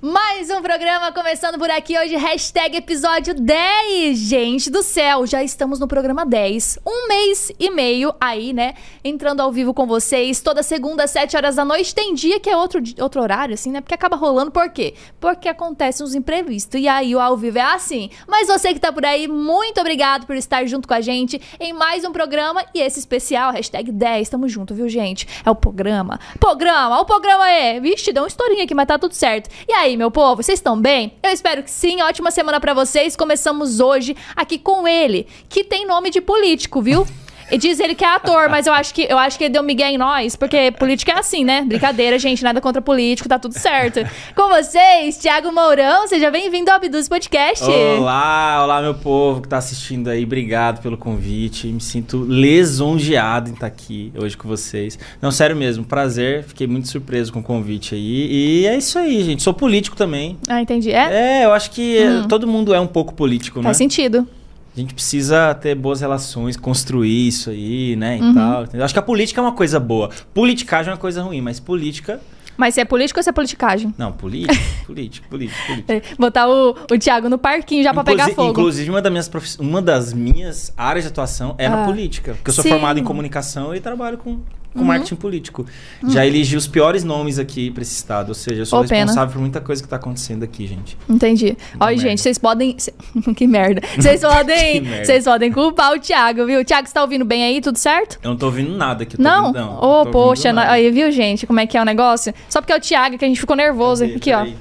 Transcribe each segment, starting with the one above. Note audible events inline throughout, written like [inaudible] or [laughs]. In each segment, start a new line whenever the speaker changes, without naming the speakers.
Mais um programa começando por aqui hoje, hashtag episódio 10. Gente do céu, já estamos no programa 10. Um mês e meio aí, né? Entrando ao vivo com vocês, toda segunda às 7 horas da noite. Tem dia que é outro, di- outro horário, assim, né? Porque acaba rolando, por quê? Porque acontecem uns imprevistos. E aí o ao vivo é assim. Mas você que tá por aí, muito obrigado por estar junto com a gente em mais um programa e esse especial, hashtag 10. É Tamo junto, viu, gente? É o programa. Programa, o programa é. Vixe, deu um estourinho aqui, mas tá tudo certo. E aí, meu povo, vocês estão bem? Eu espero que sim. Ótima semana pra vocês. Começamos hoje aqui com ele, que tem nome de político, viu? E diz ele que é ator, mas eu acho que eu acho que ele deu migué em nós, porque política é assim, né? Brincadeira, gente, nada contra político, tá tudo certo. Com vocês, Thiago Mourão, seja bem-vindo ao Abduz Podcast.
Olá, olá meu povo que tá assistindo aí, obrigado pelo convite. Me sinto lisonjeado em estar aqui hoje com vocês. Não, sério mesmo, prazer. Fiquei muito surpreso com o convite aí. E é isso aí, gente. Sou político também.
Ah, entendi. É?
É, eu acho que eh, todo mundo é um pouco político, né?
Faz sentido.
A gente precisa ter boas relações, construir isso aí, né, e tal. entendeu? Acho que a política é uma coisa boa. Politicagem é uma coisa ruim, mas política...
Mas se é político ou se é politicagem?
Não, política, [laughs] política, política, política.
É, [laughs] Botar o, o Thiago no parquinho já pra
Inclusi-
pegar fogo.
Inclusive, uma das minhas, profi- uma das minhas áreas de atuação é
Ah.
na política. Porque eu sou
Sim. Uhum.
formado em comunicação e trabalho com, com marketing político. Já elegi os piores nomes aqui pra esse estado. Ou seja, eu sou
Ô,
responsável
pena.
por muita coisa que tá acontecendo aqui, gente.
Entendi. Olha,
merda.
gente, vocês podem. cê- [laughs] que
[laughs]
merda. Vocês podem.
merda.
Vocês podem culpar o Thiago, viu? Thiago, você tá ouvindo bem aí? Tudo certo?
Eu não tô ouvindo nada aqui. eu tô
Não?
ouvindo- não,
Ô,
não tô
poxa,
ouvindo
na-
nada.
aí, viu, gente, como é que é o negócio? Só porque é o Thiago que a gente ficou nervoso.
Cadê?
Aqui, ó.
Peraí.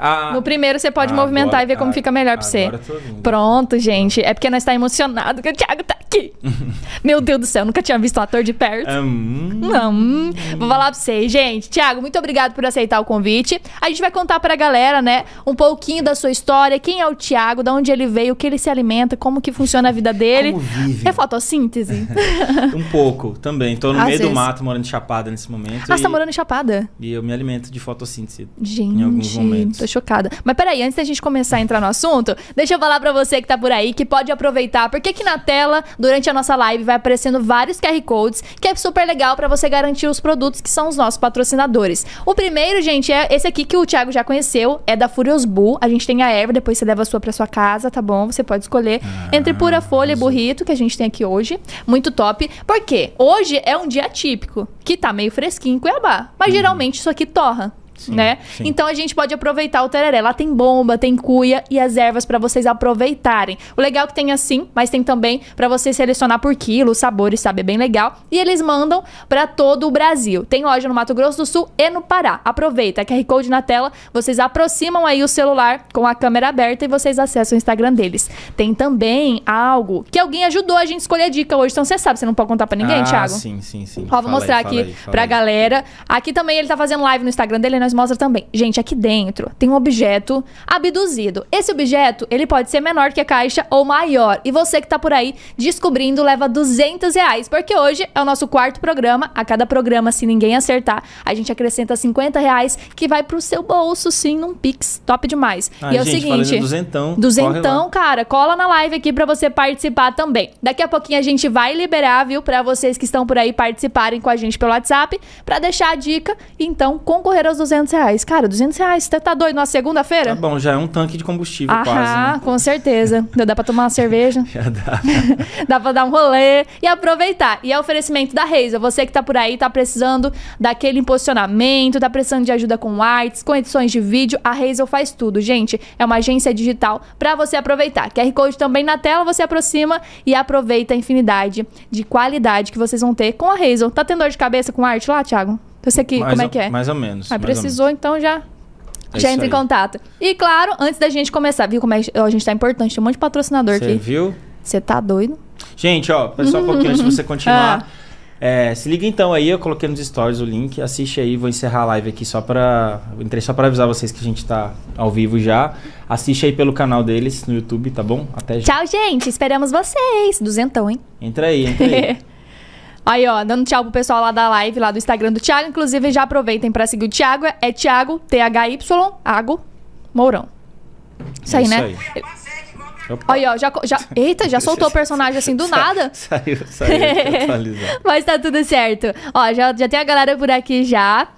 Ah,
No primeiro você pode
ah,
movimentar
agora-
e ver como
ah,
fica melhor pra você.
agora eu tô ouvindo.
Pronto, gente. É porque nós tá emocionado que o Thiago tá
[laughs]
aqui. Meu Deus do céu, nunca tinha visto um ator de perto.
Ah, hum.
Não, hum. vou falar pra vocês, gente. Tiago, muito obrigado por aceitar o convite. A gente vai contar pra galera, né, um pouquinho da sua história, quem é o Tiago, de onde ele veio, o que ele se alimenta, como que funciona a vida dele.
Como vive?
É
[laughs]
fotossíntese?
Um pouco também. Tô no
Às
meio
vezes.
do mato, morando em Chapada nesse momento.
ah, você tá
e-
morando em Chapada?
E eu me alimento de fotossíntese.
Gente,
alguns momentos.
tô chocada. Mas peraí, antes da gente começar a entrar no assunto, deixa eu falar pra você que tá por aí, que pode aproveitar, porque aqui na tela, durante a nossa live, vai aparecendo vários QR Codes, que é super legal pra você garantir os produtos que são os nossos patrocinadores. O primeiro, gente, é esse aqui que o Thiago já conheceu, é da Furious Bull. A gente tem a erva, depois você leva a sua pra sua casa, tá bom? Você pode escolher
Ah,
entre pura folha e burrito, que a gente tem aqui hoje. Muito top. Por quê? Hoje é um dia típico, que tá meio fresquinho em Cuiabá, mas geralmente isso aqui torra
Uhum. Sim,
né?
sim.
Então a gente pode aproveitar o tereré. Lá tem bomba, tem cuia e as ervas pra vocês aproveitarem. O legal é que tem assim, mas tem também pra você selecionar por quilo, os sabores, sabe? É bem legal. E eles mandam pra todo o Brasil. Tem loja no Mato Grosso do Sul e no Pará. Aproveita, QR Code na tela. Vocês aproximam aí o celular com a câmera aberta e vocês acessam o Instagram deles. Tem também algo que alguém ajudou a gente a escolher a dica hoje. Então você sabe, você não pode contar pra ninguém,
ah,
Thiago?
Sim, sim,
Ó,
sim.
vou
Fala aí,
mostrar
fala
aqui
aí, fala
pra
aí.
galera. Aqui também ele tá fazendo live no Instagram dele, nós mostra também. Gente, aqui dentro tem um objeto abduzido. Esse objeto, ele pode ser menor que a caixa ou maior. E você que tá por aí descobrindo, leva 200 reais. Porque hoje é o nosso quarto programa. A cada programa, se ninguém acertar, a gente acrescenta 50 reais, que vai pro seu bolso, sim, num Pix. Top demais.
Ah,
e é
gente,
o
falando em
seguinte...
duzentão. corre
Duzentão,
lá.
cara, cola na live aqui pra você participar também. Daqui a pouquinho a gente vai liberar, viu, Pra vocês que estão por aí participarem com a gente pelo WhatsApp, pra deixar a dica e então concorrer aos 200 reais. Cara, 200 reais, você tá doido na
Tá
segunda-feira?
bom, já é um tanque de combustível
Ah, Aham,
quase, né?
com certeza. Deu- Dá pra tomar uma cerveja?
[laughs] Já dá.
[laughs] Dá pra dar um rolê e aproveitar. E é oferecimento da Reisa. Você que tá por aí, tá precisando daquele impulsionamento, tá precisando de ajuda com artes, com edições de vídeo. A Reisa faz tudo, gente. É uma agência digital pra você aproveitar. QR Code também na tela, você aproxima e aproveita a infinidade de qualidade que vocês vão ter com a Reisa. Tá tendo dor de cabeça com arte lá, Thiago? Eu sei que,
Mais
como é
ou-
que é?
Mais ou menos.
Ah,
mais ou
precisou, então já.
É
já
isso
entra em
aí.
contato. E claro, antes da gente começar, viu como é, ó, a gente tá importante, tem um monte de patrocinador
menos. Você
aqui.
viu?
Você tá doido?
Gente, ó,
[laughs]
só um pouquinho antes de você
Ah.
continuar. É, se liga então aí, eu coloquei nos stories o link, assiste aí, vou encerrar a live aqui só pra. eu Entrei só pra avisar vocês que a gente tá ao vivo já. Assiste aí pelo canal deles no YouTube, tá bom? Até já.
Tchau, gente. Esperamos vocês. Duzentão, hein?
Entra aí, entra aí.
Aí, ó, dando tchau pro pessoal lá da live, lá do Instagram do Thiago. Inclusive, já aproveitem pra seguir o Thiago. É Thiago, T-H-Y, Ago, Mourão. Isso aí,
É
né?
Opa.
Aí, ó, já, co- já. Eita, já
[laughs]
soltou o personagem assim [laughs] do nada.
Saiu,
[laughs]
saiu, atualizar.
Mas tá tudo certo. Ó, já, já tem a galera por aqui já.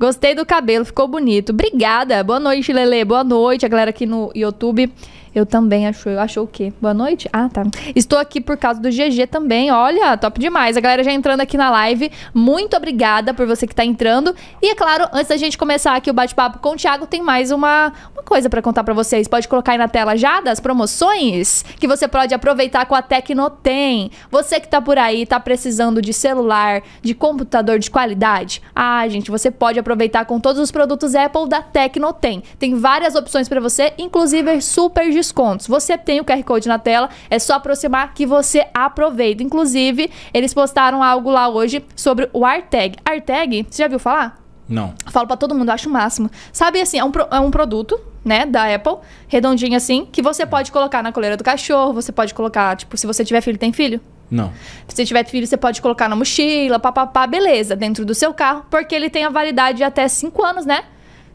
Gostei do cabelo, ficou bonito. Obrigada. Boa noite, Lele. Boa noite, a galera aqui no YouTube. Eu também achou. Achou o quê? Boa noite? Ah, tá. Estou aqui por causa do GG também. Olha, top demais. A galera já entrando aqui na live. Muito obrigada por você que está entrando. E é claro, antes da gente começar aqui o bate-papo com o Thiago, tem mais uma, uma coisa para contar para vocês. Pode colocar aí na tela já das promoções que você pode aproveitar com a Tecnotem. Você que tá por aí, tá precisando de celular, de computador de qualidade? Ah, gente, você pode aproveitar com todos os produtos Apple da Tecnotem. Tem várias opções para você, inclusive super descontos. Você tem o QR Code na tela, é só aproximar que você aproveita. Inclusive, eles postaram algo lá hoje sobre o AirTag. AirTag, você já viu falar?
Não.
Falo pra todo mundo, acho o máximo. Sabe assim, é um, pro- é um produto, né, da Apple, redondinho assim, que você pode colocar na coleira do cachorro, você pode colocar, tipo, se você tiver filho, tem filho?
Não.
Se você tiver filho, você pode colocar na mochila, papapá, beleza, dentro do seu carro, porque ele tem a validade de até 5 anos, né?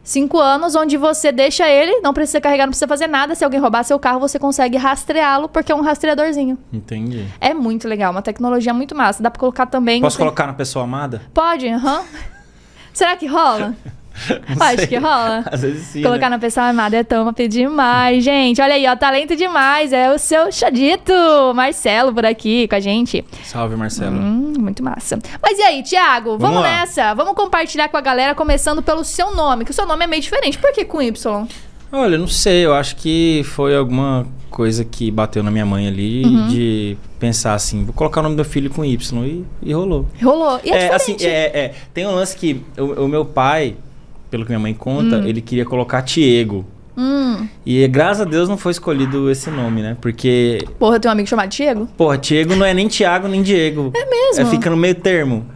5 anos, onde você deixa ele, não precisa carregar, não precisa fazer nada. Se alguém roubar seu carro, você consegue rastreá-lo, porque é um rastreadorzinho.
Entendi.
É muito legal, uma tecnologia muito massa. Dá pra colocar também.
Posso
não sei-
colocar na pessoa amada?
Pode, aham. [laughs] Será que rola?
[laughs] Não
Acho
sei.
que rola.
Às vezes sim.
Colocar
né?
na pessoa amada é toma pedir demais, gente. Olha aí, ó, talento demais. É o seu Xadito, Marcelo, por aqui com a gente.
Salve, Marcelo.
Hum, muito massa. Mas e aí, Thiago? Vamos,
Vamos lá.
nessa. Vamos compartilhar com a galera, começando pelo seu nome, que o seu nome é meio diferente. Por que com Y?
Olha, não sei, eu acho que foi alguma coisa que bateu na minha mãe ali de pensar assim, vou colocar o nome do filho com Y e, e rolou.
Rolou. E é,
é,
diferente.
assim, é, é, tem um lance que o, o meu pai, pelo que minha mãe conta, ele queria colocar Diego.
Hum.
E graças a Deus não foi escolhido esse nome, né? Porque,
Porra, eu tenho um amigo chamado
[laughs]
Thiago.
porra, Diego não é nem Tiago nem Diego. É
mesmo?
É fica no meio termo.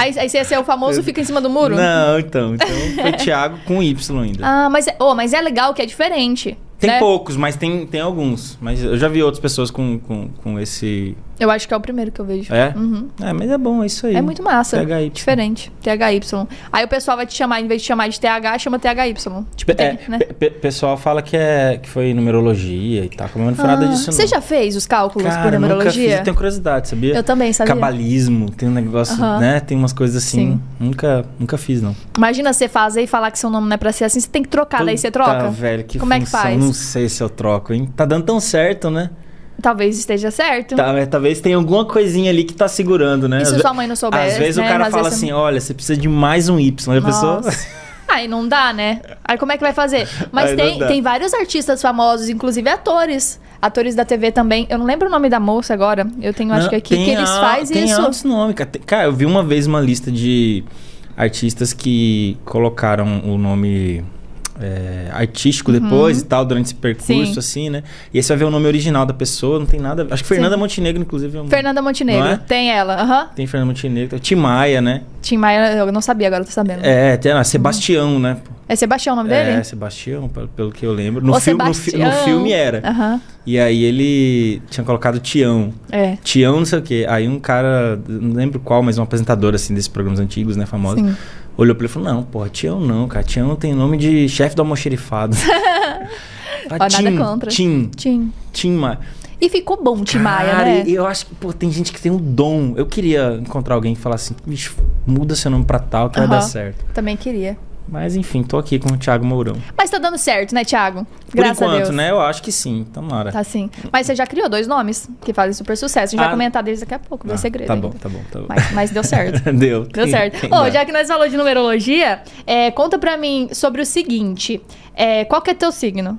aí, aí você ia ser o famoso fica em cima do muro?
Não, então. Então foi Tiago com Y ainda.
Ah, mas é, oh, mas é legal que é diferente.
Tem
né?
poucos, mas tem, tem alguns. Mas eu já vi outras pessoas com, com, com esse.
Eu acho que é o primeiro que eu vejo.
É?
Uhum.
É, mas é bom, é isso aí.
É muito massa.
THY.
Diferente. THY. Aí o pessoal vai te chamar, em vez de chamar de TH, chama THY. Tipo,
É,
tem, né?
pe- pe- pessoal fala que, é, que foi numerologia e tal, como eu não foi nada
Ah,
disso não.
Você já fez os cálculos
Cara,
por
nunca fiz,
numerologia?
eu tenho curiosidade, sabia?
Eu também, sabia?
Cabalismo, tem um negócio,
Aham.
né? Tem umas coisas assim.
Sim.
Nunca, nunca fiz, não.
Imagina você fazer e falar que seu nome não é pra ser assim, você tem que trocar, daí você
Puta,
troca?
velho, que
Como é que
função.
faz?
Não sei se eu troco, hein? Tá dando tão certo, né?
Talvez esteja certo.
Tá, mas talvez tenha alguma coisinha ali que tá segurando, né?
E se
Às
sua
ve-
mãe não soubesse,
Às vezes
né?
o cara
Às
fala
vezes
assim, olha, você precisa de mais um Y, né, pessoa? [laughs]
Nossa. Aí não dá, né? Aí como é que vai fazer? Mas
Aí
tem,
não dá.
tem vários artistas famosos, inclusive atores. Atores da TV também. Eu não lembro o nome da moça agora. Eu tenho, acho
Não,
que aqui,
tem
que eles
a-
fazem
tem
isso.
altos nomes, cara. Tem- cara, eu vi uma vez uma lista de artistas que colocaram o nome é, artístico depois e tal, durante esse percurso,
Uhum. Sim.
assim, né? E aí você vai ver o nome original da pessoa, não tem nada. a ver. Acho que Fernanda
Sim.
Montenegro, inclusive, é um.
Fernanda Montenegro.
Não é?
Tem ela. Aham.
Tem Fernanda Montenegro, Tim Maia, né?
Tim Maia, eu não sabia, agora eu tô sabendo. É,
É, tem, ah, Sebastião, né?
Sebastião o nome
É,
dele?
Sebastião, pe- pelo que eu lembro. No,
Ô,
filme, no, fi- no
Sebastião.
filme era.
Aham.
E aí ele tinha colocado Tião.
É.
Tião, não sei o quê. Aí um cara, não lembro qual, mas um apresentador, assim, desses programas antigos, né, famoso,
Sim.
olhou pra ele e falou, não, porra, Tião não, cara. Tião tem nome de chefe
[laughs]
do almoxerifado. Fala,
Ó, nada contra.
Tim,
Tim.
Tim Maia.
E ficou bom, Tim Maia,
Cara,
né?
e eu acho que, pô, tem gente que tem um dom. Eu queria encontrar alguém que falasse assim, bicho, muda seu nome pra tal que
Aham.
vai dar certo.
Também queria.
Mas, enfim, tô aqui com o Thiago Mourão.
Mas tá dando certo, né, Thiago?
Por
Graças a
enquanto,
Deus.
né? Eu acho que sim, tomara.
Tá sim. Mas você já criou dois nomes que fazem super sucesso. A gente vai
Ah.
comentar deles daqui a pouco, meu
Ah,
segredo.
Tá bom,
ainda.
tá bom, tá bom.
Mas, mas deu certo.
[laughs] Deu.
Deu
tem-
certo.
tem
Ô,
dá.
já que nós falamos de numerologia, é, conta pra mim sobre o seguinte: é, qual que é teu signo?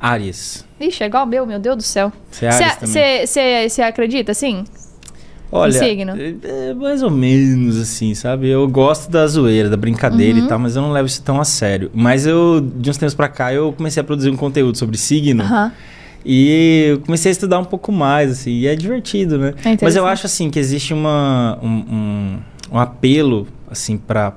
Aries.
Ixi, é igual ao meu, meu Deus do céu.
Você é Aries também?
Você acredita, sim?
Olha,
signo?
É, é mais ou menos assim, sabe? Eu gosto da zoeira, da brincadeira e tal, mas eu não levo isso tão a sério. Mas eu, de uns tempos pra cá, eu comecei a produzir um conteúdo sobre signo
Aham.
e eu comecei a estudar um pouco mais, assim, e é divertido, né?
É
mas eu
interessante.
acho, assim, que existe uma, um, um, um apelo, assim, pra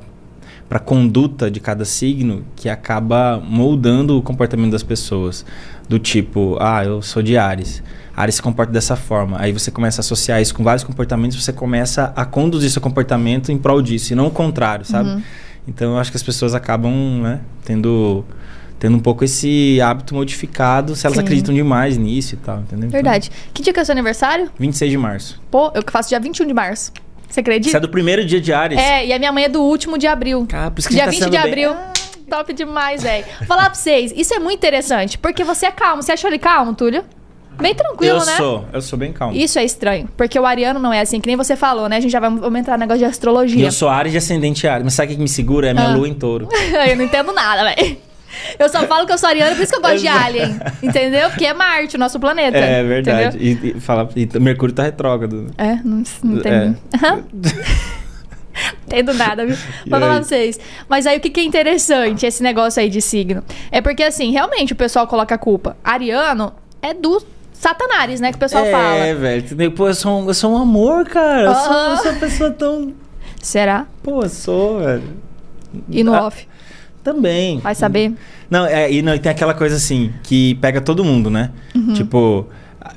para conduta de cada signo que acaba moldando o comportamento das pessoas. Do tipo, ah, eu sou de Ares. Ares se comporta dessa forma. Aí você começa a associar isso com vários comportamentos, você começa a conduzir seu comportamento em prol disso, e não o contrário, sabe?
Uhum.
Então eu acho que as pessoas acabam, né, tendo tendo um pouco esse hábito modificado, se elas
Sim.
acreditam demais nisso e tal, entendeu? Então,
Verdade. Que dia que é o seu aniversário?
26 de março.
Pô, eu que faço dia 21 de março. Você acredita?
Isso é do primeiro dia de Ares.
É, e a minha mãe é do último de abril.
Cara, por isso que
Dia
a
20
gente tá
de
sendo bem-
abril. [laughs] Top demais, velho. Falar pra vocês, isso é muito interessante, porque você é calmo. Você achou ele calmo, Túlio? Bem tranquilo,
eu
né?
sou, eu sou bem calmo.
Isso é estranho, porque o ariano não é assim, que nem você falou, né? A gente já vai vamos entrar no negócio de
E
astrologia.
eu sou Ares de ascendente Ares. Mas sabe o que que me segura? É minha
Ah.
lua em touro.
[laughs] eu não entendo nada, velho. Eu só falo que eu sou ariana, por isso que eu gosto de
Exato.
alien. Entendeu? Porque é Marte, o nosso planeta.
É
entendeu?
verdade. E, e fala, e t- Mercúrio tá retrógrado. né?
É, não, não tem.
É. [laughs]
Aham. Entendo nada, viu?
E
Vou falar
aí?
pra vocês. Mas aí o que, que é interessante esse negócio aí de signo? É porque, assim, realmente o pessoal coloca a culpa. Ariano é do Satanares, né? Que o pessoal
É,
fala.
velho. entendeu? Pô, eu sou, um, eu sou um amor, cara. Eu sou,
Aham.
eu sou uma pessoa tão.
Será?
Pô, eu sou, velho.
E no
Ah.
off?
Também.
Vai saber?
Não, é, e não, e tem aquela coisa assim, que pega todo mundo, né?
Uhum.
Tipo,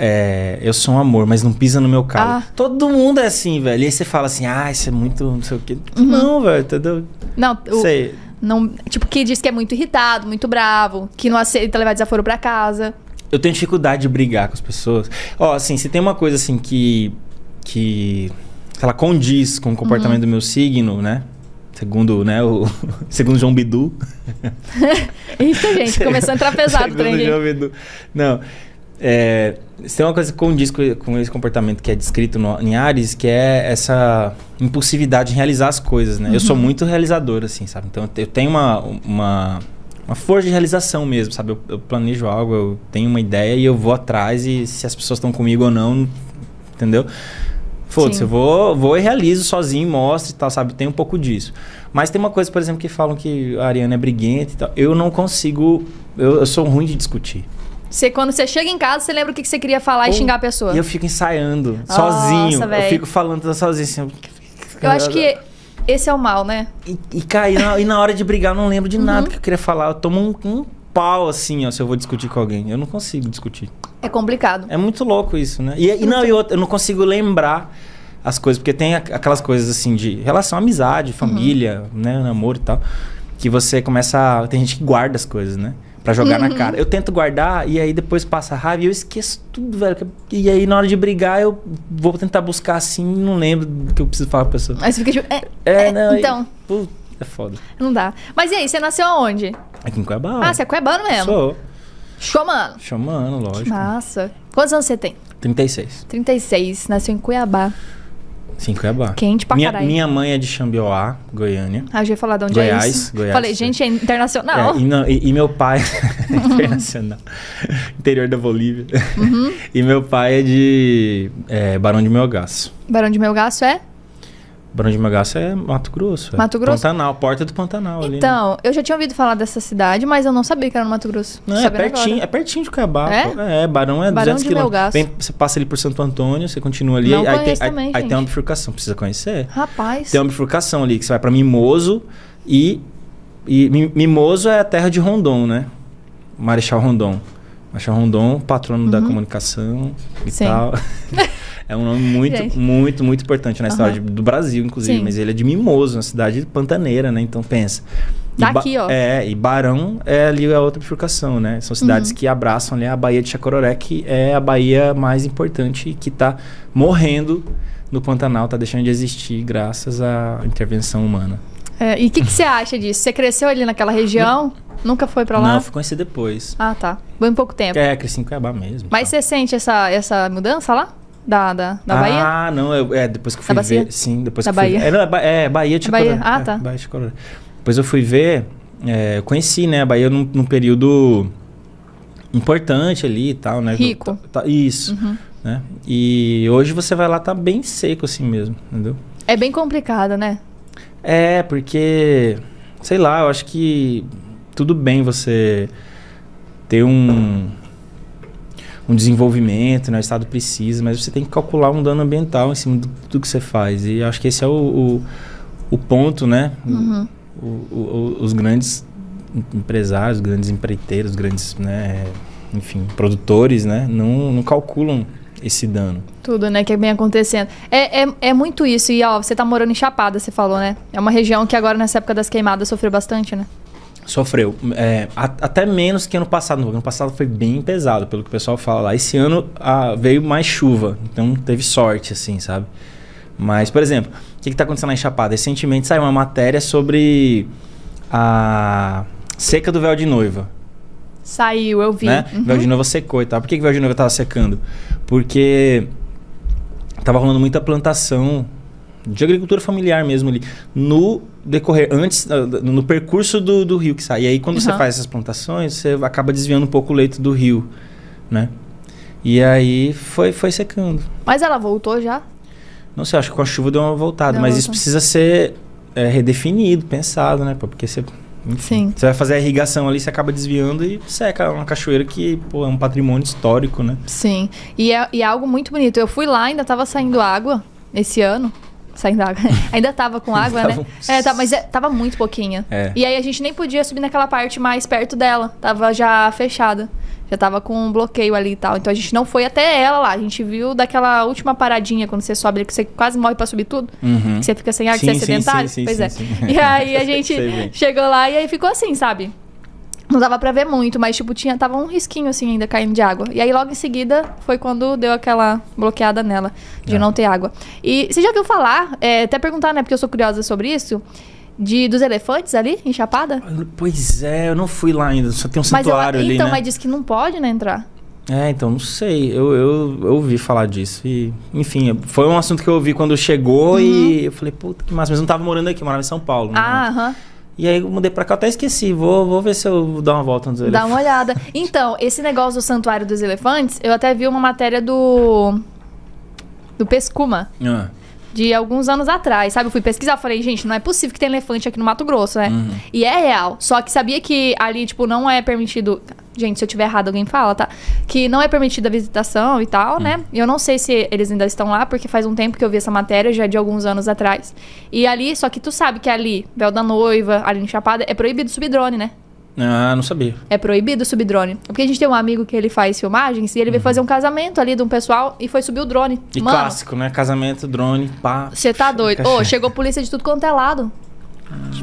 é, eu sou um amor, mas não pisa no meu carro.
Ah.
Todo mundo é assim, velho. E aí você fala assim, ah, isso é muito, não sei o quê. Não, velho, entendeu?
Não, Uhum. o,
Sei.
não, tipo, que diz que é muito irritado, muito bravo, que não aceita levar desaforo pra casa.
Eu tenho dificuldade de brigar com as pessoas. Ó, assim, se tem uma coisa assim que. que. que ela condiz com o comportamento
Uhum.
do meu signo, né? Segundo, né, o. [laughs] Segundo João Bidu.
Eita, gente, começando a entrar tá pesado o trem
Segundo
aqui.
João Bidu. Não. É, se tem uma coisa que condiz com, com esse comportamento que é descrito no, em Ares, que é essa impulsividade em realizar as coisas, né? Eu sou
Uhum.
muito realizador, assim, sabe? Então eu te- eu tenho uma, uma, uma força de realização mesmo, sabe? Eu, eu planejo algo, eu tenho uma ideia e eu vou atrás e se as pessoas estão comigo ou não, entendeu? Foda-se,
Sim.
eu vou, vou e realizo sozinho, mostro e tal, sabe? Tem um pouco disso. Mas tem uma coisa, por exemplo, que falam que a Ariana é briguenta e tal. Eu não consigo. Eu, eu sou ruim de discutir.
Você, quando você chega em casa, você lembra o que, que você queria falar e
Ou-
xingar a pessoa.
E eu fico ensaiando,
Nossa,
sozinho.
véi.
Eu fico falando sozinho assim. eu-
Eu acho que esse é o mal, né?
E, e cai, e na, e na hora de brigar, eu não lembro de
Uhum.
nada que eu queria falar. Eu tomo um, um pau assim, ó, se eu vou discutir com alguém. Eu não consigo discutir.
É complicado.
É muito louco isso, né? E, e não, e outra, eu não consigo lembrar as coisas, porque tem aqu- aquelas coisas assim de relação à
Uhum.
amizade, família, né, namoro e tal, que você começa a, tem gente que guarda as coisas, né? Pra jogar
Uhum.
na cara. Eu tento guardar e aí depois passa a raiva e eu esqueço tudo, velho. E aí na hora de brigar eu vou tentar buscar assim e não lembro do que eu preciso falar pra pessoa.
Aí você fica tipo, é,
É, não.
então.
E, Puta, é foda.
não dá. Mas e aí, você nasceu aonde?
Aqui em Cuiabá.
Ah, você é cuebano mesmo?
Sou.
Show, mano.
Chamando, lógico.
Massa. Quantos anos você tem?
36.
36. Nasceu em Cuiabá.
Sim, Cuiabá.
Quente pra
minha,
caralho.
minha mãe é de Xambioá, Goiânia.
Ah, eu já ia falar de onde é
Goiás,
isso.
Goiás,
Falei,
sim.
gente, é internacional.
É, e, não- e- e meu pai. [laughs] é internacional. Interior da Bolívia.
Uhum.
e meu pai é de. é, Barão de Melgaço.
Barão de Melgaço é?
Barão de Melgaço é Mato Grosso. é
Mato Grosso?
Pantanal, porta do Pantanal ali. né?
Então, eu já tinha ouvido falar dessa cidade, mas eu não sabia que era no Mato Grosso. Tô
Não, é
sabendo
pertinho, é
agora.
pertinho de Cuiabá.
É?
pô. É, Barão é
Barão
200
de
quilômetros.
Melgaço.
Vem- Você passa ali por Santo Antônio, você continua ali.
Não
aí, tem,
conheço também,
aí, aí
gente.
tem uma bifurcação, precisa conhecer.
Rapaz.
Tem um- uma bifurcação ali, que você vai pra Mimoso e. e Mi- Mimoso é a terra de Rondon, né? Marechal Rondon. Marechal Rondon, patrono da comunicação e
Uhum. Sim. [laughs]
tal. é um nome
Gente.
muito, muito, muito importante na história
Aham.
de- do Brasil, inclusive.
Sim.
Mas ele é de Mimoso, uma cidade pantaneira, né? Então pensa. E
Daqui,
Ba-
Tá ó.
É, e Barão é ali a outra bifurcação, né? São cidades
Uhum.
que abraçam ali a Baía de Chacororé, que é a Baía mais importante e que tá morrendo no Pantanal, tá deixando de existir graças à intervenção humana.
É, e o que, que você acha disso? Você cresceu ali naquela região? Nunca foi pra lá?
Não, eu fui conhecer depois.
Ah, tá. Bem pouco tempo.
É, cresci em Cuiabá mesmo.
Mas
tá.
você sente essa, essa mudança lá? Da, da, da
ah,
Bahia?
não, eu- é, depois que eu
Da
fui
bacia?
ver. Sim, depois
Da
que eu fui
Bahia?
ver. É, não, é, Ba- é Bahia de
Bahia,
Chacororé.
ah,
É,
tá.
Bahia de Chacororé. Depois eu fui ver, é, eu conheci, né, a Bahia num, num período importante ali e tal, né?
Rico. Uhum.
Tá- isso. Né? E hoje você vai lá, tá bem seco assim mesmo, entendeu?
É bem complicado, né?
É, porque, sei lá, eu acho que tudo bem você ter um, um desenvolvimento, né? O Estado precisa, mas você tem que calcular um dano ambiental em cima do, do que você faz. E eu acho que esse é o, o, o ponto, né? O- o- o- os grandes em- empresários, os grandes empreiteiros, os grandes, né? Enfim, produtores, né? Não, não calculam esse dano.
Tudo, né, que vem acontecendo. É, é, é muito isso. E, ó, você tá morando em Chapada, você falou, né? É uma região que agora, nessa época das queimadas, sofreu bastante, né?
Sofreu. É, a- até menos que ano passado. No ano passado foi bem pesado, pelo que o pessoal fala lá. Esse ano ah, veio mais chuva. Então teve sorte, assim, sabe? Mas, por exemplo, o que está acontecendo lá em Chapada? Recentemente saiu uma matéria sobre a seca do véu de noiva.
Saiu, eu vi.
Né?
Uhum.
Véu de noiva secou e tal. tá? Por que, que o véu de noiva estava secando? Porque estava rolando muita plantação de agricultura familiar mesmo ali. No decorrer, antes, ah, no percurso do, do rio que sai. E aí, quando você
Uhum.
faz essas plantações, você acaba desviando um pouco o leito do rio, né? E aí foi, foi secando.
Mas ela voltou já?
Não sei, acho que com a chuva deu uma voltada,
Deu
mas
uma
isso
voltada.
precisa ser é, redefinido, pensado, né? pô? Porque você. enfim,
Sim.
Você vai fazer a irrigação ali, você acaba desviando e seca uma cachoeira que pô, é um patrimônio histórico, né?
Sim. E é, e é algo muito bonito. Eu fui lá, ainda tava saindo água esse ano. Saindo água. [laughs] ainda tava com água, né?
Tava um-
É, tá, mas é- tava muito pouquinha.
É.
E aí a gente nem podia subir naquela parte mais perto dela. Tava já fechada. Já tava com um bloqueio ali e tal. Então a gente não foi até ela lá. A gente viu daquela última paradinha quando você sobe ali, que você quase morre pra subir tudo.
Uhum.
Que você fica sem ar, que
Sim,
você é
sim,
sedentário.
sim, sim,
pois
sim,
é.
sim. [laughs]
E aí a
Sei
gente
bem.
chegou lá e aí ficou assim, sabe? Não dava pra ver muito, mas tipo, tinha, tava um risquinho assim ainda caindo de água. E aí logo em seguida foi quando deu aquela bloqueada nela de
É.
não ter água. E você já ouviu falar, é, até perguntar, né, porque eu sou curiosa sobre isso, de dos elefantes ali em Chapada?
Pois é, eu não fui lá ainda, só tem um
Mas eu,
santuário ali,
então,
né?
mas diz que não pode, né, entrar.
É, então, não sei. Eu, eu, eu ouvi falar disso. E, enfim, foi um assunto que eu ouvi quando chegou e eu falei, puta que massa. Mas eu não tava morando aqui, eu morava em São Paulo. né?
Uhum. Ah, aham.
E aí eu mudei pra cá, eu até esqueci. Vou, vou ver se eu dou uma volta né? antes
Dá uma olhada. Então, esse negócio do Santuário dos Elefantes, eu até vi uma matéria do. do Pescuma.
Ah,
de alguns anos atrás, sabe? Eu fui pesquisar, falei, gente, não é possível que tem elefante aqui no Mato Grosso, né? E é real. Só que sabia que ali, tipo, não é permitido. Gente, se eu tiver errado, alguém fala, tá? Que não é permitida a visitação e tal, né? E eu não sei se eles ainda estão lá, porque faz um tempo que eu vi essa matéria, já é de alguns anos atrás. E ali, só que tu sabe que ali, Véu da Noiva, ali em Chapada, é proibido subir drone, né?
ah, não sabia.
É proibido subir drone. Porque a gente tem um amigo que ele faz filmagens e ele veio fazer um casamento ali de um pessoal e foi subir o drone.
E
Mano,
clássico, né? Casamento, drone, pá.
você tá doido. Ô,
Cachê.
chegou polícia de tudo quanto é lado.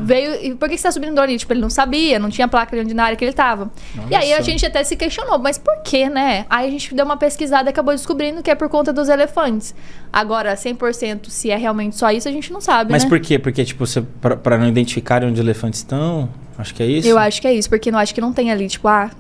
Veio. E por que que você tá subindo drone? Tipo, ele não sabia, não tinha placa ali na área que ele tava. E aí a
Nossa.
gente até se questionou, mas por que, né? Aí a gente deu uma pesquisada e acabou descobrindo que é por conta dos elefantes. Agora, 100% se é realmente só isso, a gente não sabe,
Mas
né?
por quê? Porque, tipo, você, pra, pra não identificarem onde os elefantes estão, acho que é isso.
Eu acho que é isso, porque não acho que não tem ali, tipo, ah,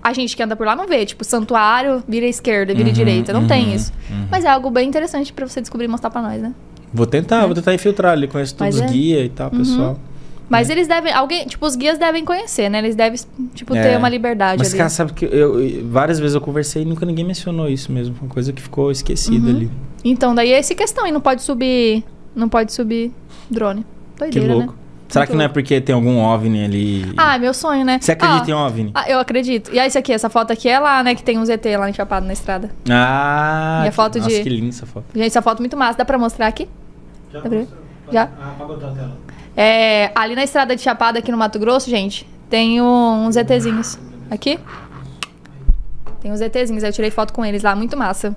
a gente que anda por lá não vê, tipo, santuário, vira esquerda, vira
Uhum,
direita, não tem
uhum,
isso. Mas é algo bem interessante pra você descobrir e mostrar pra nós, né?
Vou tentar, vou tentar infiltrar ali. Conheço
Mas
todos os
é.
guias e tal, pessoal. É.
Mas eles devem, alguém, tipo, os guias devem conhecer, né? Eles devem, tipo, ter
É.
uma liberdade
Mas,
ali.
cara, sabe que eu, eu- várias vezes eu conversei e nunca ninguém mencionou isso mesmo. Uma coisa que ficou esquecida ali.
Então, daí é essa questão, e não pode subir. Não pode subir drone.
Que
Doideira,
louco.
né?
Será
Muito
que não é
louco.
porque tem algum OVNI ali?
Ah, é meu sonho, né?
Você acredita em
Ó,
OVNI?
ah, eu acredito. E aí, isso aqui, essa foto aqui é lá, né? Que tem um ZT lá enchapado na estrada.
Ah!
Minha
que-
foto
Nossa,
de-
que linda essa foto.
Gente, essa foto é muito massa. Dá pra mostrar aqui?
Já
Dá pra ver? Já?
Ah, apagou a tela.
É, ali na estrada de Chapada, aqui no Mato Grosso, gente, tem um- uns ETzinhos. Aqui? Tem uns ETzinhos, eu tirei foto com eles lá, muito massa.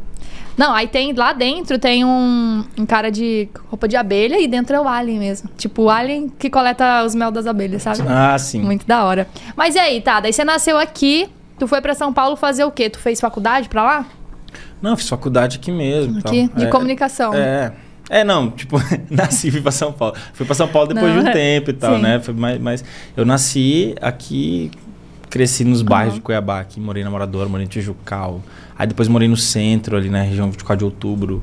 Não, aí tem lá dentro tem um, um cara de roupa de abelha e dentro é o alien mesmo. Tipo, o alien que coleta os mel das abelhas, sabe?
Ah, sim.
Muito da hora. Mas e aí, tá? Daí você nasceu aqui, tu foi pra São Paulo fazer o quê? Tu fez faculdade pra lá?
Não, fiz faculdade aqui mesmo. e tal.
Aqui? De
É,
comunicação.
É. É, não, tipo, [laughs] nasci e fui pra São Paulo. Fui pra São Paulo depois
Não,
de um
é.
tempo e tal,
Sim.
né? Foi mais, mas eu nasci aqui, cresci nos bairros
Ah.
de Cuiabá, aqui, morei na Moradora, morei em Tijucal. Aí depois morei no centro, ali na região 24 de outubro.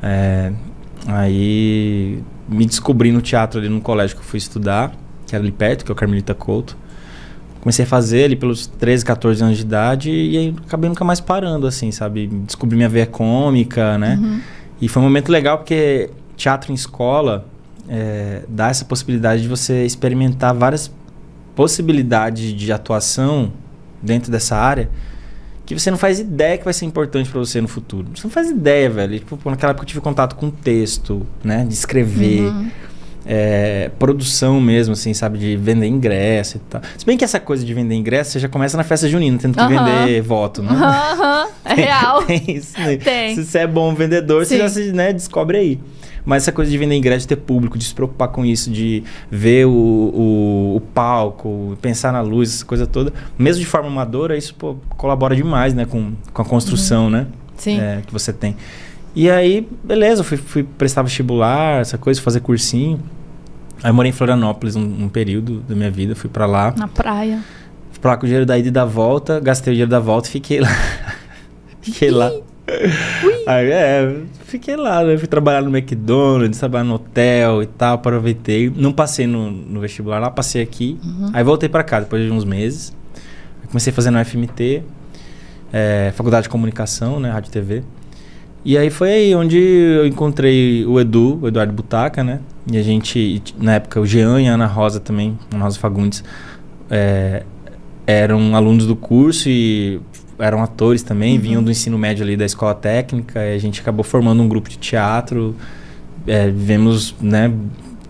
É, aí me descobri no teatro ali no colégio que eu fui estudar, que era ali perto, que é o Carmelita Couto. Comecei a fazer ali pelos 13, 14 anos de idade e aí acabei nunca mais parando, assim, sabe? Descobri minha veia cômica, né?
Uhum.
E foi um momento legal porque teatro em escola é, dá essa possibilidade de você experimentar várias possibilidades de atuação dentro dessa área que você não faz ideia que vai ser importante pra você no futuro. Você não faz ideia, velho. E, Tipo, pô, naquela época eu tive contato com texto, né? De escrever. é, produção mesmo, assim, sabe? De vender ingresso e tal. Se bem que essa coisa de vender ingresso, você já começa na festa junina, tendo que
Aham.
vender voto, né?
Aham, é real.
[laughs] Tem isso, né?
Tem.
Se você é bom vendedor,
Sim.
você já se né, descobre aí. Mas essa coisa de vender ingresso, de ter público, de se preocupar com isso, de ver o, o, o palco, pensar na luz, essa coisa toda, mesmo de forma amadora, isso pô, colabora demais né, com, com a construção né,
Uhum. Sim.
é, que você tem. E aí, beleza, eu fui, fui prestar vestibular, essa coisa, fazer cursinho. Aí eu morei em Florianópolis um, um período da minha vida, fui pra lá.
Na praia.
Fui pra lá com o dinheiro da ida e da volta, gastei o dinheiro da volta e fiquei lá. [laughs] fiquei lá. Aí, é, fiquei lá, né? Fui trabalhar no McDonald's, trabalhar no hotel e tal, aproveitei. Não passei no, no vestibular lá, passei aqui. Aí voltei pra cá depois de uns meses. Aí comecei fazendo FMT, é, Faculdade de Comunicação, né? Rádio e TV. E aí foi aí onde eu encontrei o Edu, o Eduardo Butaca, né? E a gente, na época, o Jean e a Ana Rosa também, Ana Rosa Fagundes, é, eram alunos do curso e eram atores também, vinham do ensino médio ali da escola técnica, e a gente acabou formando um grupo de teatro. É, vivemos, né,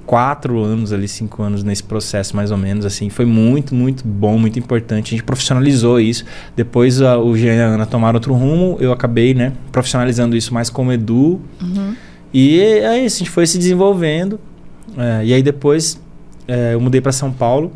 quatro anos ali, cinco anos nesse processo, mais ou menos, assim. Foi muito, muito bom, muito importante. A gente profissionalizou isso. Depois a- o Jean e a Ana tomaram outro rumo, eu acabei, né, profissionalizando isso mais como Edu. E é isso, a gente foi se desenvolvendo. É, e aí depois é, eu mudei para São Paulo,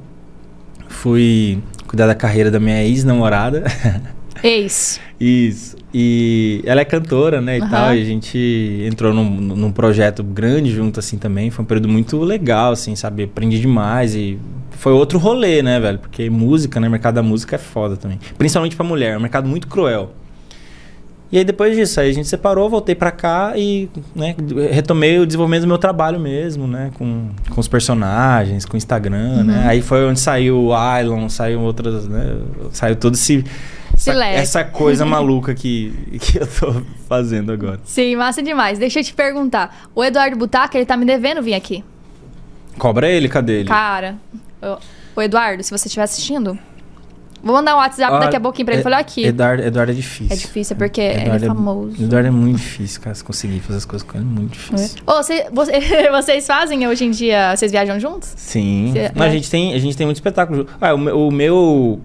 fui cuidar da carreira da minha ex-namorada. [laughs]
Ex.
Isso. E ela é cantora, né, e
Aham.
tal. E a gente entrou num, num projeto grande junto, assim, também. Foi um período muito legal, assim, sabe? Aprendi demais e... Foi outro rolê, né, velho? Porque música, né? O mercado da música é foda também. Principalmente pra mulher. É um mercado muito cruel. E aí, depois disso, aí a gente separou, voltei pra cá e né, retomei o desenvolvimento do meu trabalho mesmo, né? Com, com os personagens, com o Instagram,
Uhum.
né? Aí foi onde saiu o Ilon, saiu outras, né? Saiu todo esse... essa-
leque.
essa coisa maluca que, que eu tô fazendo agora.
Sim, massa demais. Deixa eu te perguntar. O Eduardo Butaca, ele tá me devendo vir aqui.
Cobra ele, cadê ele?
Cara, eu- o Eduardo, se você estiver assistindo, vou mandar um WhatsApp
Ah,
daqui a pouquinho pra ele
é-
falar aqui.
Eduardo, Eduardo é difícil.
É difícil, é porque ele é famoso.
Eduardo é muito difícil, cara. Se conseguir fazer as coisas com ele, é muito difícil.
Ô, você- você- [laughs] vocês fazem hoje em dia? Vocês viajam juntos?
Sim.
Cê-
Não, a,
é.
gente tem, a gente tem muito espetáculo. junto. Ah, o, me- o meu.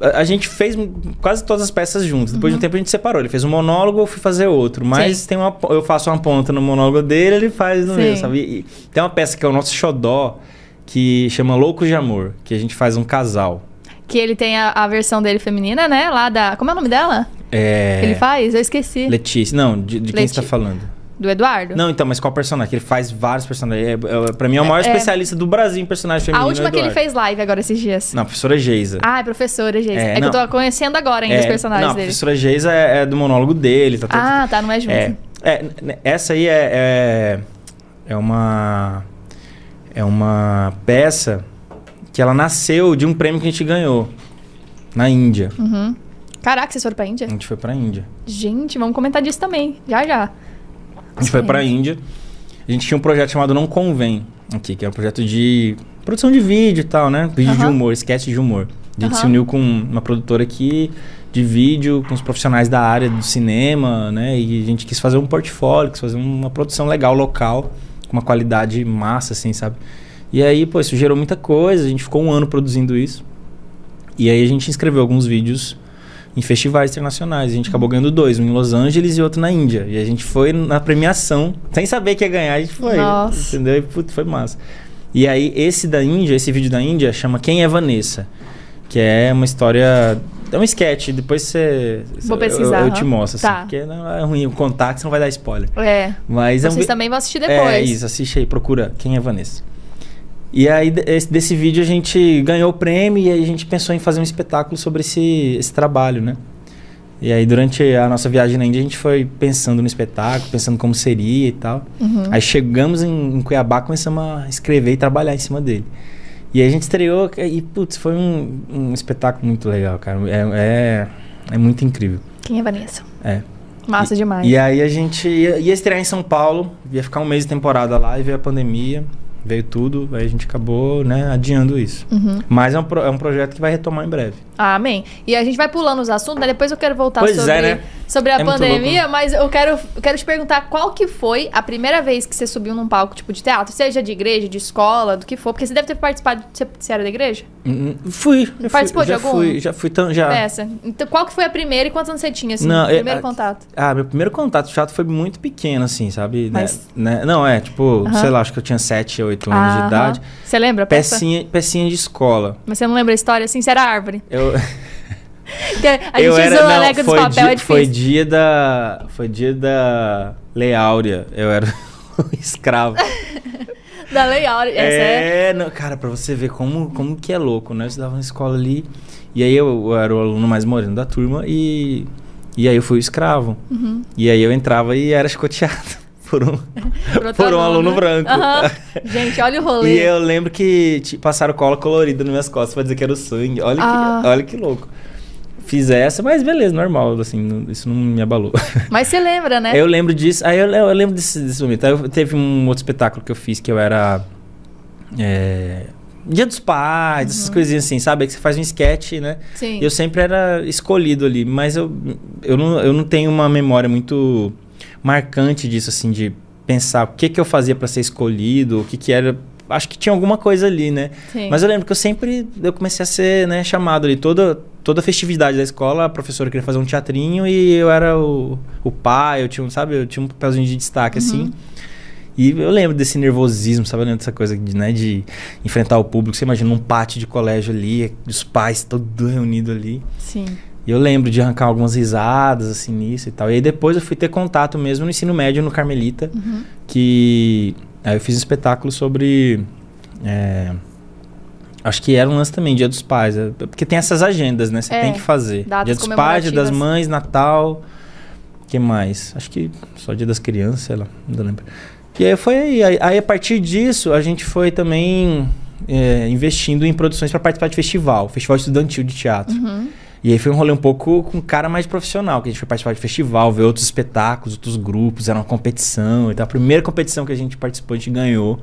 A, a gente fez quase todas as peças juntos. Depois de um tempo a gente separou. Ele fez um monólogo, eu fui fazer outro. Mas
Uhum. Sim.
tem uma, po- eu faço uma ponta no monólogo dele, ele faz no
Sim.
meu, sabe? E- e tem uma peça que é o nosso xodó, que chama Loucos de Amor, que a gente faz um casal.
Que ele tem a, a versão dele feminina, né? Lá da. Como é o nome dela?
É...
Que ele faz? Eu esqueci.
Letícia. Não, de, de quem
Leti-
você tá falando?
Do Eduardo?
Não, então, mas qual personagem? Que ele faz vários personagens. É, é, pra mim é o maior
É- é.
especialista do Brasil em personagem
a
feminino.
última
é o
que ele
Eduardo.
fez live agora esses dias.
Não, a professora Geisa.
Ah, é professora, gente.
É,
É, que eu
não. É,
tô conhecendo agora ainda Tá os personagens
não, a
dele.
professora Geisa é, é do monólogo dele. Tá, tá,
Ah, tá, não é junto.
é, é, n- n- essa aí é, é, é uma. É uma peça que ela nasceu de um prêmio que a gente ganhou na Índia.
Uhum. Caraca, vocês foram pra Índia?
A gente foi pra Índia.
Gente, vamos comentar disso também. Já, já.
A gente foi pra Índia. A gente tinha um projeto chamado Não Convém aqui, que é um projeto de produção de vídeo e tal, né? Vídeo de
Aham.
humor, esquete de humor. A gente se
Aham.
uniu com uma produtora aqui de vídeo, com os profissionais da área do cinema, né? E a gente quis fazer um portfólio, quis fazer uma produção legal, local, com uma qualidade massa, assim, sabe? E aí, pô, isso gerou muita coisa, a gente ficou um ano produzindo isso. E aí a gente inscreveu alguns vídeos em festivais internacionais. A gente acabou ganhando dois, um em Los Angeles e outro na Índia. E a gente foi na premiação, sem saber que ia ganhar, a gente foi.
Nossa.
Entendeu? E putz, foi massa. E aí, esse da Índia, esse vídeo da Índia, chama Quem é Vanessa? Que é uma história. É um sketch, depois você.
Vou
eu-
pesquisar,
Eu, eu
aham.
te mostro, assim,
Tá.
Porque não é ruim o contato, você não vai dar spoiler.
É.
Mas é um
Vocês
vi-
também vão assistir
é
depois.
isso, assiste aí, procura quem é Vanessa. E aí, de- esse- desse vídeo, a gente ganhou o prêmio e aí a gente pensou em fazer um espetáculo sobre esse, esse trabalho, né? E aí, durante a nossa viagem na Índia, a gente foi pensando no espetáculo, pensando como seria e tal. Aí chegamos em, em Cuiabá, começamos a escrever e trabalhar em cima dele. E aí a gente estreou e, putz, foi um, um espetáculo muito legal, cara. É, é, é muito incrível.
Quem é Vanessa?
É.
Massa demais.
E aí a gente ia, ia estrear em São Paulo, ia ficar um mês de temporada lá e veio a pandemia, veio tudo, aí a gente acabou, né, adiando isso.
Uhum.
Mas é um, pro- é um projeto que vai retomar em breve.
Ah, Amém. E a gente vai pulando os assuntos, né? Depois eu quero voltar
Pois é,
sobre,
né?
sobre a
É muito
pandemia, mas eu quero, eu quero te perguntar qual que foi a primeira vez que você subiu num palco tipo de teatro, seja de igreja, de escola, do que for, porque você deve ter participado de você era da igreja?
Hum, Fui. já
Participou
fui, já
de algum?
Fui, já fui tão. Já.
Peça. Então, qual que foi a primeira e quantos anos você tinha, assim,
Ah. Não, é-
primeiro
a-
contato?
Ah, meu primeiro contato de teatro foi muito pequeno, assim, sabe? Né-
Mas-
né? Não, é, tipo, sei lá, acho que eu tinha 7, 8 anos de
Aham.
idade.
Você lembra? a peça?
Pecinha, pecinha de escola.
Mas você não lembra a história, assim, você era árvore. [laughs]
Eu.
A
[laughs]
gente
eu era,
zoa,
não,
né? Quando os
foi,
papel
dia,
é difícil.
foi dia da. Foi dia da Lei Áurea. Eu era [laughs] um escravo.
Da Lei Áurea. Essa é...
É, não, cara, pra você ver como, como que é louco, né? Eu estudava na escola ali, e aí eu, eu era o aluno mais moreno da turma, e, e aí eu fui o escravo.
Uhum.
E aí eu entrava e era escoteado [laughs] por um,
Por outro
por um aluno branco.
né? Aham. Gente, olha o rolê.
[laughs] E eu lembro que ti- passaram cola colorida nas minhas costas pra dizer que era o sangue. Olha,
Ah.
que, olha que louco. Fiz essa, mas beleza, normal, assim, não- isso não me abalou.
Mas você lembra, né?
Eu lembro disso. Aí eu, eu lembro desse, desse momento. Aí eu- teve um outro espetáculo que eu fiz que eu era. é, Dia dos pais, essas coisinhas assim, sabe? Aí que você faz um sketch, né?
Uhum. Sim.
E eu sempre era escolhido ali, mas eu, eu, não, eu não tenho uma memória muito marcante disso, assim, de pensar o que, que eu fazia pra ser escolhido, o que, que era. Acho que tinha alguma coisa ali, né?
Sim.
Mas eu lembro que eu sempre eu comecei a ser né, chamado ali. Toda, toda a festividade da escola, a professora queria fazer um teatrinho e eu era o, o pai, eu tinha, um, sabe, eu tinha um papelzinho de destaque, assim. E eu lembro desse nervosismo, sabe? Eu lembro dessa coisa de, né, de enfrentar o público. Você imagina um pátio de colégio ali, os pais todos reunidos ali.
Sim.
E eu lembro de arrancar algumas risadas, assim, nisso e tal. E aí depois eu fui ter contato mesmo no ensino médio, no Carmelita, que... Aí eu fiz um espetáculo sobre... é, Acho que era um lance também, Dia dos Pais. é, Porque tem essas agendas, né? Você
É,
tem que fazer.
datas
Dia dos Pais, Dia das
comemorativas.
Mães, Natal... O que mais? Acho que só Dia das Crianças, sei lá. Não lembro. E aí foi aí. Aí- Aí a partir disso, a gente foi também... é, investindo em produções para participar de festival, festival estudantil de teatro.
Uhum.
E aí foi um rolê um pouco com um cara mais profissional, que a gente foi participar de festival, ver outros espetáculos, outros grupos, era uma competição e tal. A primeira competição que a gente participou, a gente ganhou.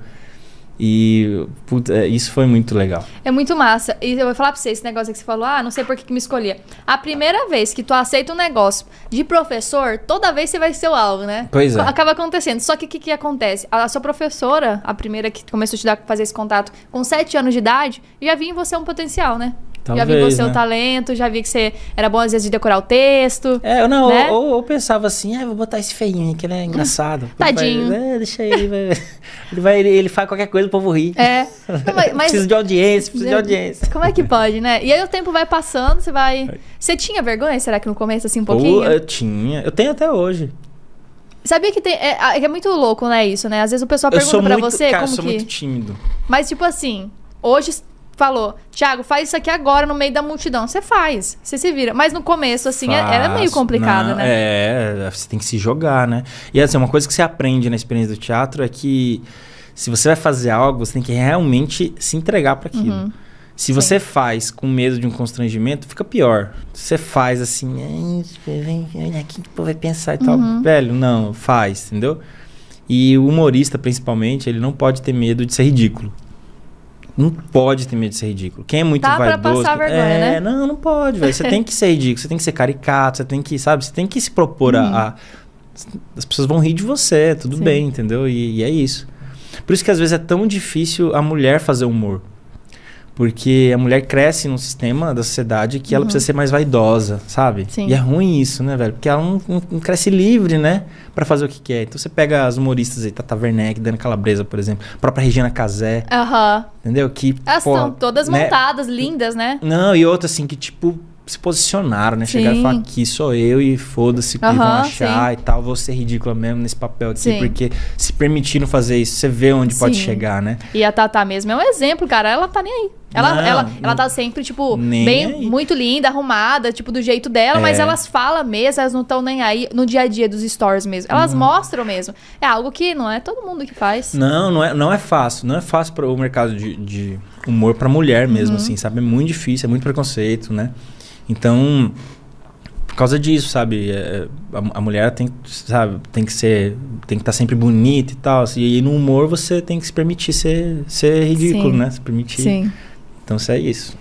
E puta, é, isso foi muito legal.
É muito massa. E eu vou falar pra você, esse negócio aí que você falou, ah, não sei por que, que me escolhia. A primeira vez que tu aceita um negócio de professor, toda vez você vai ser o alvo, né?
Pois é.
Co- Acaba acontecendo. Só que o que, que acontece? A sua professora, a primeira que começou a te dar, fazer esse contato com 7 anos de idade, já via em você um potencial, né? já vi em
Talvez,
você o
né?
talento, já vi que você era bom às vezes de decorar o texto.
É, eu não,
Né?
ou, ou pensava assim, ah, vou botar esse feinho aí, que ele é engraçado.
[laughs] Tadinho.
Ele vai- é, deixa ele, vai, [laughs] ele, vai, ele, ele faz qualquer coisa, o povo ri.
É. Não, mas- mas- [laughs]
Precisa de audiência, precisa de audiência.
Como é que pode, né? E aí o tempo vai passando, você vai. Você tinha vergonha, será que no começo, assim, um pouquinho?
Ou, eu tinha, eu tenho até hoje.
Sabia que tem. É, é muito louco, né? Isso, né? Às vezes o pessoal
eu
pergunta
sou
pra
muito,
você
cara, eu
como
sou
que.
muito tímido.
Mas, tipo assim, hoje s- falou, Thiago, faz isso aqui agora no meio da multidão. Você faz, você se vira. Mas no começo, assim, é- era meio
Faço.
complicado,
Não,
né?
É, você tem que se jogar, né? E assim, uma coisa que você aprende na experiência do teatro é que se você vai fazer algo, você tem que realmente se entregar para aquilo.
Uhum.
Se você faz com medo de um constrangimento, fica pior. Se você faz assim, "Ai, vem, olha aqui, o povo vai pensar e tal.
Uhum.
Velho, não, faz, entendeu? E o humorista, principalmente, ele não pode ter medo de ser ridículo. Não pode ter medo de ser ridículo. Quem é muito
Dá pra
vaidoso...
passar
quem-
vergonha, né?
é, não, não pode, velho. Você tem que ser ridículo, você tem que ser caricato, você tem que, sabe? Você tem que se propor a- a... As pessoas vão rir de você, tudo
Sim.
bem, entendeu? E, e é isso. Por isso que às vezes é tão difícil a mulher fazer humor. Porque a mulher cresce num sistema da sociedade que ela precisa ser mais vaidosa, sabe?
Uhum. Sim.
E é ruim isso, né, velho? Porque ela não, não- não cresce livre, né? Pra fazer o que quer. Então você pega as humoristas aí, Tata Werneck, Dani Calabresa, por exemplo, a própria Regina Casé,
Aham.
entendeu? Que,
Elas
É. porra,
estão todas
né?
montadas, lindas, né?
Não, e outra assim, que tipo, se posicionaram, né? Chegaram
Sim.
e falaram, aqui sou eu e foda-se o que vão
Aham,
achar e tal. Vou ser ridícula mesmo nesse papel aqui.
Sim.
Porque se permitiram fazer isso, você vê onde pode
Sim.
chegar, né?
E a Tatá mesmo é um exemplo, cara. Ela tá nem aí. Ela,
Não,
ela,
não-
ela tá sempre, tipo,
Nem
bem,
aí.
muito linda, arrumada, tipo, do jeito dela, mas
É.
elas falam mesmo, elas não estão nem aí no dia a dia dos stories mesmo. Elas mostram mesmo. É algo que não é todo mundo que faz.
Uhum. Não, não é, não é fácil. Não é fácil para o mercado de, de humor para mulher mesmo,
Uhum.
assim, sabe? É muito difícil, é muito preconceito, né? Então, por causa disso, sabe? É, a, a mulher tem, que, sabe, tem que ser, tem que estar sempre bonita e tal. Assim, e no humor você tem que se permitir ser, ser ridículo,
Sim.
né? Se permitir. Então, isso é isso.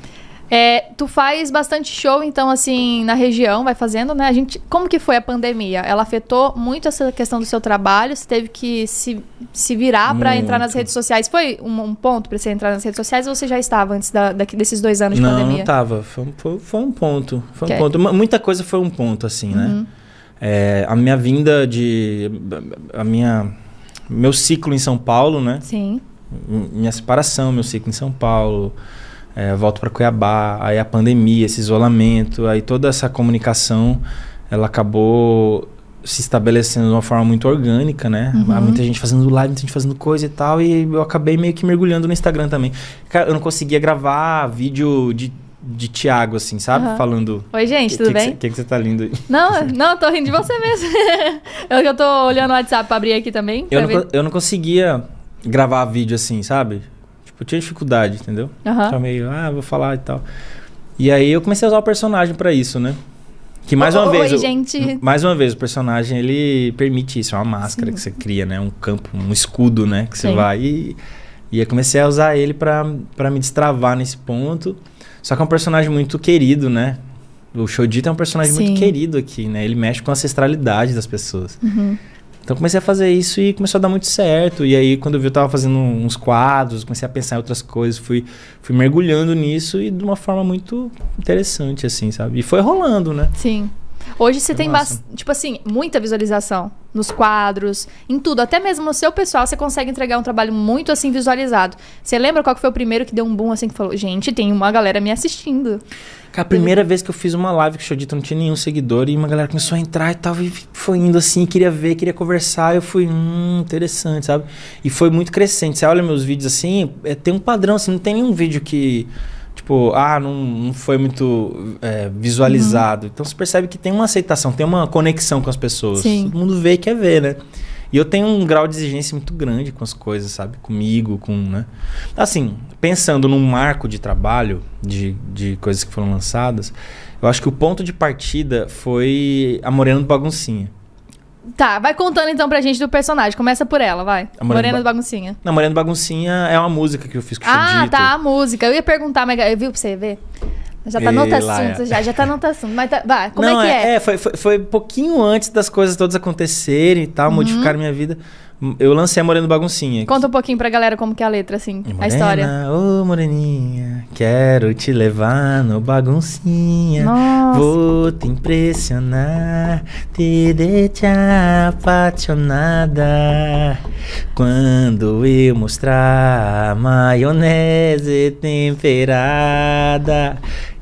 É, tu faz bastante show, então, assim, na região, vai fazendo, né? A gente, como que foi a pandemia? Ela afetou muito essa questão do seu trabalho? Você teve que se, se virar pra
Muito.
entrar nas redes sociais? Foi um, um ponto pra você entrar nas redes sociais ou você já estava antes da, daqui- desses dois anos Tá de
não,
pandemia?
não tava. Foi um, foi, foi um ponto. Foi
Ok. Uhum.
um ponto. Mu- Muita coisa foi um ponto, assim, né? É, a minha vinda de... A minha... Meu ciclo em São Paulo, né?
Sim.
M- Minha separação, meu ciclo em São Paulo. é, volto para Cuiabá, aí a pandemia, esse isolamento, aí toda essa comunicação, ela acabou se estabelecendo de uma forma muito orgânica, né?
Uhum.
Há muita gente fazendo live, muita gente fazendo coisa e tal, e eu acabei meio que mergulhando no Instagram também. Cara, eu não conseguia gravar vídeo de, de Tiago, assim, sabe?
Aham.
Falando.
Oi, gente, tudo bem?
O que, que você
[laughs]
tá lindo aí?
Não, não, eu tô rindo de você mesmo. [laughs] eu que eu tô olhando o WhatsApp pra abrir aqui também.
Eu
pra
não,
ver.
co- eu não conseguia gravar vídeo assim, sabe? Tipo, eu tinha dificuldade, entendeu?
Aham.
Tava meio, ah, vou falar e tal. E aí eu comecei a usar o personagem pra isso, né? Que mais uma
Oi,
vez. eu-
gente.
[laughs] Mais uma vez, o personagem ele permite isso, é uma máscara que você cria, né? Um campo, um escudo, né? Que você
Sim.
vai e. E eu comecei a usar ele pra pra me destravar nesse ponto. Só que é um personagem muito querido, né? O Shodito é um personagem
Sim.
muito querido aqui, né? Ele mexe com a ancestralidade das pessoas.
Uhum.
Então comecei a fazer isso e começou a dar muito certo. E aí, quando eu vi, eu tava fazendo uns quadros, comecei a pensar em outras coisas, fui, fui mergulhando nisso e de uma forma muito interessante, assim, sabe? E foi rolando, né?
Sim. Hoje você
Foi
tem,
massa.
bas- tipo assim, muita visualização nos quadros, em tudo. Até mesmo no seu pessoal, você consegue entregar um trabalho muito, assim, visualizado. Você lembra qual que foi o primeiro que deu um boom, assim, que falou, gente, tem uma galera me assistindo.
Cara, a primeira vez que eu fiz uma live que o Shodito não tinha nenhum seguidor e uma galera começou a entrar e tal, e foi indo assim, queria ver, queria conversar, eu fui, hum, interessante, sabe? E foi muito crescente. Você olha meus vídeos assim, é, tem um padrão, assim, não tem nenhum vídeo que, tipo, ah, não, não foi muito é, visualizado. Então você percebe que tem uma aceitação, tem uma conexão com as pessoas.
Sim.
Todo mundo vê e quer ver, né? E eu tenho um grau de exigência muito grande com as coisas, sabe? Comigo, com, né? Assim, pensando num marco de trabalho, de, de coisas que foram lançadas, eu acho que o ponto de partida foi a Morena do Baguncinha.
Tá, vai contando então pra gente do personagem. Começa por ela, vai.
A Morena
Morena
Ba-
do Baguncinha.
Na Morena do Baguncinha é uma música que eu fiz com o
Ah,
Chudito.
tá, a música. Eu ia perguntar, mas eu- viu pra você ver? Já tá no outro
Ei, Laia.
assunto, já, já tá no outro assunto. Mas tá, vai, como
Não,
é que é?
foi, foi, foi pouquinho antes das coisas todas acontecerem e tal, modificaram minha vida. Eu lancei a Morena do Baguncinha.
Uhum. Conta um pouquinho pra galera como que é a letra, assim, a
E é. morena,
história.
Ô moreninha, quero te levar no baguncinha.
Nossa.
Vou te impressionar, te deixar apaixonada. Quando eu mostrar a maionese temperada.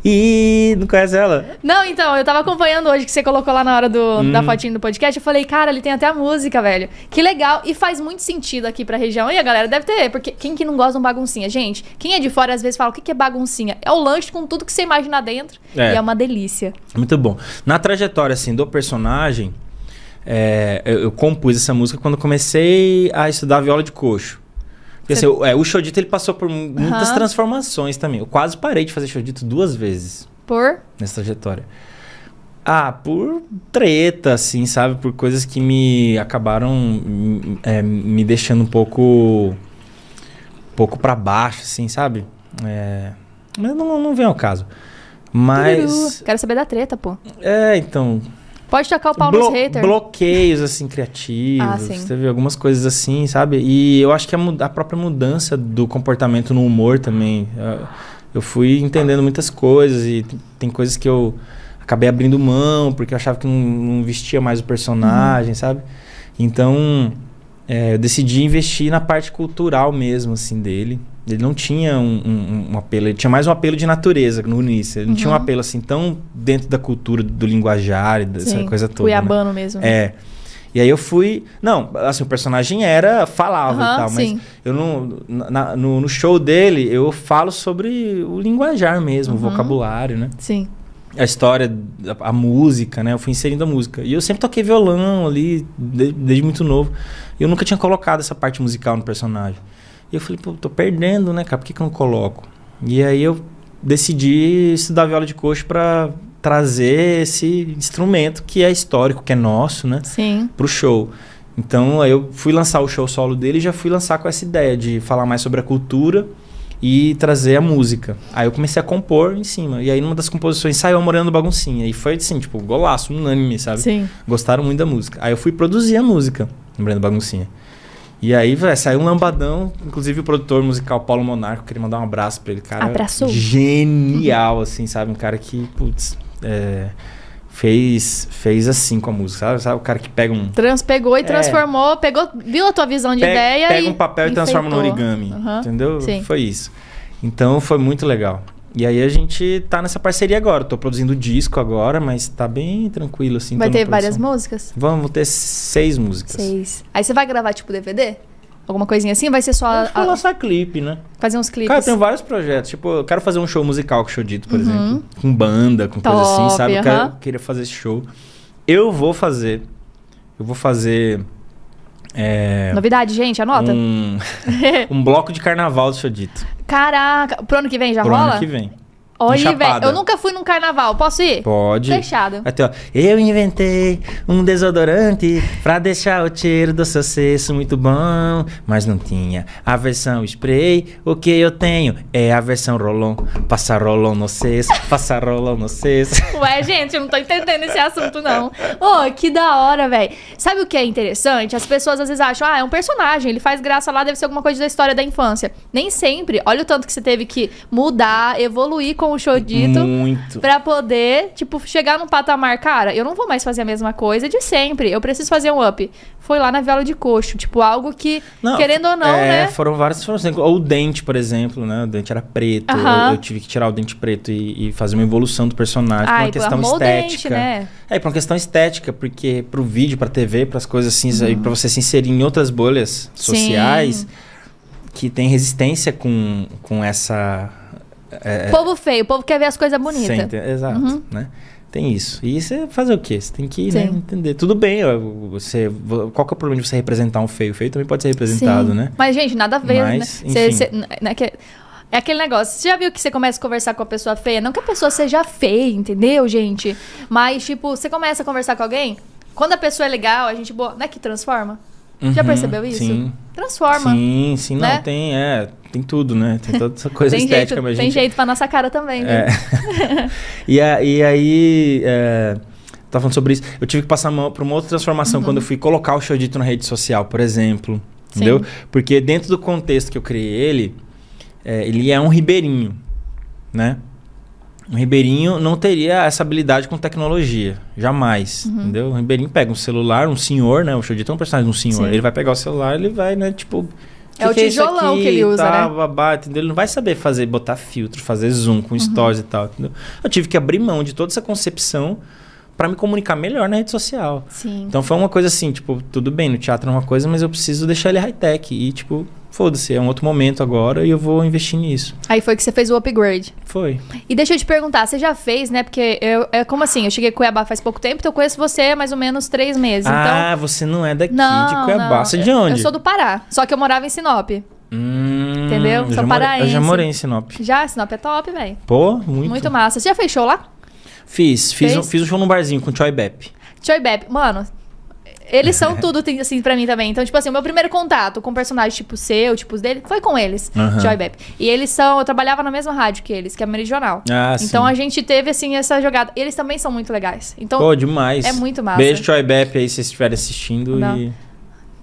E não conhece ela?
Não, então, eu tava acompanhando hoje que você colocou lá na hora do,
Hum.
da fotinho do podcast. Eu falei, cara, ele tem até a música, velho. Que legal. E faz muito sentido aqui pra região. E a galera deve ter, porque quem que não gosta de um baguncinha? Gente, quem é de fora às vezes fala, o que, que é baguncinha? É o lanche com tudo que você imaginar dentro.
É.
E é uma delícia.
Muito bom. Na trajetória assim do personagem, é, eu, eu compus essa música quando comecei a estudar viola de coxo. Porque,
Você-
assim, o, é, o Chodito ele passou por mu- muitas
Aham.
transformações também. Eu quase parei de fazer Chodito duas vezes
Por?
nessa trajetória. Ah, por treta, assim, sabe? Por coisas que me acabaram hum, é, me deixando um pouco. um pouco pra baixo, assim, sabe? É, mas não, não vem ao caso. Mas.
Tururu. Quero saber da treta, pô.
É, então.
Pode tocar o pau
Blo-
nos haters.
Bloqueios, assim,
é Ah,
criativos.
sim.
teve algumas coisas assim, sabe? E eu acho que a, mu- a própria mudança do comportamento no humor também. ah, Eu fui entendendo muitas coisas e t- tem coisas que eu acabei abrindo mão porque eu achava que não, não vestia mais o
Uhum.
personagem, sabe? Então, é, eu decidi investir na parte cultural mesmo, assim, dele. Ele não tinha um, um- um apelo, ele tinha mais um apelo de natureza no início. Ele não
Uhum.
tinha um apelo assim tão dentro da cultura, do linguajar e dessa
Sim,
coisa toda. né?
Cuiabano mesmo.
É. E aí eu fui. Não, assim, o personagem era. falava
Aham,
e tal, mas
sim.
eu não. na- no, no show dele, eu falo sobre o linguajar mesmo,
Uhum.
o vocabulário, né?
Sim.
A história, a, a música, né? Eu fui inserindo a música. E eu sempre toquei violão ali, de- desde muito novo. E eu nunca tinha colocado essa parte musical no personagem. E eu falei, pô, tô perdendo, né, cara? Por que, que eu não coloco? E aí eu decidi estudar viola de coxo pra trazer esse instrumento que é histórico, que é nosso, né?
Sim.
pro show. Então aí eu fui lançar o show solo dele e já fui lançar com essa ideia de falar mais sobre a cultura e trazer a música. Aí eu comecei a compor em cima. E aí numa das composições saiu a Morena do Baguncinha. E foi assim, tipo, golaço, unânime, sabe?
Sim.
Gostaram muito da música. Aí eu fui produzir a música, Morena do Baguncinha. E aí, velho, saiu um lambadão. Inclusive o produtor musical Paulo Monarco, queria mandar um abraço pra ele, cara.
Abraçou.
Genial, assim, sabe? Um cara que, putz, é, fez, fez assim com a música, sabe? Sabe o cara que pega um
Trans pegou e transformou, pegou, viu a tua visão de
pega,
ideia
pega
e
um papel e
enfeitou.
transforma no origami.
Aham.
Entendeu?
Sim.
Foi isso. Então foi muito legal. E aí a gente tá nessa parceria agora. Tô produzindo disco agora, mas tá bem tranquilo, assim.
Vai
tô na
ter várias
produção.
músicas?
Vamos ter seis músicas.
Seis. Aí você vai gravar tipo DVD? Alguma coisinha assim? Vai ser só a-
Acho que vou
a-
lançar clipe, né?
fazer uns clipes?
Cara, eu tenho vários projetos. Tipo, eu quero fazer um show musical com o Dito, por exemplo. Com banda, com coisa
Uhum. Top,
assim, sabe? Eu quero-
aham.
queria fazer esse show. Eu vou fazer. Eu vou fazer. É,
Novidade, gente, anota.
um, um bloco de carnaval do Xodito.
[laughs] Caraca, pro ano que vem já
Pro
rola?
ano que vem.
Olha,
Chapada.
velho, eu nunca fui num carnaval. Posso ir?
Pode.
Fechado.
Até, ó. Eu inventei um desodorante pra deixar o cheiro do seu sexo muito bom, mas não tinha a versão spray. O que eu tenho é a versão rolon. Passar rolon no sexo, passar rolon no sexo.
Ué, gente, eu não tô entendendo esse assunto, não. Ô, que da hora, velho. Sabe o que é interessante? As pessoas às vezes acham, ah, é um personagem, ele faz graça lá, deve ser alguma coisa da história da infância. Nem sempre. Olha o tanto que você teve que mudar, evoluir com o show [laughs] dito.
Muito.
Pra poder, tipo, chegar num patamar, cara, eu não vou mais fazer a mesma coisa de sempre. Eu preciso fazer um up. Foi lá na viola de coxo, tipo, algo que,
Não,
querendo ou não,
é,
né?
Foram vários. Foram, assim, ou o dente, por exemplo, né? O dente era preto.
Aham.
Eu, eu tive que tirar o dente preto e, e fazer uma evolução do personagem. por
Ai,
uma questão
arrumou o
estética.
dente, né?
É, pra uma questão estética, porque pro vídeo, pra TV, pras coisas assim, isso aí pra você se inserir em outras bolhas
Uhum. Sim.
sociais que tem resistência com, com essa. É.
Povo feio, o povo quer ver as coisas bonitas.
sente- Exato, né? Tem isso. E você fazer o quê? Você tem que né,
Uhum. Sim.
entender. Tudo bem, ó, você, vo- qual que é o problema de você representar um feio? O feio também pode ser representado,
Sim.
né?
Mas, gente, nada a ver,
Mas,
né? Cê-
enfim.
cê- n- né, que- é aquele negócio. Você já viu que você começa a conversar com a pessoa feia? Não que a pessoa seja feia, entendeu, gente? Mas, tipo, você começa a conversar com alguém, quando a pessoa é legal, a gente boa. Não é que transforma? Já
Uhum,
percebeu isso?
Sim.
Transforma.
Sim, sim, não,
né?
tem, é, tem tudo, né? Tem toda
[laughs]
essa coisa
tem
estética,
jeito,
mas a
tem
gente
jeito pra nossa cara também, né?
É. e, a- e aí. É... Tava falando sobre isso. Eu tive que passar uma- por uma outra transformação quando eu fui colocar o Xodito na rede social, por exemplo.
Sim.
Entendeu? Porque dentro do contexto que eu criei ele, é, ele é um ribeirinho, né? Um ribeirinho não teria essa habilidade com tecnologia, jamais,
Uhum.
entendeu? Um ribeirinho pega um celular, um senhor, né? O Xodito é um personagem, um senhor.
Sim.
Ele vai pegar o celular, ele vai, né, tipo...
É o
isso
tijolão
aqui
que ele
e
usa,
tal,
né?
babá, entendeu? Ele não vai saber fazer, botar filtro, fazer zoom
Uhum.
com stories e tal, entendeu? Eu tive que abrir mão de toda essa concepção pra me comunicar melhor na rede social.
Sim.
Então foi uma coisa assim, tipo, tudo bem, no teatro é uma coisa, mas eu preciso deixar ele high-tech. E, tipo, foda-se, é um outro momento agora e eu vou investir nisso.
Aí foi que você fez o upgrade.
Foi.
E deixa eu te perguntar, você já fez, né? Porque eu, é como assim, eu cheguei em Cuiabá faz pouco tempo, então eu conheço você há mais ou menos três meses. então,
ah, você não é daqui
não,
de Cuiabá.
não.
Você é de onde?
Eu sou do Pará, só que eu morava em Sinop.
Hum,
Entendeu?
Eu
Sou
já, morei, eu
paraense.
já morei em Sinop.
Já, Sinop é top, velho.
Pô, muito.
Muito. massa. Você já fechou lá?
Fiz, fiz,
Fez?
um, fiz um show num barzinho com o Choi Bepp.
Joy Bep, mano... Eles
[laughs]
são tudo, tem- assim, pra mim também. Então, tipo assim, o meu primeiro contato com personagens tipo seu, tipo os dele, foi com eles,
Aham.
Joy Bep. E eles são... Eu trabalhava na mesma rádio que eles, que é a Meridional.
Ah,
Então
sim.
a gente teve, assim, essa jogada. Eles também são muito legais. Então,
Pô, demais.
é muito massa.
Beijo, Troy Bepp, aí se vocês estiverem assistindo.
Não.
E...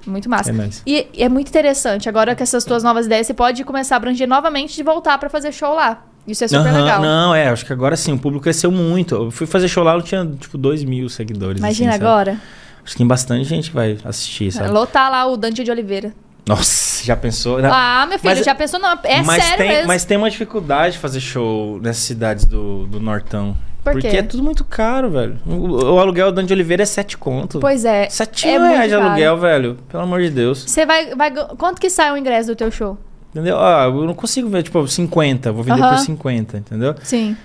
muito massa.
É nóis.
E e é muito interessante. Agora com essas tuas novas ideias, você pode começar a abranger novamente de voltar pra fazer show lá. Isso é super
Aham,
legal.
Não, é, acho que agora sim, o público cresceu muito. Eu fui fazer show lá, eu tinha, tipo, dois mil seguidores.
Imagina
assim, sabe?
agora. É
Acho que tem bastante gente que vai assistir, sabe?
Lotar lá o Dante de Oliveira.
Nossa, já pensou?
Ah, meu filho,
Tá. Mas-
já pensou? Não, é
mas
sério
tem,
mesmo.
Mas tem uma dificuldade de fazer show nessas cidades do, do Nortão.
Por quê?
Porque é tudo muito caro, velho. O, o aluguel do Dante Oliveira é sete conto.
Pois é.
7
é muito
reais de
caro.
aluguel, velho. Pelo amor de Deus.
Você vai, vai. Quanto que sai o ingresso do teu show?
Entendeu? Ah, eu não consigo ver, tipo, 50. Vou vender
Aham.
por 50, entendeu?
Sim.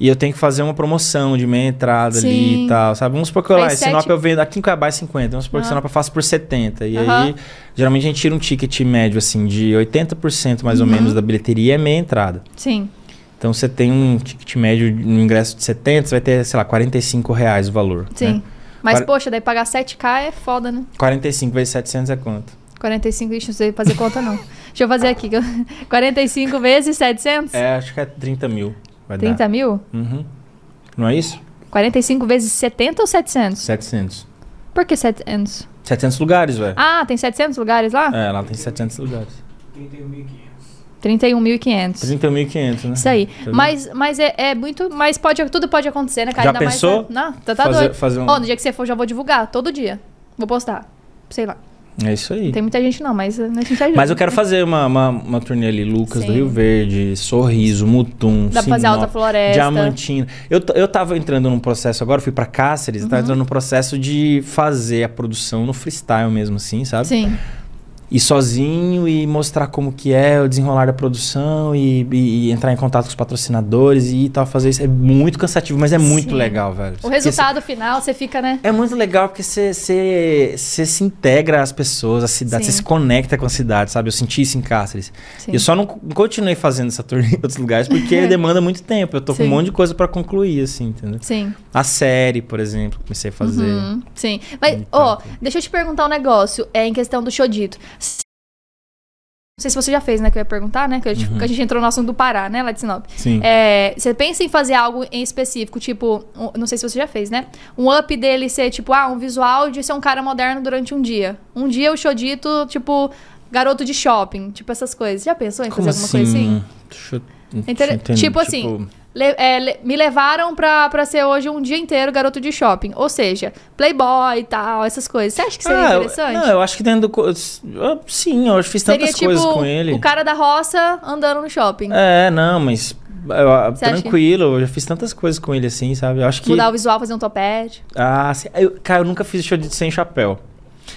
E eu tenho que fazer uma promoção de meia entrada
Sim.
ali e tal, sabe? Vamos supor que lá, em
Faz sete.
Sinop eu vendo, aqui em Cuiabá é 50, vamos supor que
Aham.
em Sinop eu faço por 70. E
Aham.
aí, geralmente a gente tira um ticket médio, assim, de 80% mais
Uhum.
ou menos da bilheteria é meia entrada.
Sim.
Então você tem um ticket médio no ingresso de 70, você vai ter, sei lá, 45 reais o valor.
Sim.
Né?
Mas,
Quar-
poxa, daí pagar 7K é foda, né?
45 vezes 700 é quanto?
45, ixi, não sei fazer conta, não. Deixa eu [laughs] fazer aqui. 45 vezes 700?
É, acho que é 30 mil. Vai
30
dar.
mil?
Uhum. Não é isso?
45 vezes 70 ou 700?
É. 700.
Por que 700?
700 lugares, velho.
Ah, tem 700 lugares lá?
É, lá tem 700 lugares.
31.500.
31.500, né?
Isso aí.
Tá vendo?
Mas, mas é, é muito. Mas pode, tudo pode acontecer, né, cara?
Já
Ainda mais,
pensou?
né? Não, tá, tá
fazer,
doido.
fazer um...
Ó, no dia que você for, já vou divulgar, todo dia. Vou postar. Sei lá.
É isso aí.
Tem muita gente não, mas né, a gente ajuda.
Mas eu quero fazer uma, uma, uma turnê ali, Lucas do
Sim.
Rio Verde, Sorriso, Mutum,
Dá pra fazer
Sinop,
Alta Floresta.
Diamantina. Eu, t- eu tava entrando num processo agora, fui pra Cáceres,
Uhum.
eu tava entrando num processo de fazer a produção no freestyle mesmo, assim, sabe?
Sim.
E sozinho e mostrar como que é o desenrolar da produção e, e- e entrar em contato com os patrocinadores e tal, fazer isso. É muito cansativo, mas é muito
Sim.
legal, velho.
O
Porque
resultado final, você fica, né?
é muito legal porque você se integra às pessoas, à cidade,
Sim.
você se conecta com a cidade, sabe? Eu senti isso em Cáceres.
Sim.
Eu só não co- continuei fazendo essa turnê [laughs] em outros lugares
[laughs]
porque demanda muito tempo. Eu tô com
Sim.
um monte de coisa pra concluir, assim, entendeu?
Sim.
A série, por exemplo, comecei a fazer.
Uhum, sim. Mas,
Então,
ó,
tem-
deixa eu te perguntar um negócio. É em questão do Xodito. Se- Não sei se você já fez, né? Que eu ia perguntar, né? Que a gente, que a gente entrou no assunto do Pará, né? Lá de Sinop.
Sim.
É, você pensa em fazer algo em específico, tipo, um- não sei se você já fez, né? Um up dele ser, tipo, ah, um visual de ser um cara moderno durante um dia. Um dia o Xodito, tipo, garoto de shopping, tipo essas coisas. Já pensou em fazer alguma coisa assim?
Deixa eu- deixa eu
Inter-
entender,
tipo assim, Le- é, le- me levaram pra, pra ser hoje um dia inteiro garoto de shopping. Ou seja, playboy e tal, essas coisas. Você acha que seria
Ah, eu-
interessante?
Não, eu acho que dentro do. co- eu- Sim, eu fiz
seria tipo
tantas coisas com ele.
o cara da roça andando no shopping.
É, não, mas. eu- eu-
Você acha que-
tranquilo, eu já fiz tantas coisas com ele assim, sabe? Eu acho que.
Mudar o visual, fazer um topete.
Ah, se- eu- cara, eu nunca fiz show de sem chapéu.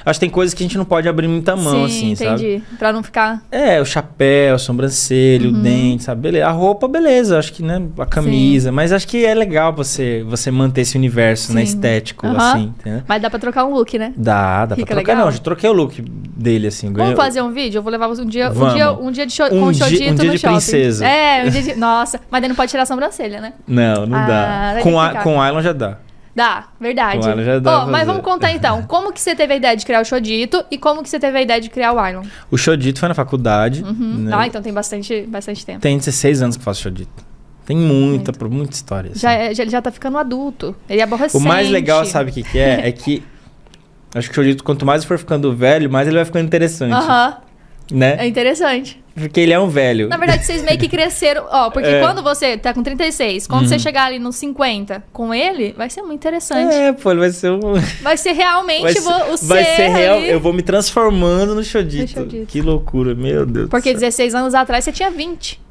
Acho que tem coisas que a gente não pode abrir muita mão,
Sim,
assim, sabe?
entendi. Pra não ficar.
É, o chapéu, a sobrancelha,
Uhum.
o dente, sabe? Beleza. A roupa, beleza, acho que, né? A camisa. Mas acho que é legal você, você manter esse universo, né?
Sim.
Estético,
Aham.
assim, entendeu?
Mas dá pra trocar um look, né?
Dá, dá
Fica
pra trocar.
legal.
Não, já troquei o look dele, assim. eu ganhei-
Vamos fazer um vídeo? Eu vou levar você um dia, um
Vamos.
dia, um dia de show,
Um
com o
dia- um
Xodito
dia
no
de
shopping.
princesa.
É, um dia de. Nossa, mas daí não pode tirar a sobrancelha, né?
Não, não
Ah,
dá.
vai
Com,
ter que
a,
ficar.
com o Island já dá.
Dá, verdade.
Claro, já dá
Ó,
pra
mas
fazer.
vamos contar então. Como que você teve a ideia de criar o Xodito e como que você teve a ideia de criar o Island?
O Xodito foi na faculdade. né?
Ah, então tem bastante, bastante tempo.
Tem 16 anos que eu faço Xodito. Tem muita, pro- muita história. assim.
Já, é- já- ele já tá ficando adulto. Ele é aborrecente.
O mais legal, sabe o que, que é? É que. Acho que o Xodito, quanto mais ele for ficando velho, mais ele vai ficando interessante.
Aham, é
Né?
interessante.
Porque ele é um velho.
Na verdade, vocês meio que cresceram. Ó, porque
[laughs] É. Uhum.
quando você tá com 36, quando você chegar ali nos 50 com ele, vai ser muito interessante.
É, pô, ele vai ser um.
Vai ser realmente
[laughs] Vai ser,
vo- o
vai ser real.
ali.
Eu vou me transformando no Xodito.
No Xodito.
Que loucura, meu Deus. do
Porque
céu.
16 anos atrás você tinha 20.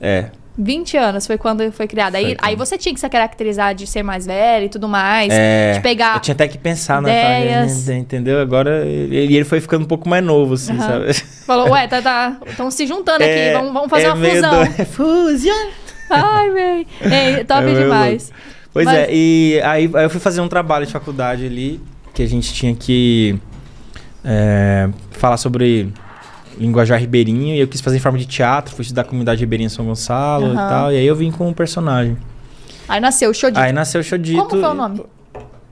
É.
20 anos foi quando foi criado. Aí,
Foi quando.
aí você tinha que se caracterizar de ser mais velho e tudo mais.
É,
de pegar.
Eu tinha até que pensar na
ideias.
né, entendeu? Agora ele, ele foi ficando um pouco mais novo, assim,
Aham.
sabe?
Falou, ué, tá, tá, estão se juntando
[laughs] É,
aqui, vamos, vamos fazer
é
uma
meio
fusão.
doido. [laughs] Fusion!
Ai, véi. Ei,
É
top
meio
demais.
Pois
Mas-
é, e aí, aí eu fui fazer um trabalho de faculdade ali, que a gente tinha que é, falar sobre linguajar ribeirinho, e eu quis fazer em forma de teatro, fui estudar a comunidade ribeirinha em São Gonçalo e
Aham.
tal, e aí eu vim com um personagem.
Aí nasceu o show de.
Aí nasceu o Xodito.
Como foi o nome?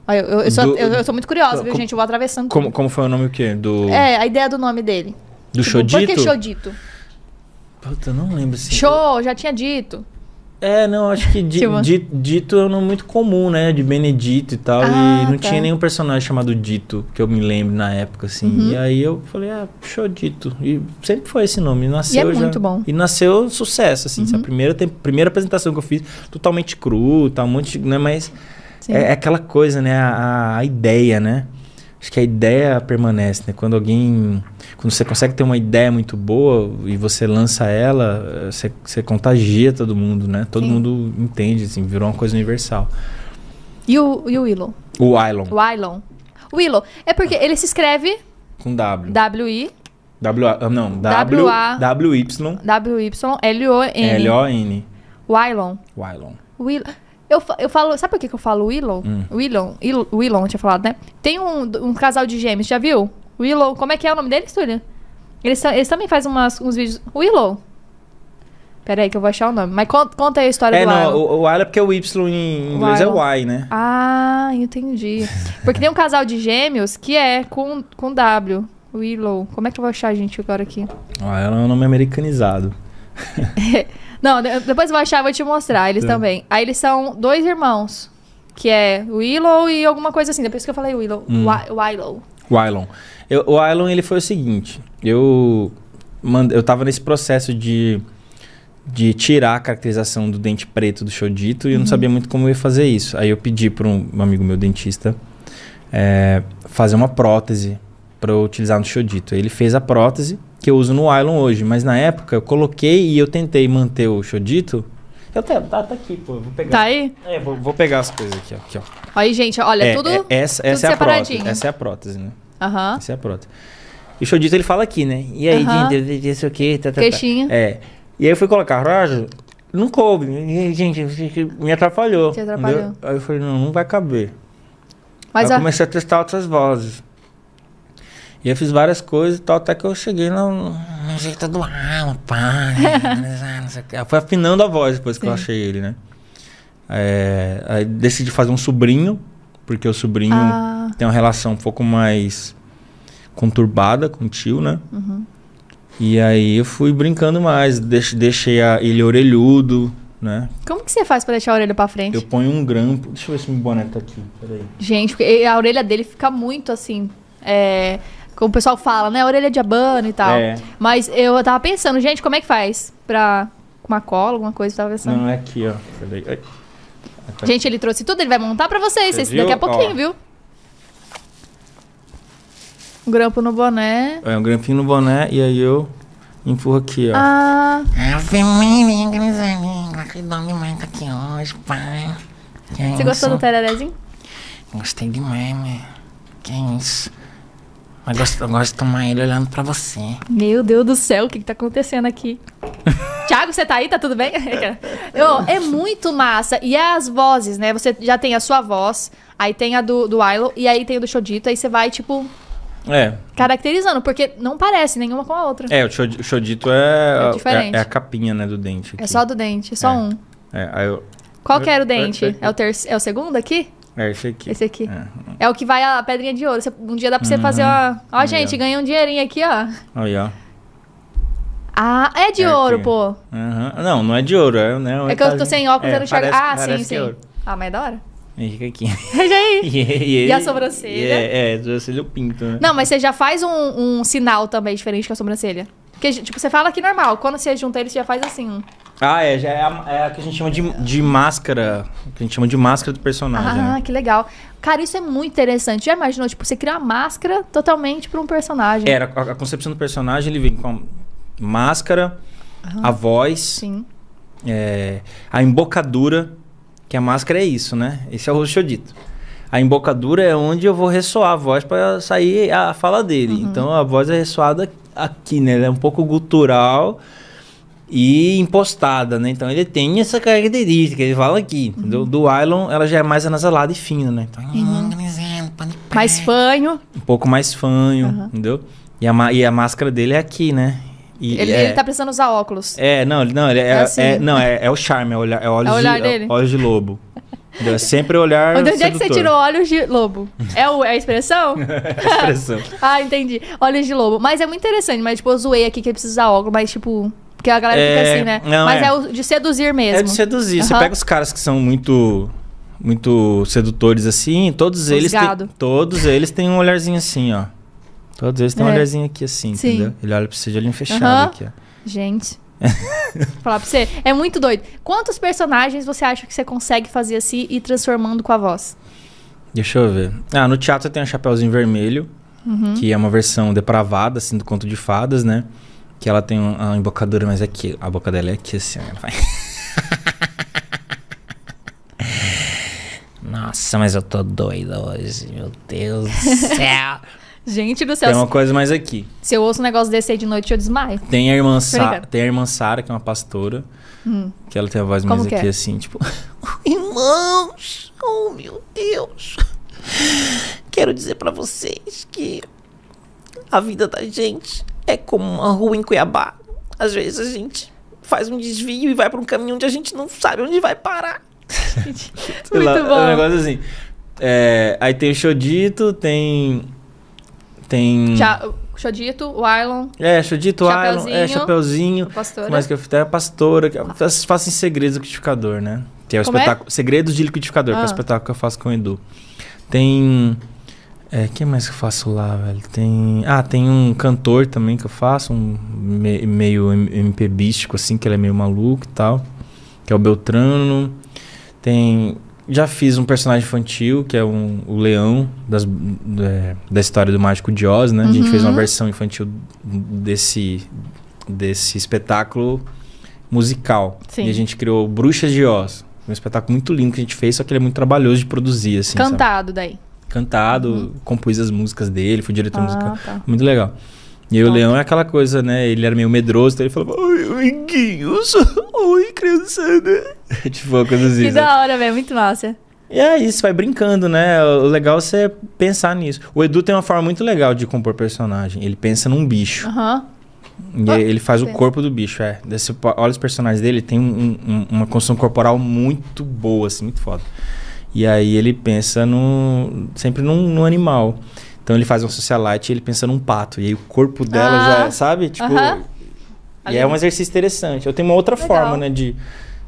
Ai, eu, eu, eu sou,
Do-
eu, eu sou muito curiosa, viu,
Como-
gente? Eu vou atravessando.
Como, como foi o nome o quê? Do,
tudo. É, a ideia do nome dele.
do
Tipo, Por que
Xodito?
Xodito?
Puta, eu não lembro. Assim.
Show, já tinha dito.
É, não, acho que di-
Tipo-
di- dito é um nome muito comum, né? De Benedito e tal.
Ah,
e não
tá.
tinha nenhum personagem chamado Dito, que eu me lembro na época, assim.
Uhum.
E aí eu falei, ah, show Dito. E sempre foi esse nome. E nasceu já-
é muito bom. Uhum.
E nasceu sucesso, assim. sabe? A primeira, tem- primeira apresentação que eu fiz, totalmente cru, tá um monte de. Né? Mas
Sim.
é, é aquela coisa, né? A, a- a ideia, né? Acho que a ideia permanece, né? Quando alguém. Quando você consegue ter uma ideia muito boa e você lança ela, eh, você, você contagia todo mundo, né? Todo
Sim.
mundo entende, assim, virou uma coisa universal.
E o, e o Willow?
O Ilon,
O Ilon. Willow. É porque ele se escreve
com W.
W-I,
W, ah, não,
W
W,
A-
W, Y,
W-Y-L-O-N.
L-O-N.
Wilon.
O Ilon.
Will... Eu, fa- eu falo, sabe por que, que eu falo Willow?
Hum.
Willow, Il- Willow, eu tinha falado, né? Tem um, um casal de gêmeos, já viu? Willow, como é que é o nome deles, Túlio? Eles, ta- eles também fazem umas, uns vídeos. Willow. Peraí, que eu vou achar o nome. Mas con- conta aí a história
É,
do
não,
Willow.
o, o Ilon é porque o Y em inglês
Ilon.
é Y, né?
Ah, entendi. Porque tem um casal de gêmeos que é com, com W. Willow. Como é que eu vou achar, gente, agora aqui?
O Ilon é um nome americanizado.
Não, de- depois eu vou achar e vou te mostrar. Eles
Tá.
também. Aí eles são dois irmãos. Que é Willow e alguma coisa assim. Depois que eu falei Willow.
Hum.
Wi- Willow.
O Ilon. Eu, o Ilon, ele foi o seguinte. Eu, mand- eu tava nesse processo de, de tirar a caracterização do dente preto do Xodito e
Uhum.
eu não sabia muito como eu ia fazer isso. Aí eu pedi para um, um amigo meu dentista é, fazer uma prótese para eu utilizar no Chodito. Ele fez a prótese que eu uso no Ilon hoje, mas na época eu coloquei e eu tentei manter o Chodito. Eu até, tá, tá aqui, pô, vou pegar.
Tá aí?
É, vou, vou pegar as coisas aqui, ó. Aqui, ó.
Aí, gente, olha,
É,
tudo.
é, essa,
tudo
essa é a prótese.
separadinho.
Essa é a prótese, né?
Aham.
Essa é a prótese. E o Chodito ele fala aqui, né? E aí,
Aham.
gente, isso aqui, tá, tá, tá.
Queixinha.
É. E aí eu fui colocar rádio, não coube. E aí, Gente, me atrapalhou.
Te atrapalhou.
entendeu? Aí eu falei, não, não vai caber.
Mas
aí eu
a...
comecei a testar outras vozes. E eu fiz várias coisas e tal, até que eu cheguei no, no jeito do né, alma, pai.
[laughs]
não sei o quê. Foi afinando a voz depois que eu
Sim.
achei ele, né? É, aí decidi fazer um sobrinho, porque o sobrinho
Ah.
tem uma relação um pouco mais conturbada com o tio, né?
Uhum.
E aí eu fui brincando mais, deix- deixei a- ele orelhudo, né?
Como que você faz pra deixar a orelha pra frente?
Eu ponho um grampo. Deixa eu ver se meu boné tá aqui, peraí.
Gente, porque a orelha dele fica muito assim. É... Como o pessoal fala, né? Orelha de abano e tal.
É.
Mas eu tava pensando, gente, como é que faz? Pra. com Uma cola, alguma coisa, eu tava pensando.
Não, é aqui, ó. Peraí. Ai. Tá
Gente, ele trouxe tudo, ele vai montar pra vocês.
Você
Esse daqui a
viu?
pouquinho,
Ó.
viu? Um grampo no boné.
É um grampinho no boné e aí eu empurro aqui, ó.
Ah,
Ave Maria, meus amigos, que dom demais tá aqui hoje, pai. Que
você
isso?
gostou do tererezinho?
Gostei demais, né? Que isso? Mas gosto, eu gosto de tomar ele olhando pra você.
Meu Deus do céu, o que, que tá acontecendo
[laughs]
aqui? Tiago, você tá aí? Tá tudo bem? [laughs] Ô, é muito massa. E as vozes, né? Você já tem a sua voz, aí tem a do, do Ilo, e aí tem a do Chodito, aí você vai, tipo,
É.
caracterizando, porque não parece nenhuma com a outra.
É, o Chod- o Chodito é,
É diferente.
é, é a capinha, né, do dente.
É
aqui.
só a do dente, é só
É.
um.
É, aí eu-
Qual que era o
É, é,
dente?
é.
É o, terce... é o segundo aqui?
é esse aqui.
Esse aqui.
É.
É o que vai a pedrinha de ouro. Você- Um dia dá pra você fazer
Uhum.
uma. Ó, gente, ganhei um dinheirinho aqui, ó.
Aí, ó.
Ah, é de
É
ouro,
aqui.
pô.
Aham. Não, não é de ouro, é, né?
É que eu tô sem óculos,
é,
eu não enxergo.
parece-
Ah, sim,
parece que
sim.
é ouro.
Ah, mas é da hora.
Aí fica aqui.
[laughs] Veja aí.
E,
E a sobrancelha?
É, é, a sobrancelha eu pinto, né?
Não, mas você já faz um, um sinal também diferente com a sobrancelha. Porque, tipo, você fala aqui normal. Quando você junta ele, você já faz assim. um.
Ah, é, já é a, é a que a gente chama de, de máscara. Que a gente chama de máscara do personagem.
Ah,
né?
que legal. Cara, isso é muito interessante. Já imaginou? Tipo, você cria uma máscara totalmente pra um personagem.
Era a, a concepção do personagem, ele vem com a máscara, a voz,
Sim.
é, a embocadura, que a máscara é isso, né? Esse é o rosto dito. A embocadura é onde eu vou ressoar a voz para sair a fala dele. Então a voz é ressoada aqui, né? Ela é um pouco gutural e impostada, né? Então ele tem essa característica, ele fala aqui. entendeu? Do Ilon, ela já é mais anasalada e fina, né? Então,
Uhum. Pode pá.
Mais fanho.
um pouco mais fanho, entendeu? E a, ma- e a máscara dele é aqui, né? E
Ele,
é,
ele tá precisando usar óculos.
é, não, ele- não, ele é,
É assim.
é- não, é, é o charme, é o olhar, é olhos,
É o olhar
de,
dele.
é olhos de lobo. Entendeu? É sempre o olhar
Onde é que você
sedutor. [laughs]
tirou olhos de lobo? É, o, é a expressão?
a
[laughs]
expressão?
Ah, entendi. Olhos de lobo. Mas é muito interessante, mas tipo, eu zoei aqui que ele precisa usar óculos, mas tipo. Porque a galera fica
É,
assim, né?
não,
mas é.
é.
o de seduzir mesmo.
É de seduzir. Você
Aham.
pega os caras que são muito muito sedutores assim, todos
Os
eles
gado.
têm, todos eles têm um olharzinho assim, ó. Todos eles têm um
É.
olharzinho aqui assim,
Sim.
entendeu? Ele olha pra você de olhinho fechado
Aham.
aqui, ó. [laughs]
Gente. Vou falar pra você, é muito doido. Quantos personagens você acha que você consegue fazer assim e ir transformando com a voz?
Deixa eu ver. Ah, no teatro tem o Chapeuzinho Vermelho,
Uhum.
que é uma versão depravada, assim, do conto de fadas, né? Que ela tem um- a embocadura, mas aqui, a boca dela é aqui, assim,
[laughs]
ela vai.
Nossa, mas eu tô doida hoje, meu Deus
[laughs]
do céu.
Gente do céu,
Tem uma coisa mais aqui.
se eu ouço um negócio desse aí de noite, eu
[laughs]
desmaio.
Tem a irmã, Sa-
Obrigada.
tem a irmã Sara, que é uma pastora,
Hum.
que ela tem a voz
Como
mais
que
aqui,
é?
assim, tipo.
Irmãos, oh meu Deus. Quero dizer pra vocês que a vida da gente é como uma rua em Cuiabá. Às vezes a gente faz um desvio e vai pra um caminho onde a gente não sabe onde vai parar.
sei lá,
muito
É um
bom.
negócio assim. É, aí tem o Xodito, tem. Tem.
Tchau, Chodito, o Arlon,
É, Xodito, Island,
Chapeuzinho.
é, Chapeuzinho.
o pastor.
Mas que eu fiz é a pastora. que eu faço- Faço em segredos do liquidificador, né? Que é o
Como é?
espetáculo. Segredos de liquidificador, que é
Ah.
o espetáculo que eu faço com o Edu. Tem. É, que mais que eu faço lá, velho? Tem. Ah, tem um cantor também que eu faço, um me- meio M- MPBístico, assim, que ele é meio maluco e tal. Que é o Beltrano. Tem. Já fiz um personagem infantil, que é um, o leão das, é, da história do Mágico de Oz, né? A gente fez uma
Uhum.
versão infantil desse, desse espetáculo musical.
Sim.
E a gente criou Bruxas de Oz. Um espetáculo muito lindo que a gente fez, só que ele é muito trabalhoso de produzir, assim. sabe?
Cantado daí.
Cantado,
Uhum.
compus as músicas dele, fui diretor musical.
tá.
Muito legal. E o leão é aquela coisa, né? Ele era meio medroso, então ele falava, oi, amiguinhos, [laughs] oi, criançada. [laughs] tipo, uma coisa assim.
Que
sabe?
da hora, velho. Muito massa.
E é isso, vai brincando, né? O legal é você pensar nisso. O Edu tem uma forma muito legal de compor personagem. Ele pensa num bicho.
Aham.
E
Ah,
ele faz o
pensa.
corpo do bicho, é. Daí você po- olha os personagens dele, tem um- um- uma construção corporal muito boa, assim, muito foda. E aí ele pensa no, sempre num, num animal. Então ele faz um socialite e ele pensa num pato. E aí o corpo dela
Ah.
já, sabe? Tipo.
Aham.
E é um exercício interessante. Eu tenho uma outra
Legal.
forma, né, de,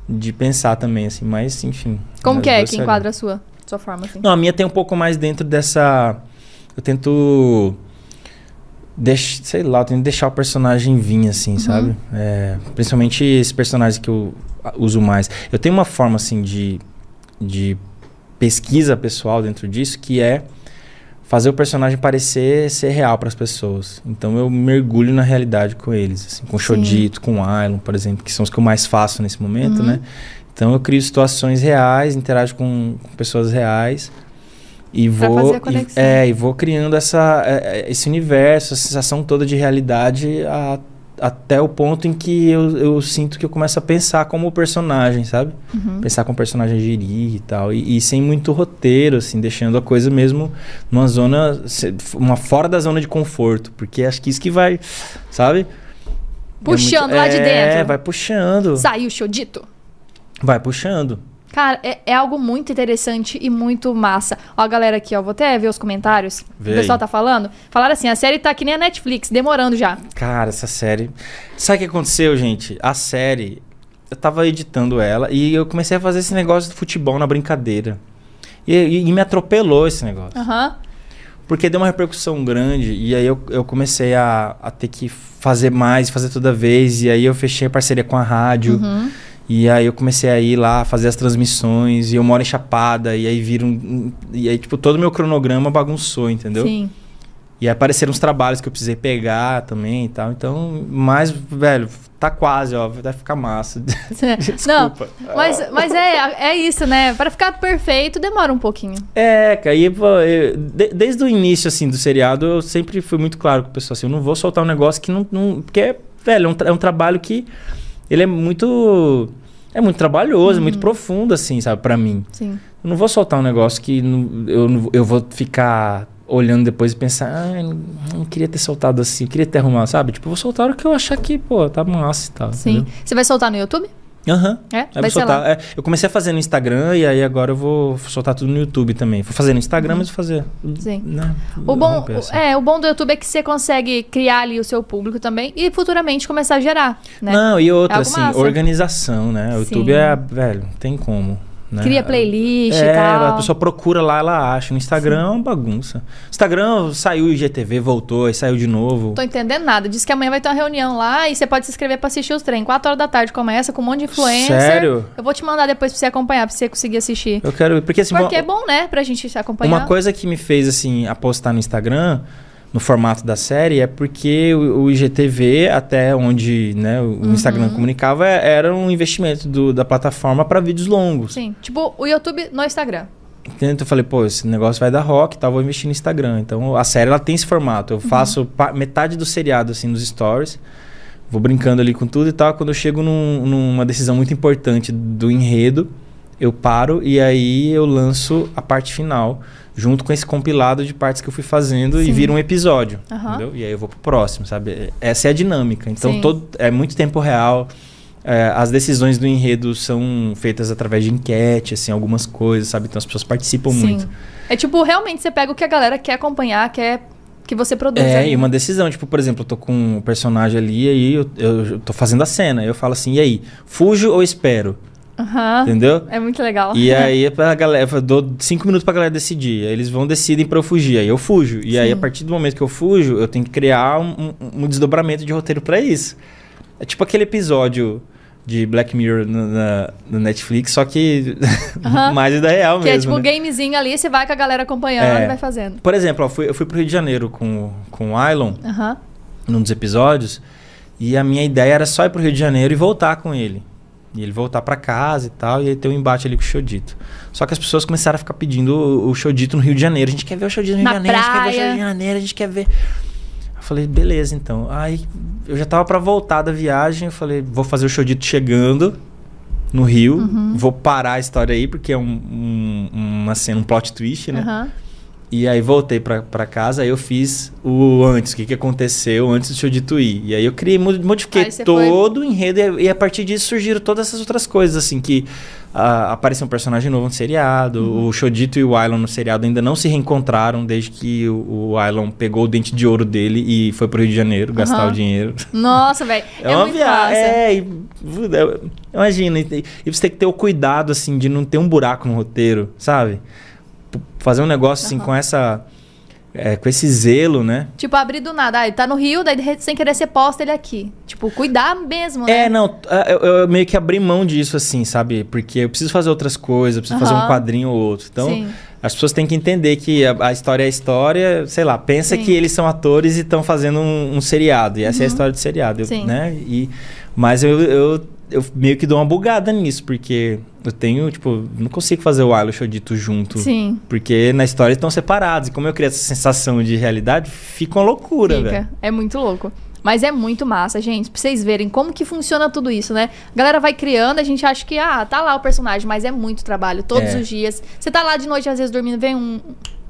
de pensar também, assim, mas enfim.
Como
as
que é
duas
que
servem.
enquadra a sua? Sua forma, assim.
Não, a minha tem um pouco mais dentro dessa. Eu tento. Deix... Sei lá, eu tento deixar o personagem vir, assim, sabe? É, principalmente esse personagem que eu ah, uso mais. Eu tenho uma forma, assim, de, de pesquisa pessoal dentro disso que é fazer o personagem parecer ser real para as pessoas. Então eu mergulho na realidade com eles, assim, com o Chodito, com o Ailon, por exemplo, que são os que eu mais faço nesse momento, né? Então eu crio situações reais, interajo com, com pessoas reais e
Pra
vou
fazer a
e-
conexão.
é, e vou criando essa é, é, esse universo, a sensação toda de realidade a- até o ponto em que eu, eu sinto que eu começo a pensar como o personagem, sabe? Pensar como o personagem agiria e tal. E, e sem muito roteiro, assim, deixando a coisa mesmo numa zona. se- uma fora da zona de conforto. Porque acho que isso que vai, sabe? É
Puxando lá de
É,
dentro.
vai puxando.
Saiu o Chodito?
Vai puxando.
Cara, é, é algo muito interessante e muito massa. Ó, galera aqui, ó, vou até ver os comentários.
Vê
o pessoal
aí.
tá falando. Falaram assim, a série tá que nem a Netflix, demorando já.
Cara, essa série. Sabe o que aconteceu, gente? A série. Eu tava editando ela e eu comecei a fazer esse negócio de futebol na brincadeira. E, e- e me atropelou esse negócio.
Aham.
Porque deu uma repercussão grande e aí eu, eu comecei a, a ter que fazer mais, fazer toda vez. E aí eu fechei a parceria com a rádio.
Uhum.
E aí eu comecei a ir lá fazer as transmissões. E eu moro em Chapada. E aí vira um- um. E aí, tipo, todo o meu cronograma bagunçou, entendeu?
Sim. [laughs]
E aí apareceram uns trabalhos que eu precisei pegar também e tal. Então, mas, velho, tá quase, ó. Vai ficar massa. [laughs] Desculpa.
Não, mas, mas é, é isso, né? Pra ficar perfeito, demora um pouquinho.
É, cara, e, pô, eu- de- desde o início, assim, do seriado, eu sempre fui muito claro com o pessoal, assim, eu não vou soltar um negócio que não... não porque, é, velho, é um, tra- é um trabalho que... Ele é muito... É muito trabalhoso, é muito profundo, assim, sabe, pra mim.
Sim.
Eu não vou soltar um negócio que não- eu, não- eu vou ficar olhando depois e pensar, ah, eu não, eu não queria ter soltado assim, eu queria ter arrumado, sabe? Tipo, eu vou soltar o que eu achar que, pô, tá massa e tal.
Sim.
entendeu?
Você vai soltar no YouTube?
Aham.
É?
Aí eu
vai
vou
ser
soltar.
lá.
é, eu comecei a fazer no Instagram e aí agora eu vou soltar tudo no YouTube também. Vou fazer no Instagram, mas vou fazer.
Uhum. Sim.
né,
O bom,
romper, assim.
é, o bom do YouTube é que você consegue criar ali o seu público também e futuramente começar a gerar, né?
Não, e
É
outra,
algo
assim,
massa.
organização, né? O YouTube
Sim.
é, velho, não tem como. Né?
Cria playlist
é,
e tal.
a pessoa procura lá, ela acha. No Instagram é uma bagunça. Instagram saiu IGTV, voltou, aí saiu de novo.
Tô entendendo nada. Diz que amanhã vai ter uma reunião lá e você pode se inscrever pra assistir os trem. 4 horas da tarde começa com um monte de influencer.
Sério?
Eu vou te mandar depois pra você acompanhar, pra você conseguir assistir.
Eu quero. Porque assim,
Porque é
uma,
bom, né? Pra gente se acompanhar.
uma coisa que me fez assim apostar no Instagram, no formato da série, é porque o, o IGTV, até onde né, o o
Uhum.
Instagram comunicava, é- era um investimento do- da plataforma para vídeos longos.
Sim. Tipo, o YouTube no Instagram.
Entendeu? Então eu falei, pô, esse negócio vai dar rock e tal, vou investir no Instagram. Então a série ela tem esse formato.
Uhum.
Eu faço pa- metade do seriado assim nos stories. Vou brincando ali com tudo e tal. Quando eu chego num- numa decisão muito importante do enredo, eu paro e aí eu lanço a parte final, junto com esse compilado de partes que eu fui fazendo e vira um episódio.
Aham.
Entendeu? E aí eu vou pro próximo, sabe? Essa é a dinâmica.
Sim.
Então todo, é muito tempo real. É, as decisões do enredo são feitas através de enquete, assim, algumas coisas, sabe? Então as pessoas participam muito.
É tipo, realmente você pega o que a galera quer acompanhar, quer que você produza.
É,
né?
e uma decisão, tipo, por exemplo, eu tô com um personagem ali, aí eu, eu tô fazendo a cena, eu falo assim, e aí, fujo ou espero?
Aham.
Entendeu?
É muito legal. [laughs]
E aí a galera, eu dou cinco minutos pra galera decidir. Aí eles vão decidem pra eu fugir. Aí eu fujo. E aí, a partir do momento que eu fujo, um eu tenho que criar um, um- um desdobramento de roteiro pra isso. É tipo aquele episódio. de Black Mirror no, na- no Netflix, só que [laughs]
Aham.
mais da real
Que
mesmo.
é tipo um
né?
gamezinho ali, você vai com a galera acompanhando
É.
e vai fazendo.
Por exemplo, ó, fui- eu fui pro Rio de Janeiro com, com o Ilon,
Aham.
num dos episódios, e a minha ideia era só ir pro Rio de Janeiro e voltar com ele. E ele voltar pra casa e tal, e aí ter um embate ali com o Xodito. Só que as pessoas começaram a ficar pedindo o, o Xodito no Rio de Janeiro. A gente quer ver o Xodito no Rio
Na
de Janeiro, a gente quer ver o
praia.
Xodito no Rio de Janeiro, a gente quer ver. Eu falei, beleza, então. Aí eu já tava pra voltar da viagem, eu falei, vou fazer o Xodito chegando no Rio,
Uhum.
vou parar a história aí, porque é um, um, uma cena, um plot twist, né?
Aham.
E aí voltei pra, pra casa, aí eu fiz o antes, o que, que aconteceu antes do show de Tui. E aí eu criei, mo- modifiquei
Aí você
todo o enredo e, e a partir disso surgiram todas essas outras coisas, assim, que ah, apareceu um personagem novo no seriado,
Uhum.
o Shodito e o Ilon no seriado ainda não se reencontraram desde que o, o Ilon pegou o dente de ouro dele e foi pro Rio de Janeiro gastar
Aham.
o dinheiro.
Nossa, velho. É, muito
viagem.
massa.
É, e, puta, imagina. E e você tem que ter o cuidado, assim, de não ter um buraco no roteiro, sabe? P- Fazer um negócio, assim,
Aham.
com essa... é, com esse zelo, né?
Tipo, abrir do nada. Ah, ele tá no Rio, daí de re- sem querer ser posta ele aqui. Tipo, cuidar mesmo, né?
É, não, t- ah, eu, eu meio que abri mão disso, assim, sabe? Porque eu preciso fazer outras coisas, eu preciso fazer
Aham.
um quadrinho ou outro. Então,
Sim.
as pessoas têm que entender que a, a história é a história, sei lá, pensa
Sim. Uhum.
que eles são atores e estão fazendo um, um seriado. E essa é a história do seriado, eu-
Sim.
né? E, mas eu, eu, eu meio que dou uma bugada nisso, porque eu tenho, tipo, não consigo fazer o Ilo Chodito junto.
Sim.
Porque na história eles estão separados. E como eu criei essa sensação de realidade, fica uma loucura,
Fica.
velho.
É muito louco. Mas é muito massa, gente. Pra vocês verem como que funciona tudo isso, né? A galera vai criando, a gente acha que, ah, tá lá o personagem, mas é muito trabalho, todos
É.
os dias. Você tá lá de noite, às vezes dormindo, vem um.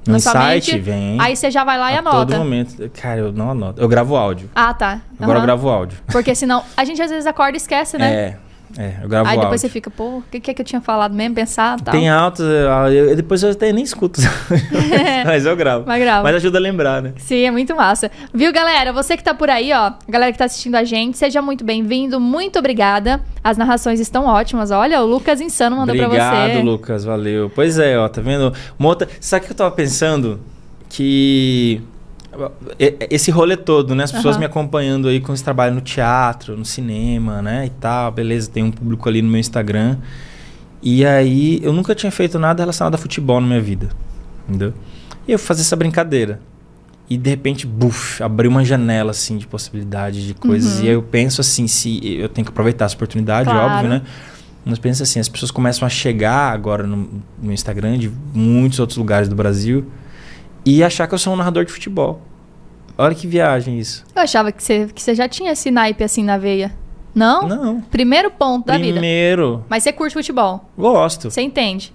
Um
na sua
insight
mente,
vem.
Aí você já vai lá e
a todo
anota.
momento. Cara, eu não anoto. Eu gravo áudio.
Ah, tá.
Agora eu
Aham.
gravo áudio.
Porque senão, a gente às vezes acorda e esquece, né?
É, é, eu gravo
Aí
áudio.
depois você fica, pô, o que, que é que eu tinha falado mesmo? Pensar tá. e tal.
Tem altos, eu, eu- depois eu até
[laughs]
nem escuto. mas eu gravo.
Mas grava.
Mas ajuda a lembrar, né?
Sim, é muito massa. Viu, galera? Você que tá por aí, ó, a galera que tá assistindo a gente, seja muito bem-vindo, muito obrigada. As narrações estão ótimas. Olha, o Lucas Insano mandou pra
Obrigado,
você.
Lucas, valeu. Pois é, ó, tá vendo? Uma outra... Sabe o que eu tava pensando? Que e- esse rolê todo, né? As pessoas
Aham.
me acompanhando aí com esse trabalho no teatro, no cinema, né? E tal, beleza, tem um público ali no meu Instagram. E aí, eu nunca tinha feito nada relacionado a futebol na minha vida. Entendeu? E eu fui fazer essa brincadeira. E de repente, buf, abriu uma janela assim de possibilidades de coisas. E aí eu penso assim, se eu tenho que aproveitar essa oportunidade,
Uhum. Claro.
óbvio, né? Mas pensa assim, as pessoas começam a chegar agora no, no Instagram de muitos outros lugares do Brasil e achar que eu sou um narrador de futebol. Olha que viagem isso.
Eu achava que você, que você já tinha esse naipe assim na veia. Não?
Não.
Primeiro ponto Oh, da vida.
Primeiro,
Mas você curte futebol,
gosto,
você entende.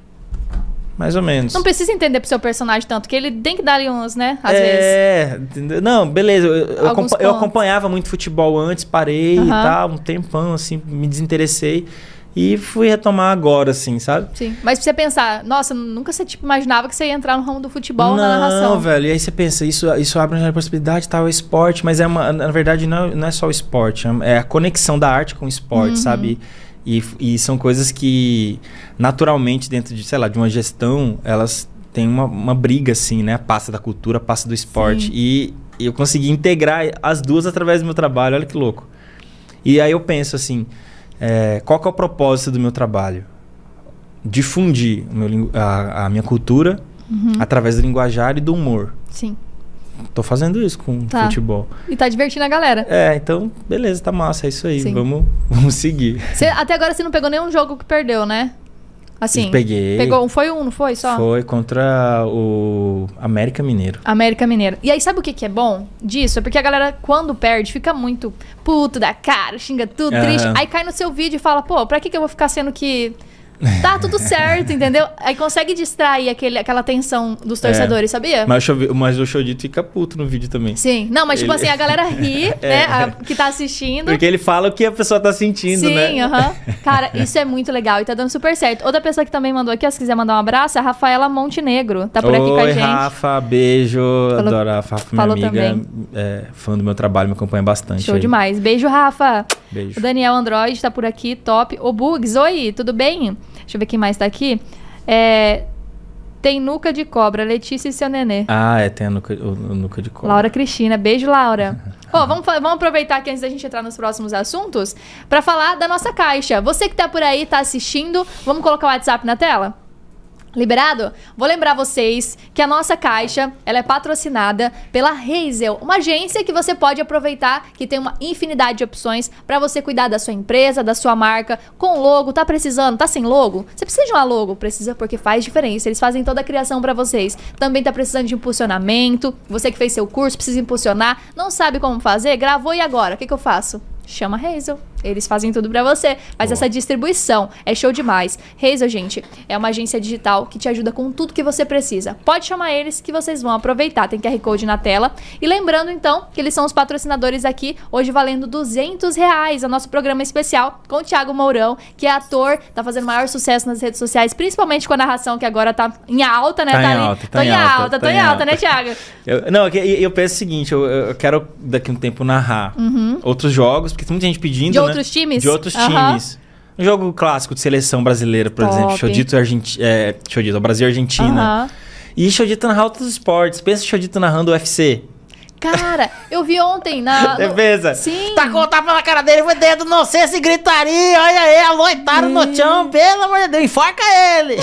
mais ou menos.
Não precisa entender pro seu personagem tanto, que ele tem que dar ali uns, né? Às vezes.
é, entendeu? não, beleza. Eu, eu
Alguns
acompa- eu
pontos.
acompanhava muito futebol antes, parei e
Aham.
tal, um tempão, assim, me desinteressei. E fui retomar agora, assim, sabe?
Sim. Mas pra você pensar, nossa, nunca você tipo, imaginava que você ia entrar no ramo do futebol na narração.
velho. E aí você pensa, isso, isso abre uma possibilidade, tal, é esporte, mas é uma, na verdade não, é- não é só o esporte, é a conexão da arte com o
Uhum.
esporte, sabe? E, e são coisas que naturalmente dentro de, sei lá, de uma gestão, elas têm uma, uma briga assim, né? A pasta da cultura, a pasta do esporte.
Sim.
E eu consegui integrar as duas através do meu trabalho, olha que louco. E aí eu penso assim, é, qual que é o propósito do meu trabalho? Difundir o meu lin- a, a minha cultura através do linguajar e do humor.
Sim.
Tô fazendo isso com
Tá.
futebol.
E tá divertindo a galera.
É, então, beleza, tá massa, é isso aí.
Sim.
Vamos, [laughs] vamos seguir.
Você- até agora você não pegou nenhum jogo que perdeu, né? Assim.
Peguei.
Pegou um, foi um, não foi? Só?
Foi contra o América Mineiro.
América Mineiro. E aí, sabe o que, que é bom disso? É porque a galera, quando perde, fica muito puto da cara, xinga tudo,
Aham.
triste. Aí cai no seu vídeo e fala, pô, pra que, que eu vou ficar sendo que. Tá
[laughs]
tudo certo, entendeu? Aí consegue distrair aquele, aquela tensão dos torcedores, sabia?
É. Mas, o Chovi- mas o Chodito fica puto no vídeo também.
É. Sim. Não, mas tipo
Ele- É.
assim, a galera
[laughs]
ri, né? a- que tá assistindo.
Porque ele fala o que a pessoa tá sentindo,
Sim,
né?
aham. Cara, isso é muito legal e tá dando super certo. Outra pessoa que também mandou aqui, ó, se quiser mandar um abraço, é a Rafaela Montenegro. Tá por aqui com a
Oi,
gente.
Rafa, beijo. Adoro a Rafa, minha
falou
amiga. É, fã do meu trabalho, me acompanha bastante.
Show
aí.
demais. Beijo, Rafa.
Beijo.
O Daniel Android tá por aqui, top. O Bugs, oi, tudo bem? Deixa eu ver quem mais tá aqui. É, Tem nuca de cobra, Letícia e seu nenê.
Ah, é, tem a nuca, o, o nuca de cobra.
Laura Cristina, beijo, Laura. Ó, vamos, fa- vamos aproveitar aqui antes da gente entrar nos próximos assuntos pra falar da nossa caixa. Você que tá por aí, tá assistindo, vamos colocar o WhatsApp na tela? Liberado? Vou lembrar vocês que a nossa caixa ela é patrocinada pela Hazel, uma agência que você pode aproveitar que tem uma infinidade de opções pra você cuidar da sua empresa, da sua marca, com logo, tá precisando, tá sem logo? Você precisa de uma logo, precisa porque faz diferença. Eles fazem toda a criação pra vocês. Também tá precisando de impulsionamento. Você que fez seu curso precisa impulsionar, não sabe como fazer, gravou e agora, o que que eu faço? Chama a Hazel. Eles fazem tudo pra você. Faz
Boa.
essa distribuição. É show demais. Hazel, gente, é uma agência digital que te ajuda com tudo que você precisa. Pode chamar eles que vocês vão aproveitar. Tem QR Code na tela. E lembrando, então, que eles são os patrocinadores aqui, hoje valendo 200 reais. É o nosso programa especial com o Thiago Mourão, que é ator, tá fazendo maior sucesso nas redes sociais, principalmente com a narração que agora tá em alta, né?
Tá em
ali-
alta,
tô
tá em
em
alta,
alta, tô em alta, né, Thiago?
Eu, não, é que- e- eu, penso o seguinte, eu, eu quero daqui a um tempo narrar outros jogos, porque tem muita gente pedindo,
Uhum. De
né?
outros times?
De outros
Aham.
times. Um jogo clássico de seleção brasileira, por
Top.
exemplo, Chodito, e Argenti é, Chodito, Brasil e Argentina.
Aham.
E Chodito narrar outros esportes. Pensa em Chodito narrando UFC.
Cara, eu vi ontem na. no-
[laughs] Defesa. Tá
Sim.
Tacou o tapa na cara dele, foi dedo, não sei se gritaria, olha aí,
um
aloitaram no chão, pelo amor de Deus, enforca ele!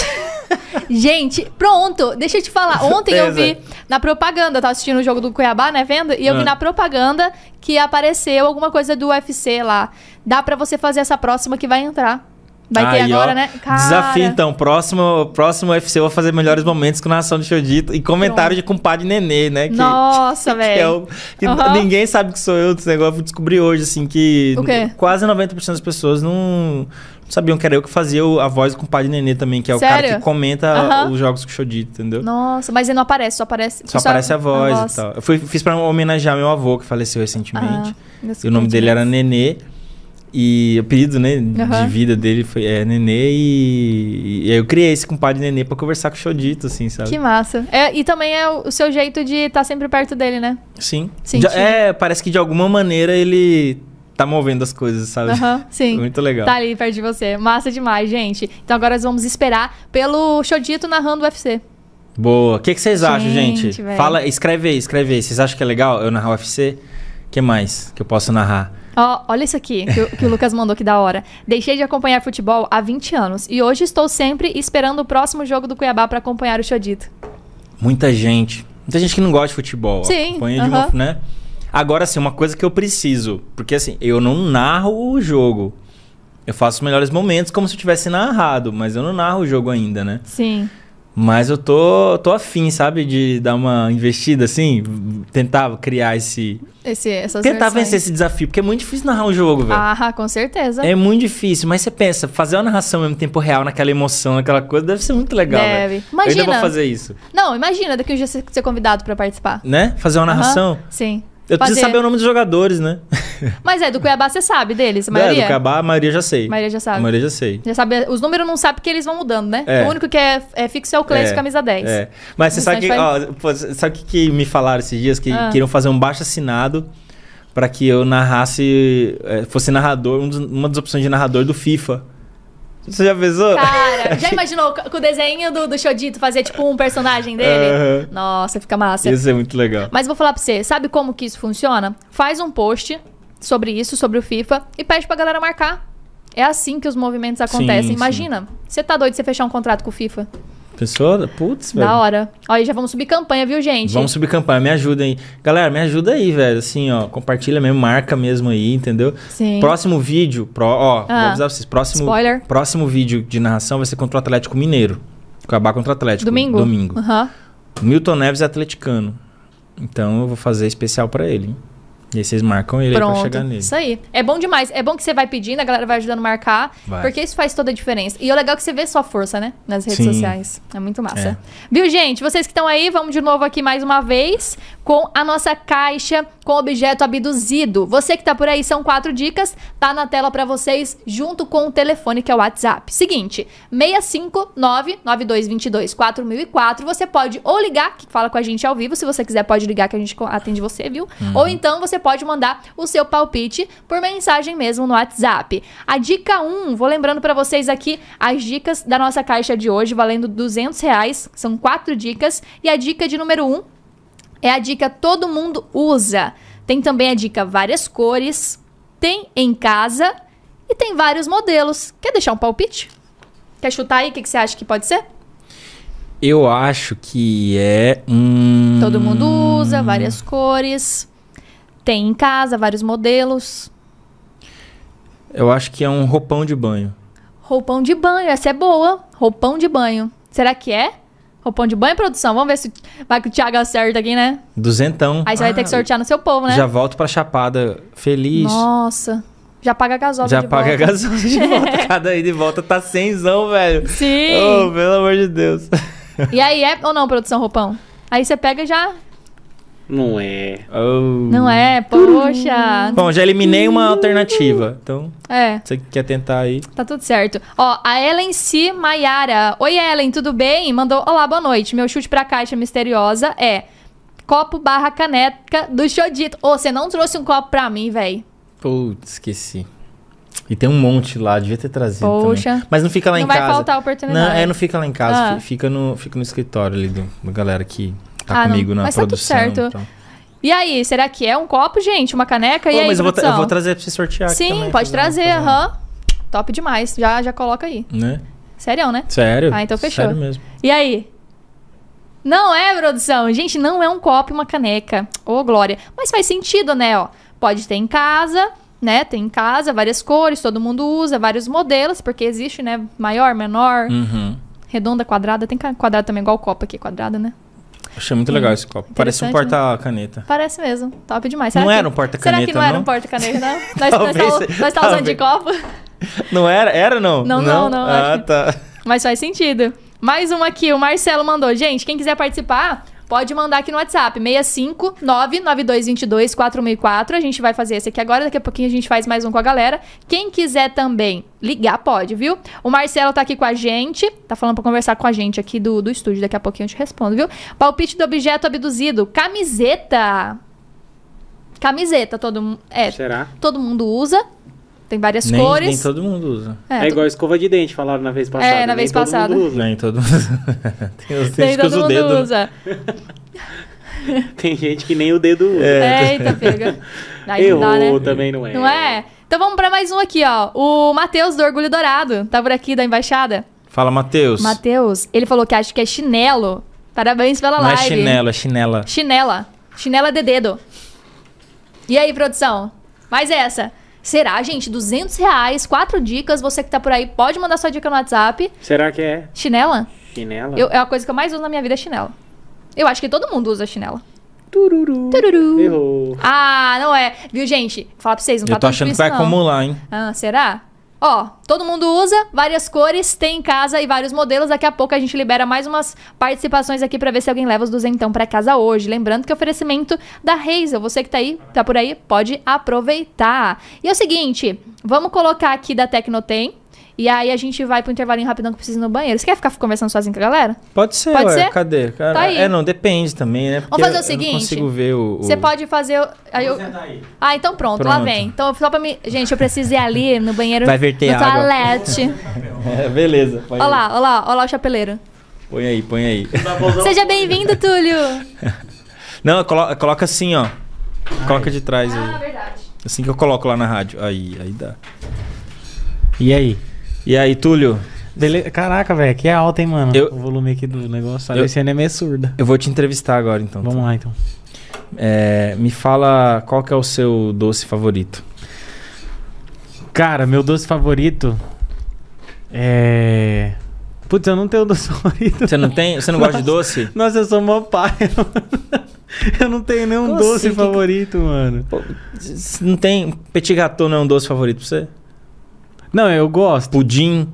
Gente, pronto, deixa eu te falar. Ontem eu vi
Certeza.
na propaganda, eu tava assistindo o jogo do Cuiabá, né, vendo? E eu vi
Ah.
na propaganda que apareceu alguma coisa do UFC lá. Dá pra você fazer essa próxima que vai entrar. Vai ter
Aí, ó,
agora, né? Cara,
Desafio, então. Próximo, próximo UFC eu vou fazer melhores momentos com narração de Chodito e comentário de compadre Nenê, né? Que,
Nossa,
[laughs] que é
velho.
o- que
Aham.
Ninguém sabe que sou eu desse negócio. Eu fui descobrir hoje, assim, que
O quê?
quase 90% das pessoas não, não sabiam que era eu que fazia o- a voz do compadre Nenê também, que é o
Sério?
cara que comenta
Aham.
os jogos com o Chodito, entendeu?
Nossa, mas ele não aparece, só aparece.
Só aparece a voz, e tal. Eu fui- fiz pra homenagear meu avô, que faleceu
Ah,
recentemente. E o nome dele era Nenê. E o apelido, né, de
Aham.
vida dele foi é, Nenê e, e aí eu criei esse compadre Nenê pra conversar com o Chodito, assim, sabe?
Que massa. É, e também é o o seu jeito de estar sempre perto dele, né?
Sim.
Sim,
Já-
sim.
é, parece que de alguma maneira ele tá movendo as coisas, sabe?
Aham, sim.
Muito legal.
Tá ali perto de você. Massa demais, gente. Então agora nós vamos esperar pelo Chodito narrando o UFC.
Boa. O que, que vocês acham,
Gente,
gente?
velho.
Fala, escreve aí, escreve aí. Vocês acham que é legal eu narrar o UFC? O que mais que eu posso narrar?
Ó, olha isso aqui que, o- que o Lucas mandou, que da hora. Deixei de acompanhar futebol há 20 anos e hoje estou sempre esperando o próximo jogo do Cuiabá pra acompanhar o Chodito.
Muita gente. Muita gente que não gosta de futebol.
Sim,
Acompanha de uma-
aham.
né? Agora, assim, uma coisa que eu preciso. Porque, assim, eu não narro o jogo. Eu faço os melhores momentos como se eu tivesse narrado. Mas eu não narro o jogo ainda, né?
Sim.
Mas eu tô, tô afim, sabe? De dar uma investida, assim. Tentar criar esse...
Esse, essas
Tentar
versões.
vencer esse desafio. Porque é muito difícil narrar um jogo, velho.
Ah, com certeza.
É muito difícil, mas você pensa, fazer uma narração ao mesmo tempo real, naquela emoção, naquela coisa, deve ser muito legal,
Deve.
velho. Eu ainda vou
Imagina.
fazer isso,
Não, imagina daqui um dia você ser convidado pra participar.
né? Fazer uma
Aham,
narração.
Sim.
Eu
Fazer.
preciso saber o nome dos jogadores, né?
Mas é, do Cuiabá você sabe
[laughs]
deles, a maioria.
É, do Cabá, a maioria já sei.
A maioria já sabe. Então,
A maioria já sei.
Já sabe, os números não sabem porque eles vão mudando, né?
É.
O único que é, é fixo é o Cleiton,
É,
camisa Então, 10.
É. Mas você
O
sabe que,
restante
ó, pô, sabe o que, que me falaram esses dias? Que
Ah.
queriam fazer um baixo assinado pra que eu narrasse, eh, fosse narrador, um dos- uma das opções de narrador do FIFA. Você já pensou? [laughs]
Cara, já imaginou com o desenho do, do Chodito fazer tipo um personagem dele?
Aham.
Nossa, fica massa.
Isso é muito legal.
Mas vou falar pra você, sabe como que isso funciona? Faz um post sobre isso, sobre o FIFA, e pede pra galera marcar. É assim que os movimentos acontecem.
sim.
Imagina, você tá doido de você fechar um contrato com o FIFA?
Pensou? Putz, velho.
Da hora. Olha, já vamos subir campanha, viu, gente?
Vamos subir campanha, me ajudem. Galera, me ajuda aí, velho. Assim, ó, compartilha mesmo, marca mesmo aí, entendeu?
Sim.
Próximo vídeo, pró- ó, vou
Ah.
avisar vocês. Próximo,
Spoiler.
próximo vídeo de narração vai ser contra o Atlético Mineiro. Acabar contra o Atlético.
Domingo?
Domingo.
Aham.
Milton Neves é atleticano. Então eu vou fazer especial pra ele. hein? E aí vocês marcam ele aí pra
Pronto.
chegar nele.
Isso aí. É bom demais. É bom que você vai pedindo, a galera vai ajudando a marcar.
Vai.
Porque isso faz toda a diferença. E o legal é que você vê sua força, né? Nas redes
Sim.
sociais. É muito massa.
É.
Viu, gente? Vocês que estão aí, vamos de novo aqui mais uma vez com a nossa caixa com objeto abduzido. Você que tá por aí, são quatro dicas. Tá na tela pra vocês, junto com o telefone que é o WhatsApp. Seguinte, 659-9222-4004. Você pode ou ligar, que fala com a gente ao vivo. Se você quiser, pode ligar que a gente co- atende você, viu? Ou então você você pode mandar o seu palpite por mensagem mesmo no WhatsApp. A dica 1, vou lembrando para vocês aqui as dicas da nossa caixa de hoje, valendo 200 reais, são quatro dicas. E a dica de número 1 é a dica todo mundo usa. Tem também a dica várias cores, tem em casa e tem vários modelos. Quer deixar um palpite? Quer chutar aí o que, que você acha que pode ser?
Eu acho que é um.
Todo mundo usa, várias cores. Tem em casa vários modelos.
Eu acho que é um roupão de banho.
Roupão de banho, essa é boa. Roupão de banho. Será que é? Roupão de banho, produção? Vamos ver se vai que o Thiago acerta aqui, né?
Duzentão.
Aí você vai ter que sortear no seu povo, né?
Ah, Já volto pra Chapada feliz.
Nossa. Já paga a gasolina
Já
de
paga a
volta.
gasolina de
[laughs]
volta. Cada ida e volta tá cenzão, velho.
Sim.
Oh, pelo amor de Deus. Oh.
E aí, é ou não, produção roupão? Aí você pega e já...
Não é.
Oh.
Não é, poxa.
Bom, já eliminei uma alternativa. Então,
É,
você que quer tentar aí.
tá tudo certo. Ó, a Ellen C. Maiara. Oi, Ellen, tudo bem? Mandou, olá, boa noite. Meu chute pra caixa misteriosa é copo barra caneca do Xodito. Ô, você não trouxe um copo pra mim, véi.
Putz, esqueci. E tem um monte lá, devia ter trazido
Poxa.
também. Mas não fica lá
Não
em
vai
casa.
faltar a oportunidade.
Não, é, não fica lá em casa,
Ah.
fi- fica, no, fica no escritório ali do, da galera que tá
Ah, não.
comigo na
Mas tá tudo
produção.
certo.
então.
E aí, será que é um copo, gente? Uma caneca? e
Pô,
aí,
mas eu vou, tra- eu
produção?
vou trazer pra você sortear aqui
Sim,
também,
pode
fazer uma-
trazer,
fazer uma-
aham. Top demais. Já, já coloca aí.
Né?
Sério, né?
Sério?
Ah, então fechou.
Sério mesmo.
E aí? Não é, produção? Gente, não é um copo e uma caneca. Ô, Glória. Mas faz sentido, né? Ó, pode ter em casa, né? Tem em casa, várias cores, todo mundo usa, vários modelos, porque existe, né? Maior, menor,
Uhum.
redonda, quadrada. Tem ca- quadrada também, igual o copo aqui, quadrada, né?
Achei muito legal esse copo. Parece um
Interessante, né?
porta-caneta.
Parece mesmo. Top demais.
Não
que-
era um porta-caneta,
Será que não, era
não?
um porta-caneta,
[laughs]
não? Nós, nós,
Talvez-
tá, nós tá usando de copo,
Não era? Era não?
Não, não, não,
Ah,
acho que-
tá.
mas faz sentido. Mais uma aqui, o Marcelo mandou. Gente, quem quiser participar, pode mandar aqui no WhatsApp, 65992224004. A gente vai fazer esse aqui agora, daqui a pouquinho a gente faz mais um com a galera. Quem quiser também ligar, pode, viu? O Marcelo tá aqui com a gente, tá falando pra conversar com a gente aqui do, do estúdio, daqui a pouquinho eu te respondo, viu? Palpite do objeto abduzido, camiseta. Camiseta, todo mundo... É,
Será?
todo mundo usa. Tem várias
Nem,
cores.
nem todo mundo usa.
É,
É,
to-
igual escova de dente, falaram na vez passada.
na
nem
vez
todo
passada.
mundo usa. [laughs]
Nem todo mundo. [laughs] tem os
nem
que
todo
usa o
mundo
dedo. né?
usa.
Tem gente que nem o dedo usa. É.
É. Eita, pega. Aí não
Errou,
dá, né?
também não é.
Não é? Então vamos pra mais um aqui, ó. O Matheus do Orgulho Dourado, tá por aqui da embaixada.
Fala, Matheus.
Matheus, ele falou que acha que é chinelo. Parabéns pela
Não é
live.
chinelo, é chinela.
Chinela. Chinela de dedo. E aí, produção? Mais essa. Será, gente? 200 reais, quatro dicas. Você que tá por aí, pode mandar sua dica no WhatsApp.
Será que é
Chinela?
chinela?
Eu- é a coisa que eu mais uso na minha vida é chinela. Eu acho que todo mundo usa chinela.
Tururu.
Tururu.
Errou.
Ah, não é. Viu, gente? Falar pra vocês, não
Eu
tá
tô
tão
achando que
difícil,
vai
não.
acumular, hein?
Ah, será? Ó, todo mundo usa, várias cores, tem em casa e vários modelos. Daqui a pouco a gente libera mais umas participações aqui pra ver se alguém leva os duzentão pra casa hoje. Lembrando que é oferecimento da Hazel. Você que tá aí, tá por aí, pode aproveitar. E é o seguinte, vamos colocar aqui da Tecnotem. E aí a gente vai pro intervalinho rapidão que eu preciso ir no banheiro. Você quer ficar conversando sozinho com a galera?
Pode ser,
Pode
ué.
ser?
Cadê? Cara,
Tá aí.
É, não, depende também, né? Porque
fazer o
eu- Eu
seguinte.
não consigo ver o. o-
Você pode fazer... o- aí eu- Ah, então pronto, lá
Pronto.
vem. Então, só pra mim... Gente, eu preciso ir ali no banheiro...
Vai verter
no
água. [laughs]
toalete.
[laughs] É, beleza. Põe
Olha
aí.
lá, olha lá, olha lá o chapeleiro.
Põe aí, põe aí.
Seja bem-vindo, Túlio.
Não, colo- coloca assim, ó. Coloca de trás aí.
verdade.
Assim que eu coloco lá na rádio. Aí, aí dá. E aí? E aí, Túlio?
Beleza. Caraca, velho, aqui é alta, hein, mano?
Eu-
O volume aqui do negócio. A
Eu-
Luciana é meio surda.
Eu vou te entrevistar agora, então.
Vamos lá, então.
É, me fala qual que é o seu doce favorito.
Cara, meu doce favorito é. Putz, eu não tenho doce [laughs] favorito.
Você não tem? Você não gosta de doce?
Nossa, eu sou mó [laughs] pai. Eu não tenho nenhum
Como
doce
assim? Que-
favorito, mano.
Pô, c- c- não tem. Petit gâteau não é um doce favorito pra você?
Não, eu gosto.
Pudim.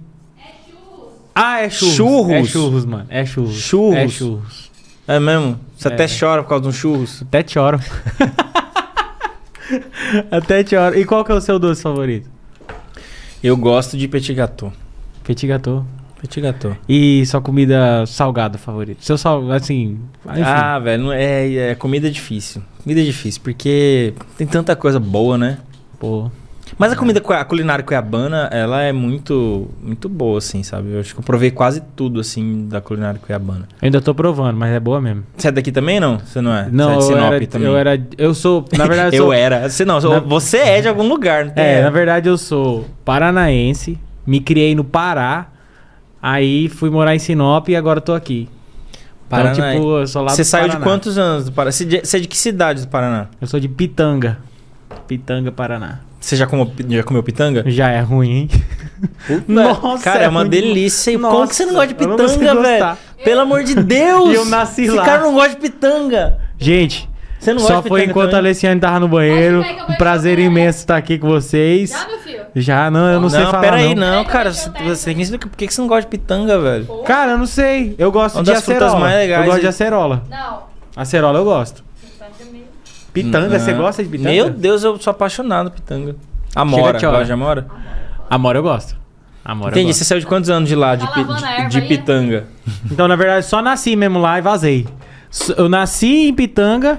Ah, é churros.
Churros?
É churros, mano. É churros.
Churros?
É churros.
É mesmo? Você
É.
até chora por causa de um churros.
Até te oro. [laughs] Até te oro. E qual que é o seu doce favorito?
Eu gosto de petit gâteau.
Petit gâteau.
Petit gâteau.
E sua comida salgada favorita? Seu salgado, assim. ah, Enfim.
Ah, velho, não- é, é comida difícil. Comida difícil, porque tem tanta coisa boa, né?
Pô.
Mas a comida, cua- a culinária cuiabana, ela é muito, muito boa, assim, sabe? Eu acho que eu provei quase tudo, assim, da culinária cuiabana.
Eu ainda tô provando, mas é boa mesmo.
Você é daqui também, não? Você não é?
Não,
Você é de Sinop
eu era,
também?
eu era. Eu sou. Na [laughs]
[laughs]
verdade,
eu
sou,
era. Você não,
Na-
você é de algum lugar, não tem
É,
essa.
na verdade eu sou paranaense, me criei no Pará, aí fui morar em Sinop e agora tô aqui.
Paraná.
Então, tipo, eu sou lá
Você
do
saiu de
Paraná.
quantos anos do Paraná? Você de, você é de que cidade do Paraná?
Eu sou de Pitanga. Pitanga, Paraná.
Você já comeu, já comeu pitanga?
Já é ruim, hein? Nossa,
Cara, é,
é
uma
ruim
delícia. E
demais.
Como que você não gosta de
Eu não consigo
pitanga, velho?
gostar.
Pelo amor de Deus!
E [laughs] eu nasci
Esse
lá.
cara não gosta de pitanga.
Gente,
Você não
só
gosta de
foi
pitanga
enquanto a
também?
Alessiane tava no banheiro.
Acho que vai que eu
Um
vou
prazer
jogar.
imenso estar aqui com vocês.
Já, meu filho?
Já, não, eu não, sei falar
peraí,
não.
não,
Peraí,
cara.
deixa
Você,
eu pegar.
você tem que explicar por que que você não gosta de pitanga, velho.
Cara, eu não sei. Eu gosto
Uma
de
das frutas
acerola.
mais legais
eu gosto
e-
de acerola.
Não.
Acerola eu gosto. Pitanga,
Não.
você gosta de pitanga?
Meu Deus, eu sou apaixonado por pitanga. Amora,
Chega, tchau.
gosta de amora?
Amora eu gosto. Amora eu
Entendi.
gosto.
Você saiu de quantos anos de lá, de,
Tá
pi-
lavando a
de-
erva
de
aí, né?
pitanga?
Então, na verdade, só nasci mesmo lá e vazei. S- Eu nasci em Pitanga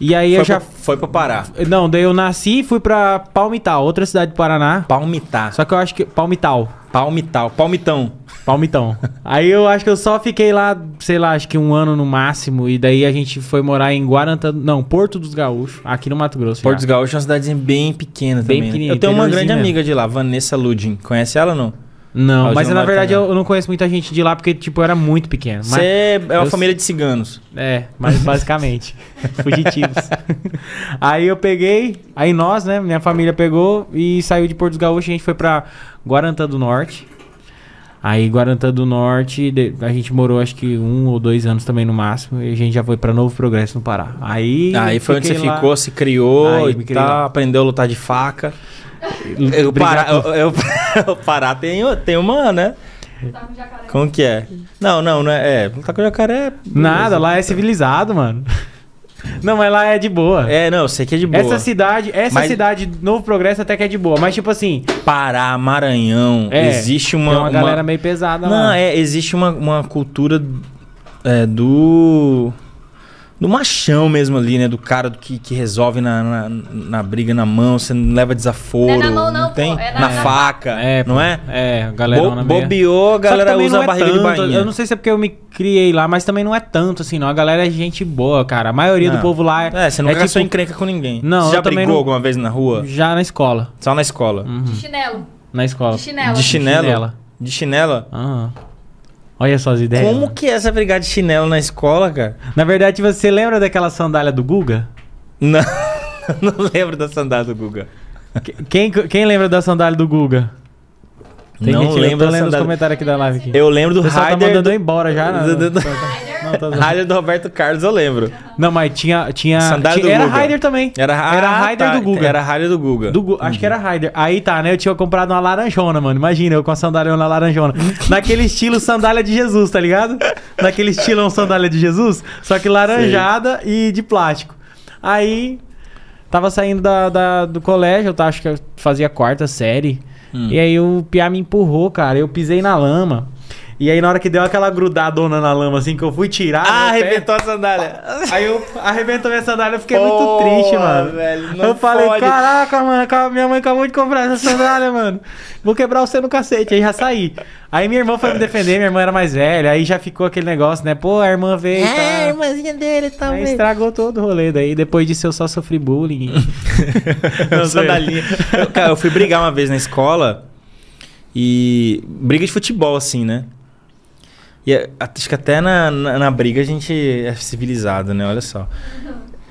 e aí
Foi
eu já.
pra- Foi pra parar.
Não, daí eu nasci e fui pra Palmital, outra cidade do Paraná.
Palmitar.
Só que eu acho que. Palmital.
Palmital. Palmitão.
Palmitão. aí eu acho que eu só fiquei lá, sei lá, acho que um ano no máximo. E daí a gente foi morar em Guarantã. Não, Porto dos Gaúchos, aqui no Mato Grosso.
Porto dos
já.
Gaúchos é uma cidadezinha bem pequena
Bem
também. né?
pequenininha,
Eu tenho uma grande
interiorzinho
amiga de lá, Vanessa Ludin. Conhece ela ou não? Ah,
Não,
hoje
mas
não
na
mora
verdade
também.
eu, eu não conheço muita gente de lá porque, tipo, eu era muito pequeno. Mas,
Você é uma
eu-
família de ciganos.
É,
[laughs]
mas basicamente. fugitivos. aí eu peguei, aí nós, né? Minha família pegou e saiu de Porto dos Gaúchos. A gente foi pra Guarantã do Norte. Aí Guarantã do Norte, de- a gente morou acho que um ou dois anos também no máximo. E a gente já foi pra Novo Progresso no Pará. Aí.
Aí Ah, foi onde você
fiquei lá-
ficou, se criou
Aí,
e tal,
me criei lá.
aprendeu a lutar de faca. Eu Pará, eu, eu- [laughs] o Pará tem, tem uma, né?
Tá com jacaré.
Como que é? Não, não, não é. é, Lutar com jacaré é.
Nada, lá é
[laughs]
civilizado, mano. Não, mas lá é de boa.
É, não, eu sei que é de boa.
Essa cidade, essa
Mas-
cidade, Novo Progresso até que é de boa. Mas tipo assim,
Pará, Maranhão,
É,
existe
tem
uma.
uma, galera meio pesada lá.
Não, é, existe uma, uma cultura é, do. Do machão mesmo ali, né? Do cara do que, que resolve na, na, na briga na mão, você não leva desaforo.
Não é na mão, não, pô,
tem?
é na-
na,
na-
faca,
É,
não
pô.
é?
É, a galera
Bo bobeou, a galera usa a barriga de bainha.
é Eu não sei se é porque eu me criei lá, mas também não é tanto assim, não. A galera é gente boa, cara. A maioria
Não.
do povo lá é.
É, você nunca
é
gastou encrenca com ninguém.
Não,
você já
eu também
brigou
não- Uhum.
alguma vez na rua?
já na escola.
Só na escola.
De chinelo.
Na escola.
De chinelo.
De chinelo?
Chinela.
De chinela?
Aham. Olha só as ideias.
Como que é essa brigar de chinelo na escola, cara?
Na verdade, você lembra daquela sandália do
[laughs]
Guga?
Não, não lembro da sandália do Guga.
Que- quem, quem lembra da sandália do Guga?
não
gente-
lembro
eu
da
tô lendo os
sandália.
comentários aqui da live. Aqui.
Eu lembro do
o pessoal tá
Raider.
mandando
do-
eu embora
[laughs]
já. né?
do- do-
Não, tá zoando.
Raider do Roberto Carlos, eu lembro.
Não, mas tinha. tinha,
Sandália
tinha
do
era
Guga.
Raider também.
Era,
Era
ah,
Raider
tá,
do Guga.
Era Raider do Guga. Uhum.
Do Gu- Acho que era Raider. Aí tá, né? Eu tinha comprado uma laranjona, mano. Imagina, eu com a sandália na laranjona.
[laughs]
Naquele estilo sandália de Jesus, tá ligado? Naquele estilo é um sandália de Jesus, só que laranjada e de plástico. Aí tava saindo da, da- do colégio, eu tava, acho que eu fazia quarta série.
Hum.
E aí o Piá me empurrou, cara. Eu pisei na lama. E aí na hora que deu aquela grudadona na lama, assim, que eu fui tirar.
Ah,
meu pé-
arrebentou a sandália.
[laughs] Aí eu arrebentou minha sandália, eu fiquei
Porra,
muito triste, mano.
velho, não
eu falei,
pode.
caraca, mano, acaba- minha mãe acabou de comprar essa sandália, mano. Vou quebrar você no cacete, aí já saí. Aí minha irmã foi me defender, minha irmã era mais velha, aí já ficou aquele negócio, né? Pô, a irmã veio. e
É, a
tal.
irmãzinha dele
tá? Aí
talvez.
estragou todo o rolê daí. Depois disso eu só sofri bullying.
Eu
Não,
sou da linha. Eu, cara, eu fui brigar uma vez na escola e. Briga de futebol, assim, né? E é- acho que até na, na, na briga a gente é civilizado, né? Olha só.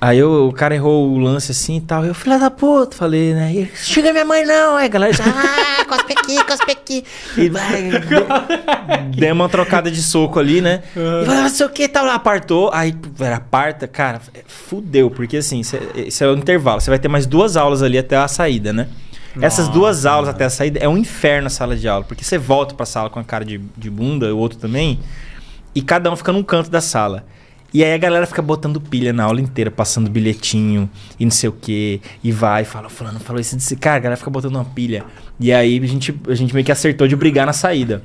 Aí eu- o cara errou o lance assim e tal. Eu, filha da puta, falei, né? E ele, Chega minha mãe, não. Aí a galera já.
Ah, cospe aqui, cospe aqui.
E vai, de- deu uma trocada de soco ali, né? E vai, não sei o que, tal, apartou. Aí, era aparta, cara, é, fudeu, porque assim, cê- isso é o intervalo. Você vai ter mais duas aulas ali até a saída, né? Essas duas aulas até a saída é um inferno a sala de aula, porque você volta pra sala com a cara de, de bunda, o outro também, e cada um fica num canto da sala. E aí a galera fica botando pilha na aula inteira, passando bilhetinho e não sei o que, e vai, fala, fulano, falou isso desse cara, a galera fica botando uma pilha. E aí a gente, a gente meio que acertou de brigar na saída.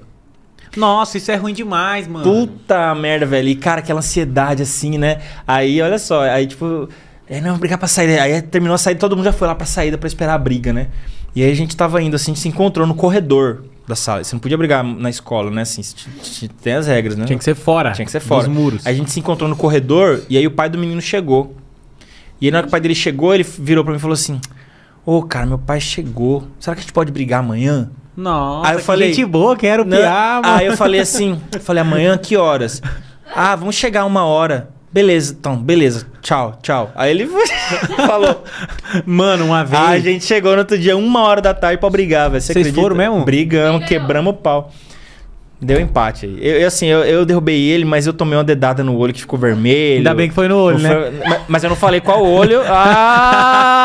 [laughs] Nossa, isso é ruim demais, mano.
Puta merda, velho. E, cara, aquela ansiedade assim, né? Aí, olha só, aí, tipo. É, não, brigar pra saída. Aí terminou a saída, todo mundo já foi lá pra saída pra esperar a briga, né? E aí a gente tava indo, assim, a gente se encontrou no corredor da sala. Você não podia brigar na escola, né? Assim, t- t- tem as regras, né?
Tinha que ser fora.
Tinha que ser fora.
Dos muros.
A gente se encontrou no corredor e aí o pai do menino chegou. E aí na hora que o pai dele chegou, ele virou pra mim e falou assim: Ô, cara, meu pai chegou. Será que a gente pode brigar amanhã?
Nossa,
Aí eu
que
falei-
gente boa, quero
Não.
piar, mano.
Né? Aí eu falei assim, eu falei, amanhã que horas? Ah, vamos chegar uma hora. Beleza, então, beleza. Tchau, tchau. Aí ele [laughs] falou.
Mano, uma vez...
Ah, a gente chegou no outro dia, uma hora da tarde pra brigar, velho. Você
Vocês
acredita?
foram mesmo?
Brigamos, quebramos o pau. Deu empate aí. Eu, eu, assim, eu, eu derrubei ele, mas eu tomei uma dedada no olho que ficou vermelho.
Ainda bem que foi no olho,
Não
né?
foi- ma- Mas eu não falei qual
[laughs]
olho.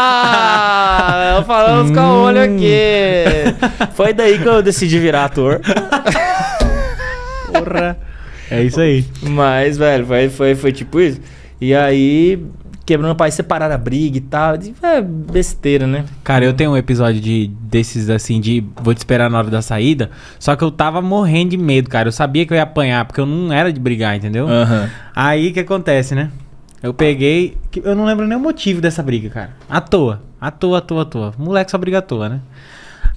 Ah! Eu falamos qual olho
Hum.
aqui. Foi daí que eu decidi virar ator.
Porra. É isso aí.
Mas, velho, foi, foi, foi tipo isso. E aí, quebrando o país, separaram a briga e tal. É besteira, né?
Cara, eu tenho um episódio de, desses assim, de vou te esperar na hora da saída. Só que eu tava morrendo de medo, cara. Eu sabia que eu ia apanhar, porque eu não era de brigar, entendeu?
Aham.
Aí o que acontece, né? Eu peguei. que Eu não lembro nem o motivo dessa briga, cara. À toa. À toa, à toa, à toa. Moleque só briga à toa, né?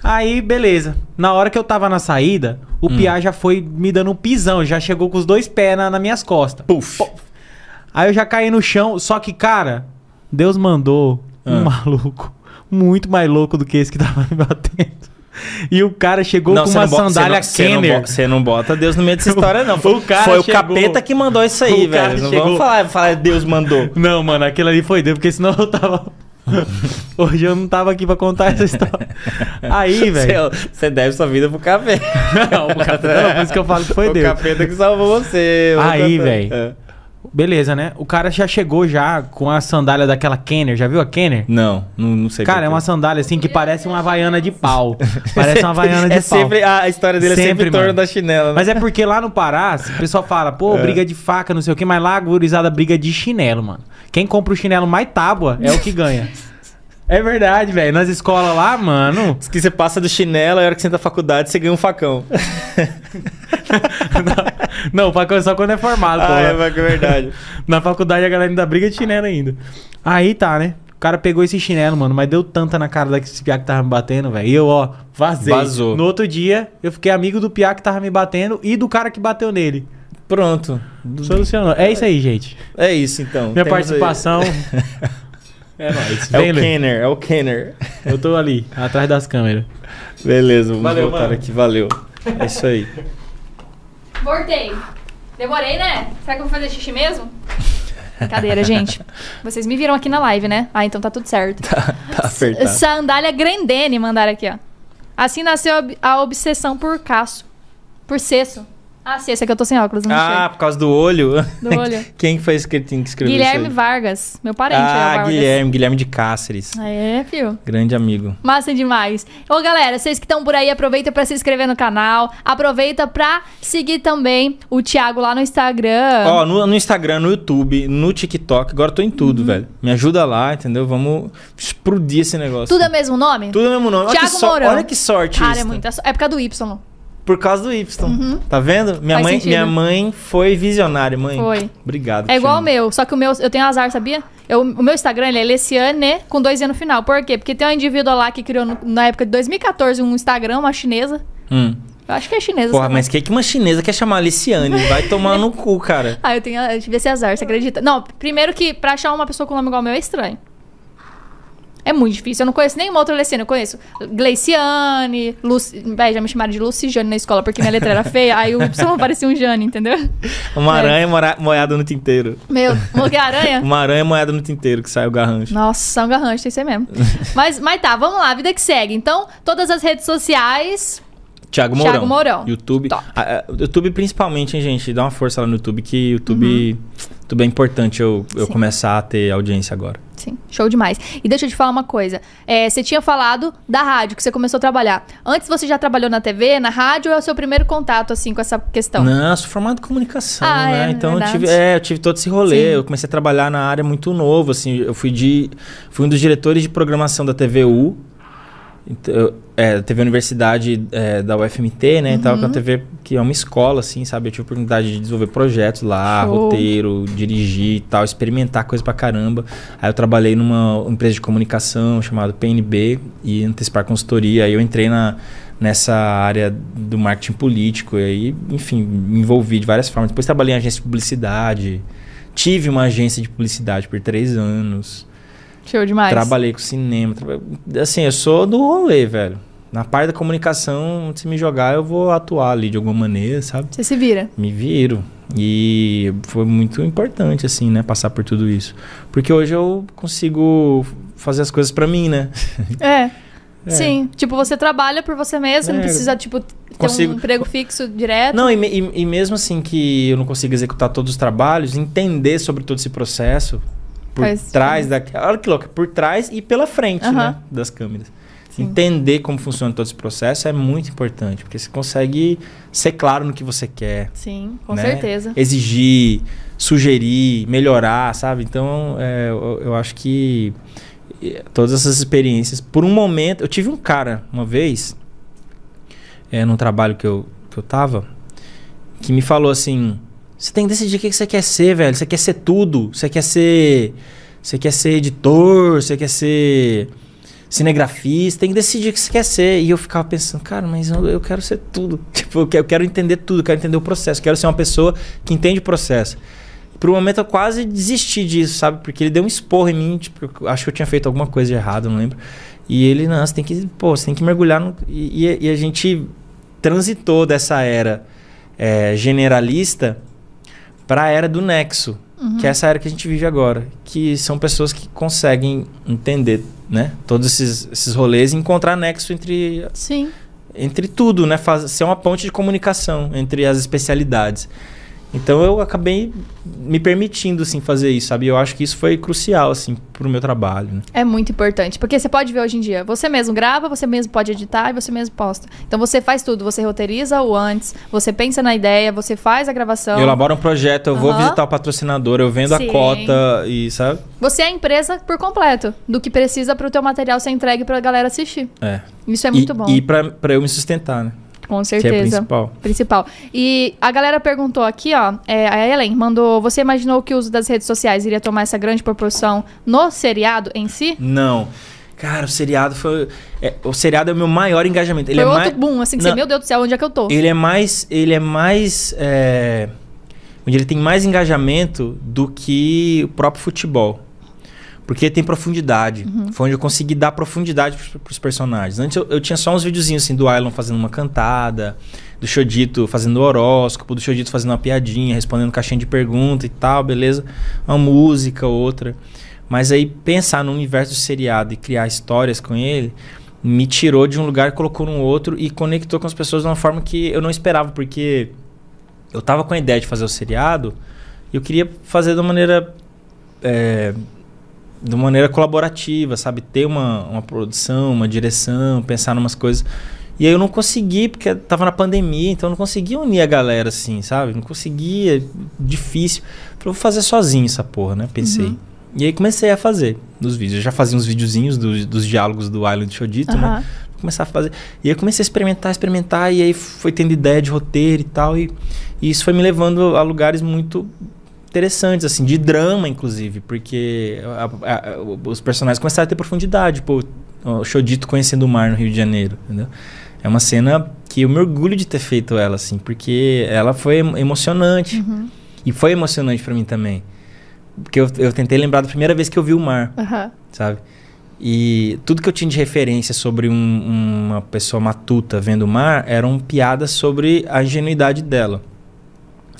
Aí, beleza. Na hora que eu tava na saída, o Piá já foi me dando um pisão. Já chegou com os dois pés na, nas minhas costas.
Puf.
Aí eu já caí no chão, só que, cara, Deus mandou
Ah.
um maluco muito mais louco do que esse que [laughs] tava me batendo. E o cara chegou com
você
uma
bota-
sandália
você não- você não
Kenner.
bo- Você não, bota Deus no meio [laughs] dessa história, não.
O cara
Foi o
chegou.
capeta que mandou isso aí,
O cara
velho. Não
chegou.
vamos falar, falar Deus mandou.
Não, mano, aquilo ali foi Deus, porque senão
[laughs]
eu tava. Hoje eu não tava aqui pra contar essa história. Aí, velho.
[laughs] Você, é você deve sua vida pro [laughs] capeta.
[laughs] Não, o capeta não, por isso que eu falo que
[laughs]
foi
o
Deus.
capeta que salvou você. o
Aí,
capeta.
velho.
É.
Beleza, né? O cara já chegou já com a sandália daquela Kenner, já viu a Kenner?
Não, não, não sei. por
Cara, é
quê.
uma sandália assim que parece uma havaiana
[laughs]
de pau. Parece uma havaiana de
é
pau.
sempre, A história dele é sempre
Sempre,
em torno
mano.
da chinela. né?
Mas é porque lá no Pará, se o pessoal fala,
É.
pô, briga de faca, não sei o quê, mas lá a gurizada briga de chinelo, mano. Quem compra o chinelo mais tábua é o
[laughs]
que ganha. é verdade, velho. Nas escolas
[laughs]
lá, mano.
Diz que você passa do chinelo, a hora que você entra na faculdade, você ganha um facão.
[laughs] Não, facão é só quando é formado, pô.
ah, é,
Lá-
mas que é verdade.
Na faculdade a galera ainda briga de chinelo ainda. Aí tá, né? O cara pegou esse chinelo, mano, mas deu tanta na cara daquele piá que tava me batendo, velho. E eu, ó, vazei.
Vazou.
No outro dia, eu fiquei amigo do piá que tava me batendo e do cara que bateu nele.
Pronto.
Solucionou. É isso aí, gente.
É isso, então.
Minha
Temos aí.
participação. [laughs] é nóis.
É
Vem,
o
Lê.
Kenner, é o Kenner.
Eu tô ali, atrás das câmeras.
Beleza, vamos
Valeu,
voltar
mano.
aqui. Valeu. É isso
[laughs]
aí.
Voltei. Demorei, né? Será que eu vou fazer xixi mesmo?
[laughs]
Brincadeira, gente. Vocês me viram aqui na live, né? Ah, então tá tudo certo.
Tá apertado.
Sandália Grendene mandaram aqui, ó. Assim nasceu a ob- a obsessão por Caço. Por Cesso. Ah, Cesso, é que eu tô sem óculos, não
Ah,
ah,
por causa do olho?
Do olho.
[laughs] Quem que foi esse que tem que escrever
Guilherme
isso
Vargas, meu
aí?
parente. é o
Ah,
Vargas.
Guilherme, Guilherme de Cáceres.
É, fio.
Grande amigo.
Massa demais. Ô, galera, vocês que estão por aí, aproveita pra se inscrever no canal. Aproveita pra seguir também o Thiago lá no Instagram.
Ó, no, no Instagram, no YouTube, no TikTok, agora eu tô em
Uhum.
tudo, velho. Me ajuda lá, entendeu? Vamos explodir esse negócio.
Tudo é mesmo nome?
Tudo é mesmo nome. Olha que,
Thiago
so-
Mourão.
olha que sorte
Cara,
isso.
é
né?
muita so- É por causa do Y.
Por causa do Y. Tá vendo? Minha
Uhum. Faz
mãe,
sentido.
minha mãe foi visionária, mãe.
Foi.
Obrigado.
É
te
igual o
amo.
meu, só que o meu eu tenho azar, sabia? Eu- o meu Instagram ele é Leciane com dois E no final. Por quê? Porque tem um indivíduo lá que criou no- na época de 2014 um Instagram, uma chinesa.
Hum.
Eu acho que é chinesa.
Porra,
sabe?
mas que que uma chinesa quer chamar Aliciane? Vai tomar no cu, cara.
Ah, eu, tenho, eu tive esse azar, você acredita? Não, primeiro que pra achar uma pessoa com nome igual ao meu é estranho. É muito difícil. Eu não conheço nenhuma outra Leciane. Eu conheço Gleiciane, Luci... Véi, já me chamaram de Lucijane na escola porque minha letra era feia. aí o Y parecia um Jane, entendeu?
Uma
É.
aranha mora- moiada no tinteiro.
Meu, Moguei Aranha.
Uma aranha moiada no tinteiro que sai o garrancho.
Nossa, um garrancho, tem que ser mesmo. mas, mas tá, vamos lá, vida que segue. Então, todas as redes sociais.
Thiago Mourão.
Thiago Mourão.
YouTube.
Top.
Ah, ah, YouTube principalmente, hein, gente? Dá uma força lá no YouTube, que YouTube, YouTube é importante eu, eu
Uhum. Sim.
começar a ter audiência agora.
Sim, show demais. E deixa eu te falar uma coisa. É, você tinha falado da rádio, que você começou a trabalhar. Antes você já trabalhou na TV, na rádio, ou é o seu primeiro contato, assim, com essa questão?
Não, eu sou formado em comunicação,
Ah,
né?
é,
então eu
verdade.
tive, é, eu tive todo esse rolê.
Sim.
Eu comecei a trabalhar na área muito novo, assim. Eu fui de. Fui um dos diretores de programação da TVU. Então, eu- é, teve a universidade é, da UFMT, né? e Tal, que é uma TV que é uma escola, assim, sabe? Eu tive a oportunidade de desenvolver projetos lá,
Show.
roteiro, dirigir e tal, experimentar coisa pra caramba. Aí eu trabalhei numa empresa de comunicação chamada PNB e Antecipar Consultoria. Aí eu entrei na, nessa área do marketing político. E aí, enfim, me envolvi de várias formas. Depois trabalhei em agência de publicidade. Tive uma agência de publicidade por três anos.
Show demais.
Trabalhei com cinema. traba- Assim, eu sou do rolê, velho. Na parte da comunicação, se me jogar, eu vou atuar ali de alguma maneira, sabe?
Você se vira.
Me viro. E foi muito importante, assim, né? Passar por tudo isso. Porque hoje eu consigo fazer as coisas pra mim, né?
É. Sim, tipo, você trabalha por você mesmo, você não
É.
precisa, tipo, ter
Consigo-
um emprego fixo direto.
Não, e, me- e- e mesmo assim que eu não consigo executar todos os trabalhos, entender sobre todo esse processo por
Faz
trás daquela. Olha que louco, é por trás e pela frente, né?
Aham.
Das câmeras.
Sim.
Entender como funciona todo esse processo é muito importante, porque você consegue ser claro no que você quer.
Sim, com
né?
certeza.
Exigir, sugerir, melhorar, sabe? Então, é, eu, eu acho que eh, todas essas experiências. Por um momento, eu tive um cara uma vez, é, num trabalho que eu, que eu tava, que me falou assim: você tem que decidir o que que você quer ser, velho. Você quer ser tudo. Você quer ser. Você quer ser editor, você quer ser cinegrafista, tem que decidir o que você quer ser. E eu ficava pensando, cara, mas eu, eu quero ser tudo. [laughs] Tipo, eu que- eu quero entender tudo, eu quero entender o processo, eu quero ser uma pessoa que entende o processo. Por um momento eu quase desisti disso, sabe? Porque ele deu um esporro em mim, tipo, eu acho que eu tinha feito alguma coisa de errado, não lembro. E ele, não, você tem que, pô, você tem que mergulhar no... E, e- e a gente transitou dessa era eh, generalista para a era do nexo, que é essa era que a gente vive agora, que são pessoas que conseguem entender, né, todos esses, esses rolês e encontrar nexo entre
Sim.
entre tudo, né, Faz- ser uma ponte de comunicação entre as especialidades. Então eu acabei me permitindo assim fazer isso, sabe? Eu acho que isso foi crucial assim pro meu trabalho, né?
É muito importante, porque você pode ver hoje em dia, você mesmo grava, você mesmo pode editar e você mesmo posta. Então você faz tudo, você roteiriza o antes, você pensa na ideia, você faz a gravação.
Eu elaboro um projeto, eu vou
Aham.
visitar o patrocinador, eu vendo
Sim.
a cota e sabe?
Você é a empresa por completo do que precisa pro teu material ser entregue pra galera assistir.
É.
Isso é muito
e,
bom,
E pra, pra eu me sustentar, né?
com
Que é
certeza.
principal.
Principal. E a galera perguntou aqui, ó, é, a Ellen mandou, você imaginou que o uso das redes sociais iria tomar essa grande proporção no seriado em si?
Não. Cara, o seriado foi. é, o seriado é o meu maior engajamento. Ele
Foi
é
outro
mais,
boom, assim, que você,
Não.
meu Deus do céu, onde é que eu tô?
Ele é mais. Ele é mais. é, onde ele tem mais engajamento do que o próprio futebol. Porque tem profundidade. Foi onde eu consegui dar profundidade pros, pros personagens. Antes eu, eu tinha só uns videozinhos assim do Ailon fazendo uma cantada, do Chodito fazendo horóscopo, do Chodito fazendo uma piadinha, respondendo caixinha de pergunta e tal, beleza? Uma música, outra. Mas aí pensar no universo do seriado e criar histórias com ele me tirou de um lugar, colocou num outro e conectou com as pessoas de uma forma que eu não esperava, porque eu tava com a ideia de fazer o seriado e eu queria fazer de uma maneira. é, de uma maneira colaborativa, sabe? Ter uma, uma produção, uma direção, pensar em umas coisas. E aí eu não consegui, porque tava na pandemia, então eu não conseguia unir a galera assim, sabe? Não conseguia, difícil. Falei, vou fazer sozinho essa porra, né? Pensei. E aí comecei a fazer nos vídeos. Eu já fazia uns videozinhos do- dos diálogos do Island Chodito, né?
Aham.
Vou começar a fazer. E aí eu comecei a experimentar, experimentar, e aí foi tendo ideia de roteiro e tal, e, e isso foi me levando a lugares muito interessantes, assim, de drama, inclusive, porque a- a- a- os personagens começaram a ter profundidade, pô, o Chodito conhecendo o mar no Rio de Janeiro, entendeu? É uma cena que eu me orgulho de ter feito ela, assim, porque ela foi em- emocionante, e foi emocionante pra mim também, porque eu, eu tentei lembrar da primeira vez que eu vi o mar,
Aham.
sabe? E tudo que eu tinha de referência sobre um- uma pessoa matuta vendo o mar eram piadas sobre a ingenuidade dela.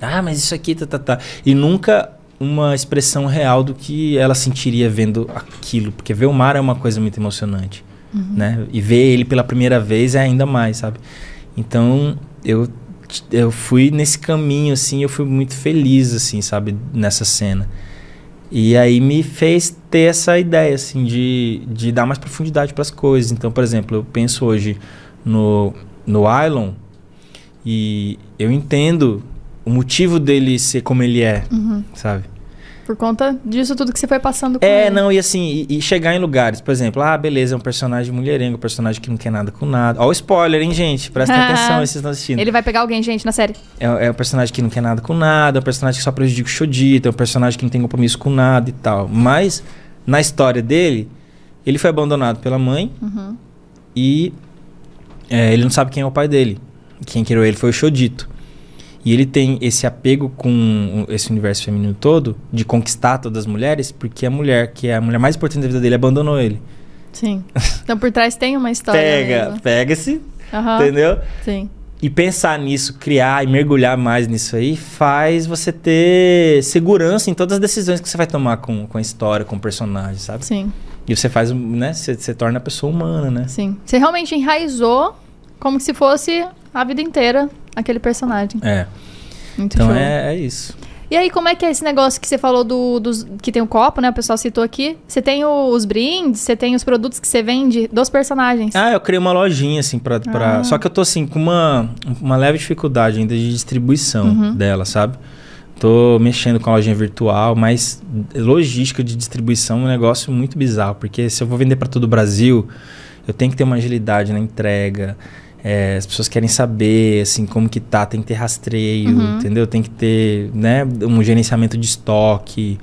Ah, mas isso aqui, tá, tá, tá. E nunca uma expressão real do que ela sentiria vendo aquilo. Porque ver o mar é uma coisa muito emocionante, né? E ver ele pela primeira vez é ainda mais, sabe? Então, eu, t- eu fui nesse caminho, assim, eu fui muito feliz, assim, sabe? Nessa cena. E aí me fez ter essa ideia, assim, de, de dar mais profundidade para as coisas. Então, por exemplo, eu penso hoje no, no Ilon e eu entendo o motivo dele ser como ele é, sabe?
Por conta disso tudo que você foi passando com
É,
ele.
não, e assim, e, e chegar em lugares, por exemplo, ah, beleza, é um personagem mulherengo, um personagem que não quer nada com nada. Ó, o spoiler, hein, gente? Presta
Ah.
atenção aí, vocês estão assistindo.
Ele vai pegar alguém, gente, na série.
É, é um personagem que não quer nada com nada, é um personagem que só prejudica o Shodita, é um personagem que não tem compromisso com nada e tal. Mas, na história dele, ele foi abandonado pela mãe e é, ele não sabe quem é o pai dele. Quem criou ele foi o Shodito. E ele tem esse apego com o- esse universo feminino todo, de conquistar todas as mulheres, porque a mulher, que é a mulher mais importante da vida dele, abandonou ele.
Sim. Então por trás tem uma história.
Pega,
mesmo.
pega-se,
Aham,
entendeu?
Sim.
E pensar nisso, criar e mergulhar mais nisso aí, faz você ter segurança em todas as decisões que você vai tomar com, com a história, com o personagem, sabe?
Sim.
E você faz, um- né? Você, você torna a pessoa humana, né?
Sim. Você realmente enraizou como se fosse a vida inteira aquele personagem.
É.
Muito
Então
show.
é, é isso.
E aí, como é que é esse negócio que você falou do, dos, que tem o copo, né? O pessoal citou aqui. Você tem o- os brindes, você tem os produtos que você vende dos personagens.
Ah, eu criei uma lojinha, assim, pra. pra- Só que eu tô, assim, com uma, uma leve dificuldade ainda de distribuição dela, sabe? Tô mexendo com a lojinha virtual, mas logística de distribuição é um negócio muito bizarro, porque se eu vou vender pra todo o Brasil, eu tenho que ter uma agilidade na entrega. é, as pessoas querem saber, assim, como que tá, tem que ter rastreio, entendeu? Tem que ter, né, um gerenciamento de estoque.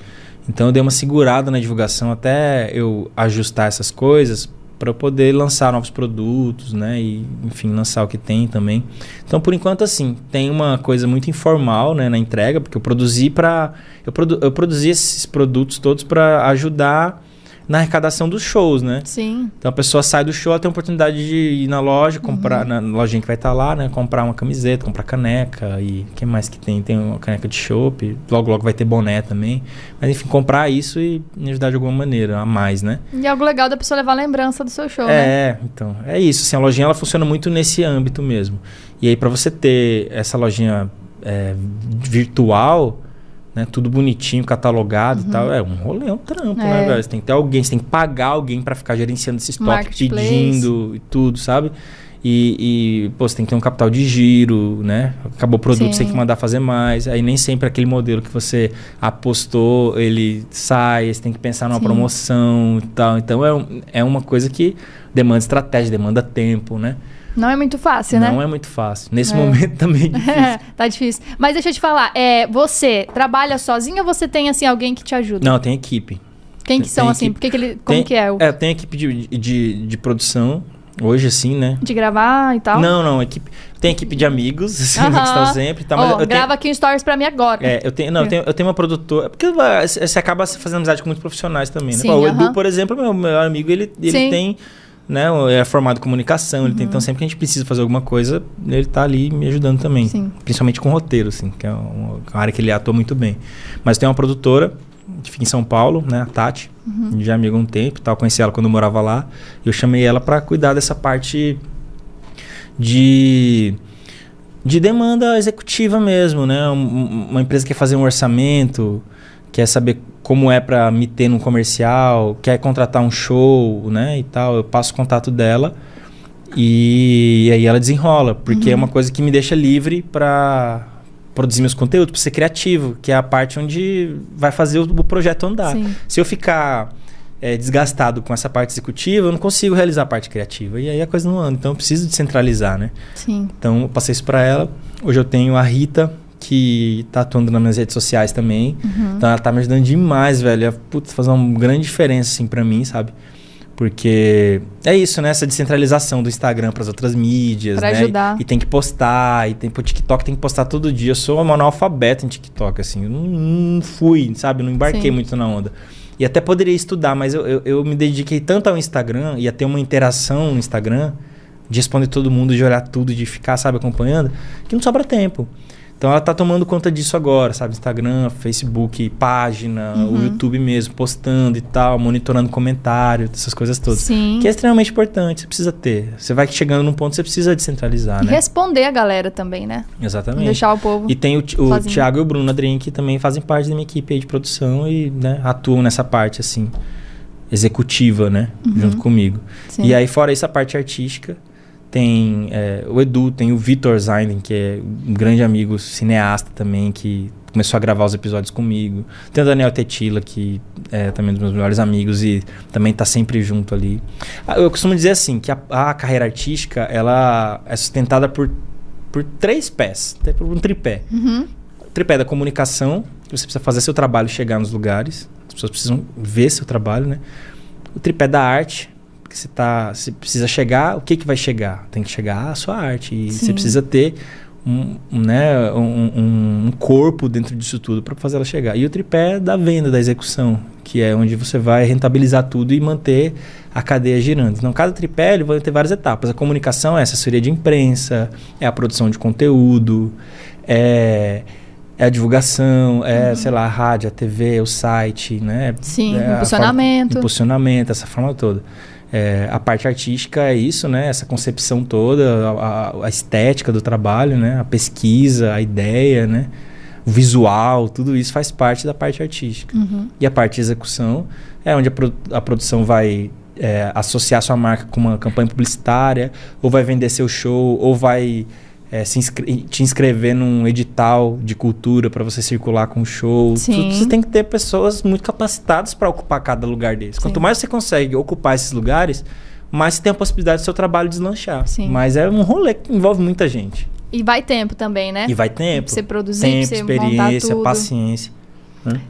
Então eu dei uma segurada na divulgação até eu ajustar essas coisas para eu poder lançar novos produtos, né? E, enfim, lançar o que tem também. Então, por enquanto, assim, tem uma coisa muito informal, né, na entrega, porque eu produzi para eu, produ- eu produzi esses produtos todos para ajudar na arrecadação dos shows, né?
Sim.
Então a pessoa sai do show, ela tem a oportunidade de ir na loja, comprar, na lojinha que vai estar lá, né? Comprar uma camiseta, comprar caneca e o que mais que tem? Tem uma caneca de chopp, logo logo vai ter boné também. Mas enfim, comprar isso e me ajudar de alguma maneira, a mais, né?
E é algo legal da pessoa levar a lembrança do seu show, né?
É, então, é isso. Assim, a lojinha ela funciona muito nesse âmbito mesmo. E aí, pra você ter essa lojinha é, virtual, né, tudo bonitinho, catalogado e tal, é um rolê, é um trampo, né,
Uhum. É.
velho? Você tem que ter alguém, você tem que pagar alguém pra ficar gerenciando esse estoque,
Marketplace.
pedindo e tudo, sabe? E, e, pô, você tem que ter um capital de giro, né? Acabou o produto, você tem que
Sim.
mandar fazer mais. Aí nem sempre aquele modelo que você apostou, ele sai, aí você tem que pensar numa
Sim.
promoção e tal. Então é, um- é uma coisa que demanda estratégia, demanda tempo, né?
Não é muito fácil, né?
Não é muito fácil. Nesse momento [laughs] também é
[laughs]
difícil.
tá difícil. Mas deixa eu te falar, é, você trabalha sozinha ou você tem, assim, alguém que te ajuda?
Não, tem equipe.
Quem que
tem
são, assim?
equipe.
Por que que ele, como
Tem-
que é? O,
É, tem equipe de, de, de produção, hoje assim, né?
De gravar e tal?
Não, não, equipe. Tem equipe de amigos, assim, que
Aham.
estão sempre. Tá,
Ó,
mas eu tenho-
grava aqui um stories pra mim agora.
É, eu tenho, não, eu tenho, eu tenho uma produtora. Porque ah, c- você acaba se fazendo amizade com muitos profissionais também, né?
Sim,
Pô, o
aham.
Edu, por exemplo, meu, meu amigo, ele,
Sim. Uhum.
ele tem. Né, é formado em comunicação, ele tem, então sempre que a gente precisa fazer alguma coisa, ele tá ali me ajudando também.
Sim.
Principalmente com roteiro, assim, que é uma uma área que ele atua muito bem. Mas tem uma produtora que fica em São Paulo, né, a Tati,
Uhum.
já amiga há um tempo, e tal, conheci ela quando eu morava lá. e Eu chamei ela pra cuidar dessa parte de de demanda executiva mesmo, né? Um- um- Uma empresa quer fazer um orçamento, quer saber como é pra me ter num comercial, quer contratar um show, né? E tal. Eu passo o contato dela e, aí ela desenrola, porque é uma coisa que me deixa livre pra produzir meus conteúdos, pra ser criativo, que é a parte onde vai fazer o, o projeto andar.
Sim.
Se eu ficar é, desgastado com essa parte executiva, eu não consigo realizar a parte criativa. E aí a coisa não anda. Então eu preciso descentralizar, né?
Sim.
Então, eu passei isso pra ela. Hoje eu tenho a Rita, que tá atuando nas minhas redes sociais também.
Uhum.
Então, ela tá me ajudando demais, velho. É, putz, fazer uma grande diferença, assim, pra mim, sabe? Porque é isso, né? Essa descentralização do Instagram pras outras mídias,
Pra
né?
ajudar.
E, e tem que postar, e tem pro TikTok, tem que postar todo dia. Eu sou um analfabeto em TikTok, assim. Eu não, não fui, sabe? Não embarquei
Sim.
muito na onda. E até poderia estudar, mas eu, eu, eu me dediquei tanto ao Instagram e a ter uma interação no Instagram, de responder todo mundo, de olhar tudo, de ficar, sabe, acompanhando, que não sobra tempo. Então ela tá tomando conta disso agora, sabe? Instagram, Facebook, página,
Uhum.
o YouTube mesmo, postando e tal, monitorando comentário, essas coisas todas.
Sim.
Que é extremamente importante, você precisa ter. Você vai chegando num ponto, você precisa descentralizar,
E
né?
responder a galera também, né?
Exatamente.
Deixar o povo.
E tem o, Ti- o
sozinho.
Thiago e o Bruno Adrien, que também fazem parte da minha equipe aí de produção e né, atuam nessa parte, assim, executiva, né? Junto comigo.
Sim.
E aí, fora isso, a parte artística, tem é, o Edu, tem o Vitor Zaiden, que é um grande amigo cineasta também, que começou a gravar os episódios comigo. Tem o Daniel Tetila, que é também um dos meus melhores amigos e também tá sempre junto ali. Ah, Eu costumo dizer assim, que a, a carreira artística, ela é sustentada por, por três pés, até por um tripé. O tripé da comunicação, que você precisa fazer seu trabalho chegar nos lugares, as pessoas precisam ver seu trabalho, né? O tripé da arte, que você, tá, você precisa chegar, o que, que vai chegar? Tem que chegar a sua arte. E você precisa ter um, um, né, um, um- um corpo dentro disso tudo para fazer ela chegar. E o tripé da venda, da execução, que é onde você vai rentabilizar tudo e manter a cadeia girando. Então, cada tripé ele vai ter várias etapas. A comunicação é a assessoria de imprensa, é a produção de conteúdo, é. é a divulgação, é, sei lá, a rádio, a TV, o site, né?
Sim,
É, a
impulsionamento.
forma- impulsionamento, essa forma toda. É, a parte artística é isso, né? Essa concepção toda, a, a- a estética do trabalho, né? A pesquisa, a ideia, né? O visual, tudo isso faz parte da parte artística. E a parte de execução é onde a, pro- a produção vai é, associar sua marca com uma campanha publicitária, ou vai vender seu show, ou vai é, se inscre- te inscrever num edital de cultura para você circular com o show.
Sim.
Tudo- Você tem que ter pessoas muito capacitadas para ocupar cada lugar deles. Quanto mais você consegue ocupar esses lugares, mais você tem a possibilidade do seu trabalho deslanchar.
Sim.
Mas é um rolê que envolve muita gente.
E vai tempo também, né?
E vai tempo.
Pra você produzir,
tempo,
pra você montar
experiência,
tudo.
paciência.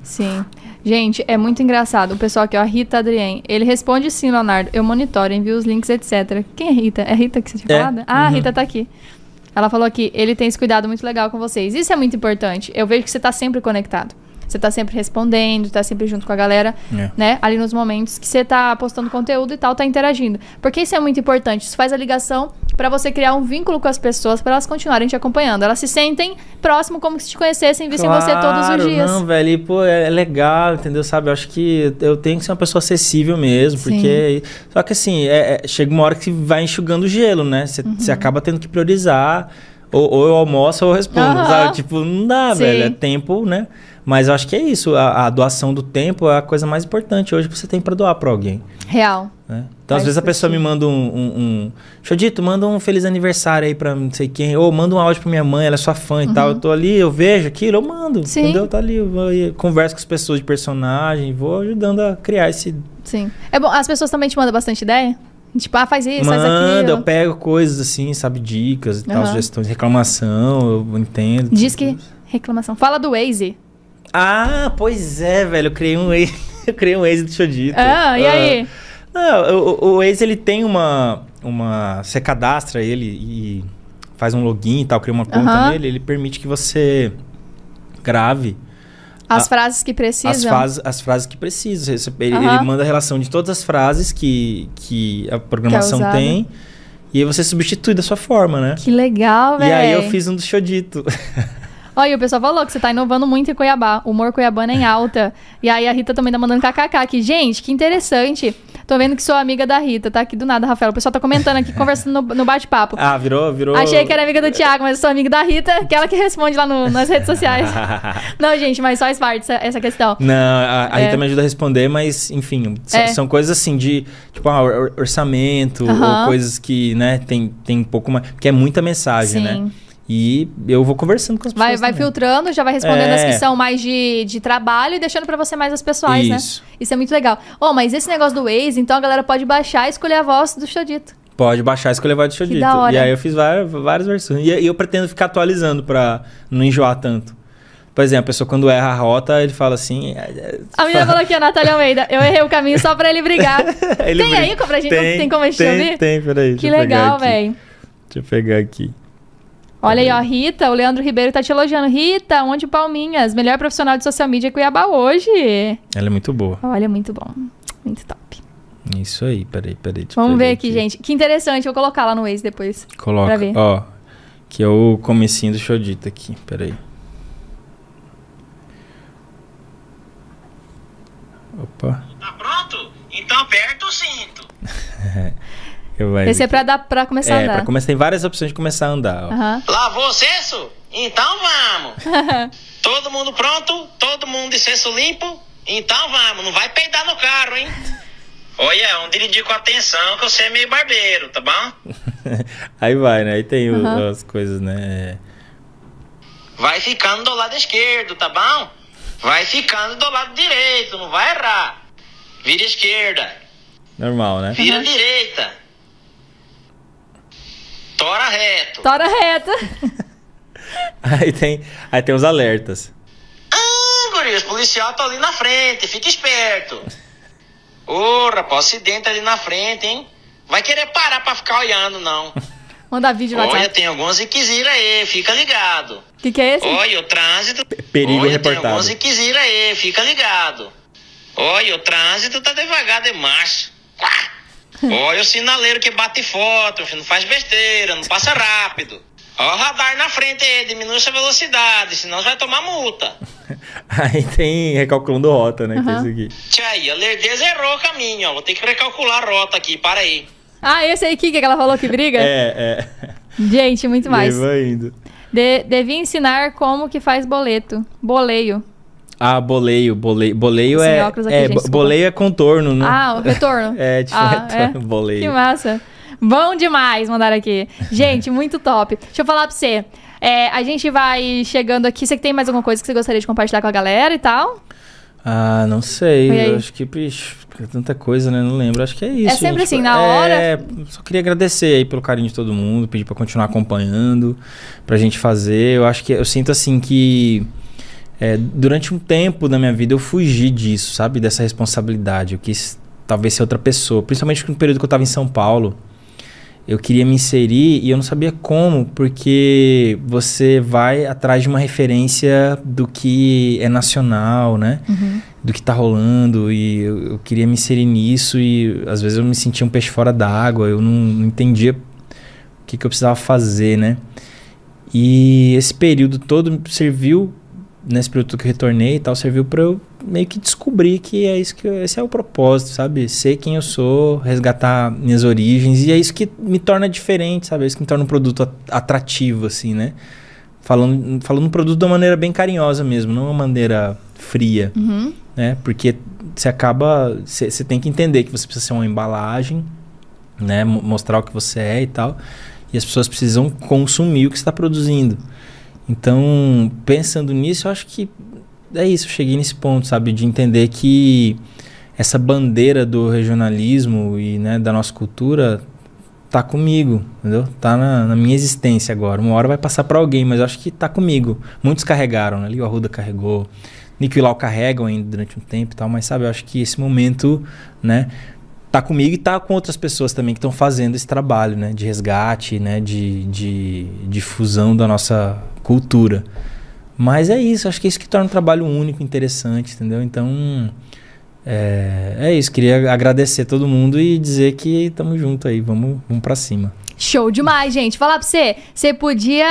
Sim. Gente, é muito engraçado. O pessoal aqui, ó, Rita Adrien, ele responde sim, Leonardo. Eu monitoro, envio os links, etc. Quem é Rita? É Rita que você tinha
É.
falado? Ah, a
Uhum.
Rita tá aqui. Ela falou aqui, ele tem esse cuidado muito legal com vocês. Isso é muito importante. Eu vejo que você tá sempre conectado. Você tá sempre respondendo, tá sempre junto com a galera,
É.
né? Ali nos momentos que você tá postando conteúdo e tal, tá interagindo. Porque isso é muito importante. Isso faz a ligação pra você criar um vínculo com as pessoas, pra elas continuarem te acompanhando. Elas se sentem próximo como se te conhecessem, vissem você é todos os
Claro,
dias.
Não, velho, e, pô, é é legal, entendeu? Sabe, eu acho que eu tenho que ser uma pessoa acessível mesmo,
Sim.
porque. é Só que assim, é- é- chega uma hora que vai enxugando o gelo, né? Você
Uhum.
acaba tendo que priorizar. Ou, ou eu almoço ou eu respondo,
Aham.
sabe? Tipo, não dá,
Sim.
velho. É tempo, né? Mas eu acho que é isso. A, a doação do tempo é a coisa mais importante hoje que você tem pra doar pra alguém.
Real.
né? Então,
Faz
às vezes a pessoa me
sentido.
manda um, um, um. Xodito, manda um feliz aniversário aí pra não sei quem. Ou manda um áudio pra minha mãe, ela é sua fã e tal. Eu tô ali, eu vejo aquilo, eu mando.
Uhum. Sim.
Entendeu? Tá ali, eu vou aí, converso com as pessoas de personagem, vou ajudando a criar esse.
Sim. É bom, as pessoas também te mandam bastante ideia? Tipo, ah, faz isso, faz
Manda, eu
aquilo.
pego coisas assim, sabe? Dicas e tal,
Aham.
sugestões, reclamação, eu entendo.
Diz
tudo.
que. Reclamação. Fala do Waze.
Ah, pois é, velho. Eu criei um ex. [laughs] eu criei um ex do Xodito.
Ah, e aí?
Não, o, o- o Waze ele tem uma, uma. Você cadastra ele e faz um login e tal, cria uma conta
Aham.
nele, ele permite que você grave
As
a-
frases que
Ah. as
precisam.
frases, as frases que precisa. Você- Ele,
Aham.
ele manda a relação de todas as frases que, que a programação
é usada.
tem. E aí você substitui da sua forma, né?
Que legal,
E
velho.
aí eu fiz um do Xodito. [laughs]
Olha, e o pessoal falou que você tá inovando muito em Cuiabá. O humor cuiabano é em alta. E aí a Rita também tá mandando kkk aqui. Gente, que interessante. Tô vendo que sou amiga da Rita, tá aqui do nada, Rafael. O pessoal tá comentando aqui, conversando no, no bate-papo.
Ah, virou, virou.
Achei que era amiga do Thiago, mas eu sou amiga da Rita, que é ela que responde lá no- nas redes
[laughs]
sociais. Não, gente, mas faz parte essa, essa questão.
Não, a, a
É.
Rita me ajuda a responder, mas, enfim, so-
É.
são coisas assim de, tipo, ah, or- orçamento,
Aham.
ou coisas que, né, tem, tem um pouco mais. Porque é muita mensagem,
Sim.
né? E eu vou conversando com as
Vai,
pessoas.
vai
também.
filtrando, já vai respondendo as
É.
que são mais de, de trabalho e deixando pra você mais as pessoais,
Isso.
né? Isso é muito legal. Ó, mas esse negócio do Waze, então a galera pode baixar e escolher a voz do Xodito.
Pode baixar e escolher vários Xodito.
da hora.
E aí eu fiz várias, várias versões. E, e eu pretendo ficar atualizando pra não enjoar tanto. Por exemplo, a pessoa quando erra a rota, ele fala assim.
A menina falou aqui, a Natália Almeida. Eu errei o caminho só pra ele brigar.
[laughs] ele
tem
brinca.
aí pra gente? tem como a gente
tem,
ouvir?
Tem, peraí.
que
deixa eu pegar
legal,
aqui.
velho.
Deixa eu pegar aqui.
Olha aí, ó, Rita, o Leandro Ribeiro tá te elogiando. Rita, onde Palminhas? Melhor profissional de social media Cuiabá hoje.
Ela é muito boa.
Olha, muito bom. Muito top.
Isso aí, peraí, peraí. deixa eu
Vamos
pegar
ver aqui, gente. Que interessante, vou colocar lá no Waze depois.
Coloca,
Pra ver.
ó. Que é o comecinho do Xodito aqui. Peraí. Opa.
Tá pronto? Então aperta o cinto.
[laughs] Eu vai.
Esse é pra, dar, pra começar a
É,
andar.
pra começar, tem várias opções de começar a andar. ó. [laughs]
Aham.
Lavou o cesso? Então vamos. todo mundo pronto? Todo mundo de cesso limpo? Então vamos. Não vai peidar no carro, hein? Olha, um dirigir com atenção que você é meio barbeiro, tá bom?
Aí vai, né? Aí tem o-
Aham.
as coisas, né?
Vai ficando do lado esquerdo, tá bom? Vai ficando do lado direito, não vai errar. Vira esquerda,
Normal, né? [laughs]
vira direita. Tora reto.
Tora reta. [laughs]
Aí tem, aí tem os alertas. [laughs]
Ah, guri, os policiais estão ali na frente, fica esperto. Ô, rapaz, acidente ali na frente, hein? Vai querer parar pra ficar olhando, não.
Manda vídeo no
Olha,
WhatsApp.
tem alguns requisitos aí, fica ligado.
O que, que é esse?
Olha, o trânsito.
perigo
Olha,
reportado.
Tem alguns requisitos aí, fica ligado. Olha, o trânsito tá devagar demais. Quá! Olha o sinaleiro que bate foto, filho, não faz besteira, não passa rápido. Olha o radar na frente aí, diminui sua velocidade, senão você vai tomar multa.
Aí tem recalculando rota, né? Que é
Aham.
isso aqui.
Tia aí, a lerdeza errou o caminho, ó. Vou ter que recalcular a rota aqui, para aí.
Ah, esse aí que, que ela falou que briga?
É, é.
Gente, muito mais.
E aí vai indo.
De, devia ensinar como que faz boleto. Boleio.
Ah, boleio, boleio. Boleio
Sem
é.
óculos aqui,
é
gente,
bo-
desculpa.
boleio é contorno, né?
Ah, o
[laughs]
retorno.
É, tipo,
Ah,
retorno,
é?
boleio.
Que massa. Bom demais mandar aqui. Gente, muito top. Deixa eu falar pra você. É, a gente vai chegando aqui. Você que tem mais alguma coisa que você gostaria de compartilhar com a galera e tal?
Ah, não
E aí?
sei. Eu acho que, bicho, é tanta coisa, né? Não lembro. Acho que é isso.
sempre
gente.
assim, na
É, só queria agradecer aí pelo carinho de todo mundo, pedir pra continuar acompanhando, pra gente fazer. Eu acho que eu sinto assim que. é, durante um tempo da minha vida eu fugi disso, sabe? Dessa responsabilidade. Eu quis talvez ser outra pessoa. Principalmente no período que eu tava em São Paulo. Eu queria me inserir e eu não sabia como, porque você vai atrás de uma referência do que é nacional, né? Do que tá rolando. E eu, eu queria me inserir nisso e às vezes eu me sentia um peixe fora d'água, eu não, não entendia o que, que eu precisava fazer, né? E esse período todo serviu, nesse período todo que eu retornei e tal, serviu pra eu meio que descobrir que é isso que eu- esse é o propósito, sabe? Ser quem eu sou, resgatar minhas origens e é isso que me torna diferente, sabe? É isso que me torna um produto at- atrativo assim, né? Falando falando um produto de uma maneira bem carinhosa mesmo, não uma maneira fria, né? Porque você acaba você você tem que entender que você precisa ser uma embalagem, né? Mo- Mostrar o que você é e tal. E as pessoas precisam consumir o que você está produzindo. Então, pensando nisso, eu acho que é isso. Eu cheguei nesse ponto, sabe? De entender que essa bandeira do regionalismo e né, da nossa cultura tá comigo, entendeu? Tá na, na minha existência agora. Uma hora vai passar para alguém, mas eu acho que tá comigo. Muitos carregaram, né? Lio Arruda carregou, Nico e Lau carregam ainda durante um tempo e tal, mas sabe, eu acho que esse momento, né, tá comigo e tá com outras pessoas também que estão fazendo esse trabalho, né, de resgate, né, de, de difusão da nossa cultura. Mas é isso, acho que é isso que torna o trabalho único, interessante, entendeu? Então, é, é isso, queria agradecer todo mundo e dizer que tamo junto aí, vamos, vamos pra cima.
Show demais, gente. Falar pra você, você podia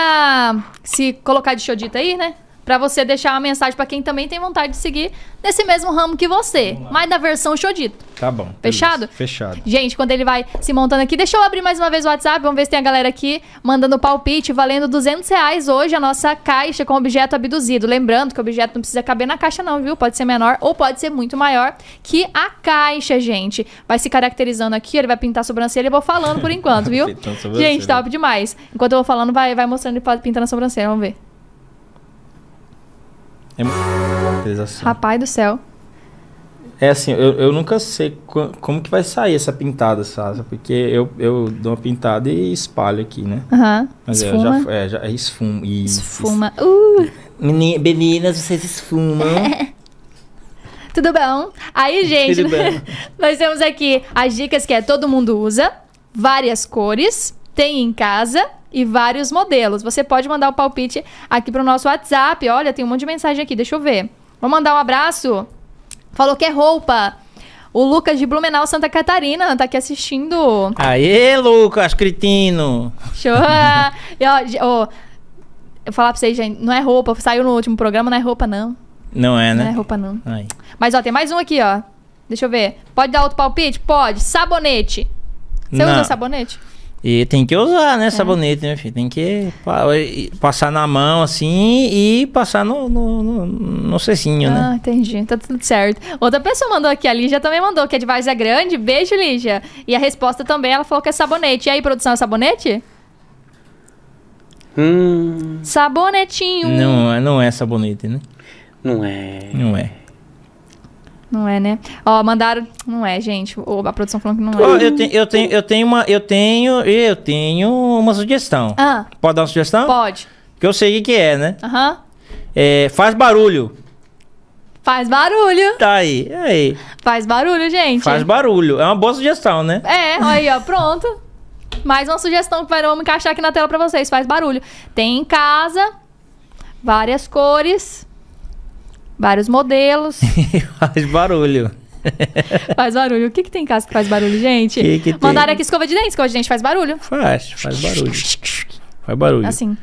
se colocar de xodita aí, né? Pra você deixar uma mensagem pra quem também tem vontade de seguir nesse mesmo ramo que você, mas na versão xodito.
Tá bom.
Fechado?
Fechado.
Gente, quando ele vai se montando aqui, deixa eu abrir mais uma vez o WhatsApp, vamos ver se tem a galera aqui mandando palpite, valendo 200 reais hoje a nossa caixa com objeto abduzido. Lembrando que o objeto não precisa caber na caixa não, viu? Pode ser menor ou pode ser muito maior que a caixa, gente. Vai se caracterizando aqui, ele vai pintar a sobrancelha e eu vou falando por
[laughs]
enquanto, viu?
Pintando a sobrancelha.
gente, tá top demais. Enquanto eu vou falando, vai, vai mostrando ele pintando a sobrancelha, vamos ver.
né? Caracterização.
Rapaz do céu.
É assim, eu, eu nunca sei co- como que vai sair essa pintada, sabe? Porque eu, eu dou uma pintada e espalho aqui, né?
Aham.
Mas é,
Esfuma.
já, é, já, é esfumo. e-
Esfuma. Uh!
Meni- Meninas,
[laughs]
vocês esfumam.
Tudo bom? Aí, gente,
Tudo bom.
[laughs] nós temos aqui as dicas que é todo mundo usa, várias cores, tem em casa e vários modelos. Você pode mandar o palpite aqui pro nosso WhatsApp. Olha, tem um monte de mensagem aqui, deixa eu ver. Vou mandar um abraço. Falou que é roupa. O Lucas de Blumenau, Santa Catarina, tá aqui assistindo.
Aê, Lucas, cretino!
Show! E, ó, ge- ó, eu falar pra vocês, gente, não é roupa. Saiu no último programa, não é roupa, não.
Não é,
Não
né?
é roupa, não.
Aí.
Mas ó, tem mais um aqui, ó. Deixa eu ver. Pode dar outro palpite? Pode. Sabonete. Você
Não.
usa sabonete?
E tem que usar,
É.
né, sabonete, né, filho? Tem que pa- e- passar na mão, assim, e passar no, no, no, no cessinho, né?
Ah, entendi. Tá tudo certo. Outra pessoa mandou aqui, a Lígia também mandou, que é de Várzea Grande. Beijo, Lígia. E a resposta também, ela falou que é sabonete. E aí, produção, é sabonete?
Hum,
Sabonetinho.
Não, é- não é sabonete, né?
não é.
Não é.
Não é, né? Ó, mandaram. Não é, gente. Ô, a produção falou que não
Ó,
é.
eu, tenho, eu, tenho, eu tenho uma. Eu tenho. Eu tenho uma sugestão.
Ah,
Pode dar uma sugestão?
pode.
Que eu sei o que que é, né?
Aham.
É, faz barulho.
Faz barulho.
Tá aí, aí.
Faz barulho, gente.
Faz barulho. É uma boa sugestão, né?
É, ó aí, ó, pronto. Mais uma sugestão que vai- vamos encaixar aqui na tela pra vocês. Faz barulho. Tem em casa, várias cores, vários modelos.
[laughs] faz barulho.
faz barulho. O que, que tem em casa que faz barulho, gente?
Que que tem?
Mandaram aqui escova de dente, escova de dente faz barulho.
Faz, faz barulho. Faz barulho.
Assim.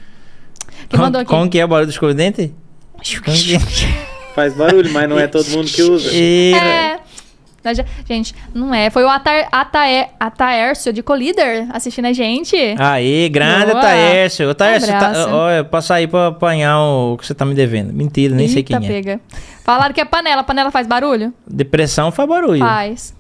Que
Como-
mandou aqui.
Como que é o barulho do escova de dente?
[laughs] Faz barulho, mas não é todo mundo que
[laughs]
usa.
É. Nós já- Gente, não é. Foi o Atar, Ataé, Ataércio de Colíder assistindo a gente.
Ah, Aí, grande
Boa. Um
Taércio. Ô, Taércio,
Abraço.
tá, olha, passa aí pra apanhar o que você tá me devendo. Mentira, nem sei
Eita,
quem é.
pega. Falaram que é panela. Panela faz barulho?
Depressão faz barulho.
Faz.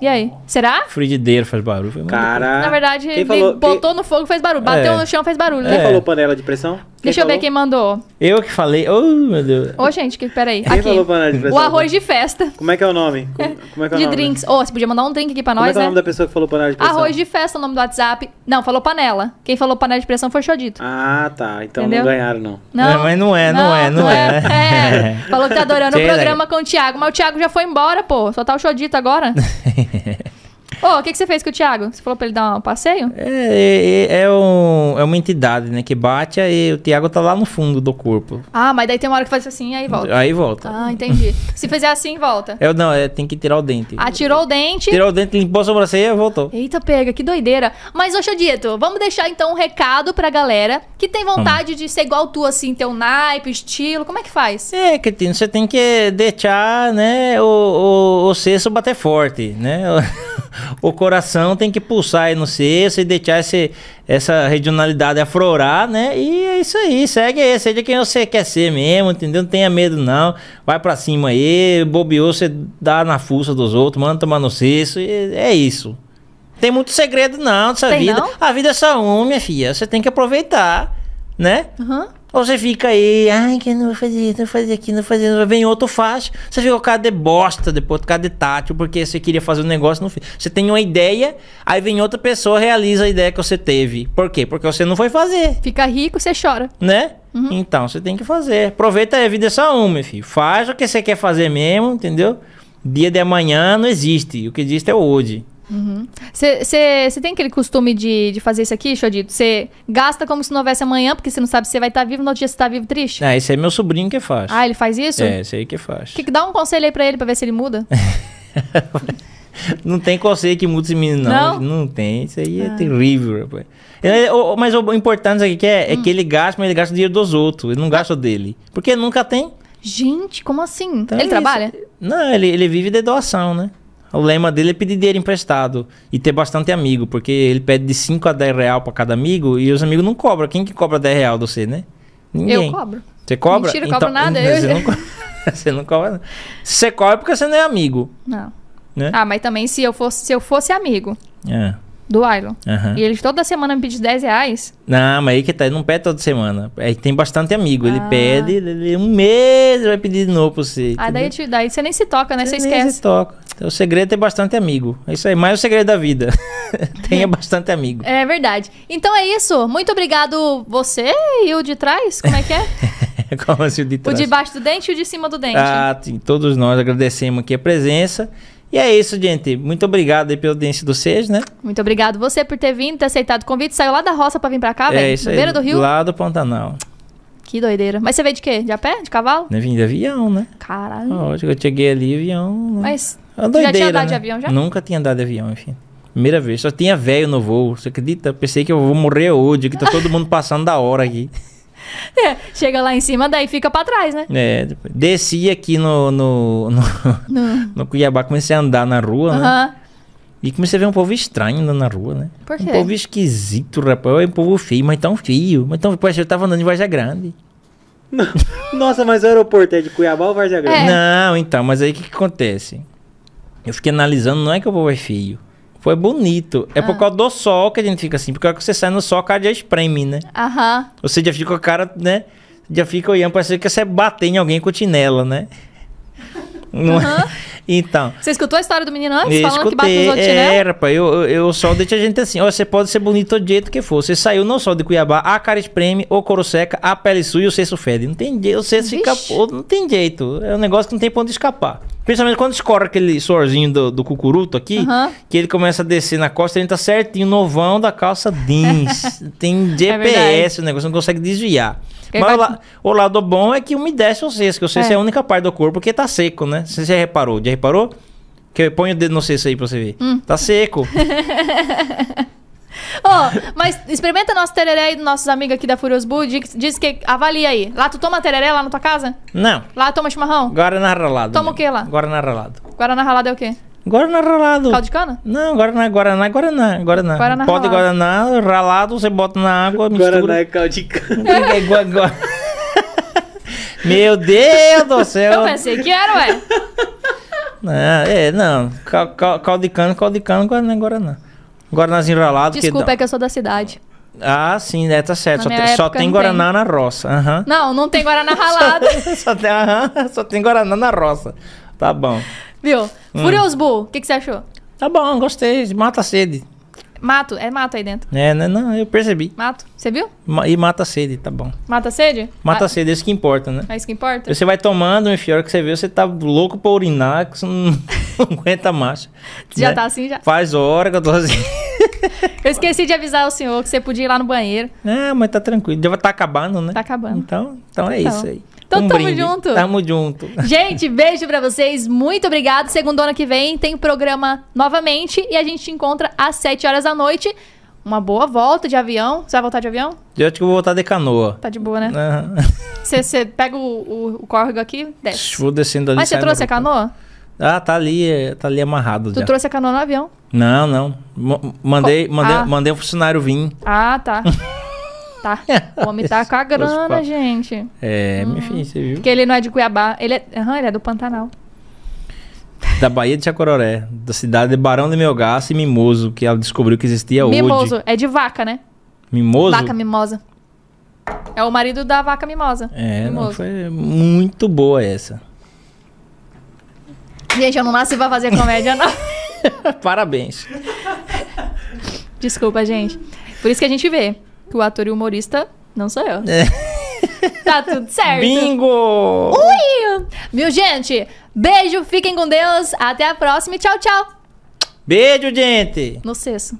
E aí? Será?
Frigideira faz barulho. Foi muito-
Caraca.
Na verdade,
Ah, quem
ele
falou,
botou no fogo fez barulho. Bateu
É.
no chão fez barulho.
Quem, quem
né?
falou panela de pressão?
Deixa eu ver quem mandou.
Eu que falei. Oh, meu Deus.
Ô, gente, que, peraí.
Quem falou
Aqui.
panela de pressão?
O arroz de festa.
Como é que é
[laughs]
o nome? Como, como é que é o
De
nome?
drinks. Ô, você podia mandar um drink aqui pra
Como é
nós,
que é o
né?
nome da pessoa que falou panela de pressão?
Arroz de festa, o nome do WhatsApp. Não, falou panela. Quem falou panela de pressão foi o Xodito.
Ah, tá. Então
Entendeu?
não ganharam, não.
Não,
mas não é, não, é, não, é.
É.
[laughs]
Falou que tá adorando
Sei,
o programa com o Thiago, mas o Thiago já foi embora, pô. Só tá o Xodito
[laughs]
agora. Ô, o que, que você fez com o Thiago? Você falou pra ele dar um passeio?
É, é, é, um- é uma entidade, né? Que bate, aí o Thiago tá lá no fundo do corpo.
Ah, mas daí tem uma hora que faz assim, aí volta.
Aí volta.
Ah, entendi. Se fizer assim, volta.
Eu não, é, tem que tirar o dente.
Atirou o dente.
Tirou o dente, limpou a sobrancelha e voltou.
Eita, pega, que doideira. Mas, ô Xodito, vamos deixar então um recado pra galera que tem vontade de ser igual tu, assim, ter um naipe, estilo. Como é que faz?
É, Cretino, você tem que deixar, né, o, o, o cesto bater forte, né? [laughs] O, o coração tem que pulsar aí no cesto e deixar esse, essa regionalidade aflorar, né? E é isso aí, segue aí, seja quem você quer ser mesmo, entendeu? Não tenha medo não, vai pra cima aí, bobeou, você dá na fuça dos outros, manda tomar no cesto, e é isso. Tem muito segredo não dessa
Tem
vida.
não?
A vida é só uma, minha filha, você tem que aproveitar, né?
Aham.
Ou você fica aí, ai, que não vou fazer isso, não vou fazer aquilo, não vou fazer isso. Vem outro, faz. Você fica com cara de bosta depois, com cara de tátil, porque você queria fazer um negócio não fez. Você tem uma ideia, aí vem outra pessoa, realiza a ideia que você teve. Por quê? Porque você não foi fazer,
Fica rico, você chora.
né? Então, você tem que fazer. Aproveita aí, a vida é só uma, meu filho. Faz o que você quer fazer mesmo, entendeu? Dia de amanhã não existe. O que existe é o hoje.
Você tem aquele costume de, de fazer isso aqui, Xodito? Você gasta como se não houvesse amanhã, porque você não sabe se você vai estar vivo, no outro dia você tá vivo triste?
Ah, esse é meu sobrinho que faz.
Ah, ele faz isso?
é, esse aí que faz.
Que, dá um conselho aí pra ele, pra ver se ele muda.
Não tem conselho que muda esse menino, não. Não tem. Isso aí é terrível, rapaz. Ele- o- o- mas o importante aqui que é, é que ele gasta, mas ele gasta o dinheiro dos outros. Ele não gasta o dele. Porque ele nunca tem.
Gente, como assim?
Então
ele
é
trabalha?
isso. Não, ele, ele vive de doação, né? O lema dele é pedir dinheiro emprestado e ter bastante amigo, porque ele pede de 5 a 10 real pra cada amigo e os amigos não cobram. Quem que cobra 10 real de você, né? Ninguém.
Eu cobro.
Você cobra? Então,
Mentira, eu cobro nada, eu-
[laughs] Você não, co- [laughs] você não cobra. nada. Se você cobra é porque você não é amigo.
Não.
Né?
Ah, mas também se eu fosse, se eu fosse amigo
É.
do Ailon
aham.
e ele toda semana me pedir 10 reais,
Não, mas aí que tá, ele não pede toda semana. Aí tem bastante amigo. Ele
Ah.
pede, ele, ele- um mês vai pedir de novo pra você.
ah, daí,
entendeu?
te- daí você nem se toca, né? Você
Nem
esquece.
se toca. Então, o segredo é ter bastante amigo. É isso aí, mais o segredo da vida. [laughs] Tenha
[laughs]
bastante amigo.
É verdade. Então é isso. Muito obrigado você e o de trás. Como é que é?
Como assim, [laughs] de
o
trás.
de baixo do dente e o de cima do dente.
Ah, sim, todos nós agradecemos aqui a presença. E é isso, gente. Muito obrigado aí pela audiência do vocês, né?
Muito obrigado você por ter vindo, ter aceitado o convite. Saiu lá da roça pra vir pra cá,
é
Ah, velho.
isso
Na
aí.
beira do rio.
Lá do Pantanal.
Que doideira. Mas você veio de quê? De a pé? De cavalo?
Né? Vim de avião, né?
Caralho.
Lógico, eu cheguei ali, avião. né?
Hum. Mas [laughs]
É uma
Você já tinha
doideira,
andado
né?
de avião já?
Nunca tinha andado de avião, enfim. Primeira vez. Só tinha velho no voo. Você acredita? Eu Pensei que eu vou morrer hoje, que tá todo mundo passando da hora aqui.
chega lá em cima, daí fica pra trás, né?
É, depois- desci aqui no, no, no, [laughs] no Cuiabá, comecei a andar na rua, né?
Aham.
E comecei a ver um povo estranho andando na rua, né?
Por quê?
Um povo esquisito, rapaz. Um povo feio, mas tão feio. Mas tão... Parece que eu tava andando em Varja Grande.
Nossa, mas o aeroporto é de Cuiabá ou Vargas Grande?
É.
Não, então, mas aí o que, que acontece? Eu fiquei analisando, não é que o povo é feio. Foi bonito. É
Ah.
por causa do sol que a gente fica assim. Porque a hora que você sai no sol, a cara já espreme, né?
Aham.
Você já fica com a cara, né? Já fica olhando, parece que você bater em alguém com chinela, né? [laughs] Não é? Então.
Você escutou a história do menino
Eu
antes? falando que bateu os outros né?
é,
chinelo?
era, pá, eu, eu, eu só deixo a gente assim, ó, você pode ser bonito do jeito que for, você saiu não só de Cuiabá, a cara espreme, o couro seca, a pele suja e o sexo fede, não tem jeito, o sexo fica,
Vixe.
pô, não tem jeito, é um negócio que não tem pra onde escapar, principalmente quando escorre aquele suorzinho do, do cucuruto aqui,
Aham.
que ele começa a descer na costa, ele tá certinho, no novão da calça
[laughs]
jeans, tem
É verdade.
GPS o negócio, não consegue desviar.
Ele
Mas o,
vai-
la- o lado bom é que umedece o sexo, que o sexo é. a única parte do corpo que tá seco, né? Você já reparou? Já reparou? Que eu ponho o dedo no cesto aí pra você ver.
Hum.
Tá
[laughs]
seco.
Ô, mas experimenta nosso tereré aí dos nossos amigos aqui da Furious Boo. Diz, diz que avalia aí. Lá tu toma tereré lá na tua casa?
Não.
Lá toma chimarrão?
Guaraná ralado.
Toma o
mesmo.
quê lá?
Guaraná ralado.
Guaraná ralado é o quê?
Guaraná ralado.
Caldo de cana?
Não, Guaraná, Guaraná, Guaraná, Guaraná.
Guaraná
Pode
ralado.
Guaraná ralado, você bota na água,
Guaraná é
mistura.
caldo de cana.
É gua-
[laughs]
gua- Meu Deus do
Eu
céu.
pensei que
[laughs]
era, ué.
Não, é, não. Cal- cal- Caldo de cana, caldo de cana, Guaraná, Guaraná. é Guaranazinho ralado. que
Desculpa,
dá-
é que eu sou da cidade.
Ah, sim, né? Tá certo.
Na
Só
minha
tem, só
época
tem
não
Guaraná na roça. Aham. [laughs]
Não, não tem Guaraná ralado,
só, tem, aham, só tem Guaraná na roça. Tá bom.
viu?
Hum.
Furious Boo, o que, que você achou?
Tá bom, gostei. Mata a sede.
Mato, é mato aí dentro.
É, né? Não, eu percebi.
Mato, você viu?
Ma- E mata a sede, tá bom.
Mata a sede?
Mata
Ah,
a sede, isso que importa, né?
É isso que importa?
Você vai tomando, meu filho, a hora que você vê, você tá louco pra urinar, que você não, [laughs] não aguenta mais.
Já
né?
tá assim, já.
Faz hora que eu tô assim. [laughs]
Eu esqueci de avisar o senhor que você podia ir lá no banheiro.
É, mas tá tranquilo. Já vai tá acabando, né?
Tá acabando.
Então, então é
Então.
isso aí.
Então tamo
brinde.
junto.
Tamo junto.
Gente, beijo pra vocês. Muito obrigado. Segundona que vem tem programa novamente e a gente te encontra às 7 horas da noite. Uma boa volta de avião. Você vai voltar de avião?
Eu acho que eu vou voltar
[laughs]
de canoa.
Tá de boa, né?
Aham.
Você você pega o, o, o córrego aqui, desce.
Vou descendo ali.
Mas você
saindo
trouxe a
do aeroporto.
canoa?
Ah, tá ali, é, tá ali amarrado
Tu
já.
trouxe a canoa no avião.
Não, não. Mo- Mandei,
Co-
mandei,
Ah.
mandei um funcionário vir.
Ah,
[laughs]
tá. tá. O homem tá com a
Trouxe
grana,
pra-
gente.
É,
Hum.
meu filho, você viu?
Porque ele não é de Cuiabá. Ele é, Aham, ele é do Pantanal.
Da Bahia de Chacororé, da cidade de Barão de Melgaço e Mimoso, que ela descobriu que existia
Mimoso.
hoje.
É de vaca, né?
Mimoso?
Vaca mimosa. É o marido da vaca mimosa.
É, não,
Mimoso.
foi muito boa
[laughs]
essa.
Gente, eu não nasci pra fazer comédia, não.
Parabéns.
Desculpa, gente. Por isso que a gente vê que o ator e o humorista não sou eu.
É.
Tá tudo certo.
Bingo!
Uh! Ui! Viu, gente? Beijo, fiquem com Deus. Até a próxima e tchau, tchau.
Beijo, gente!
No sexto.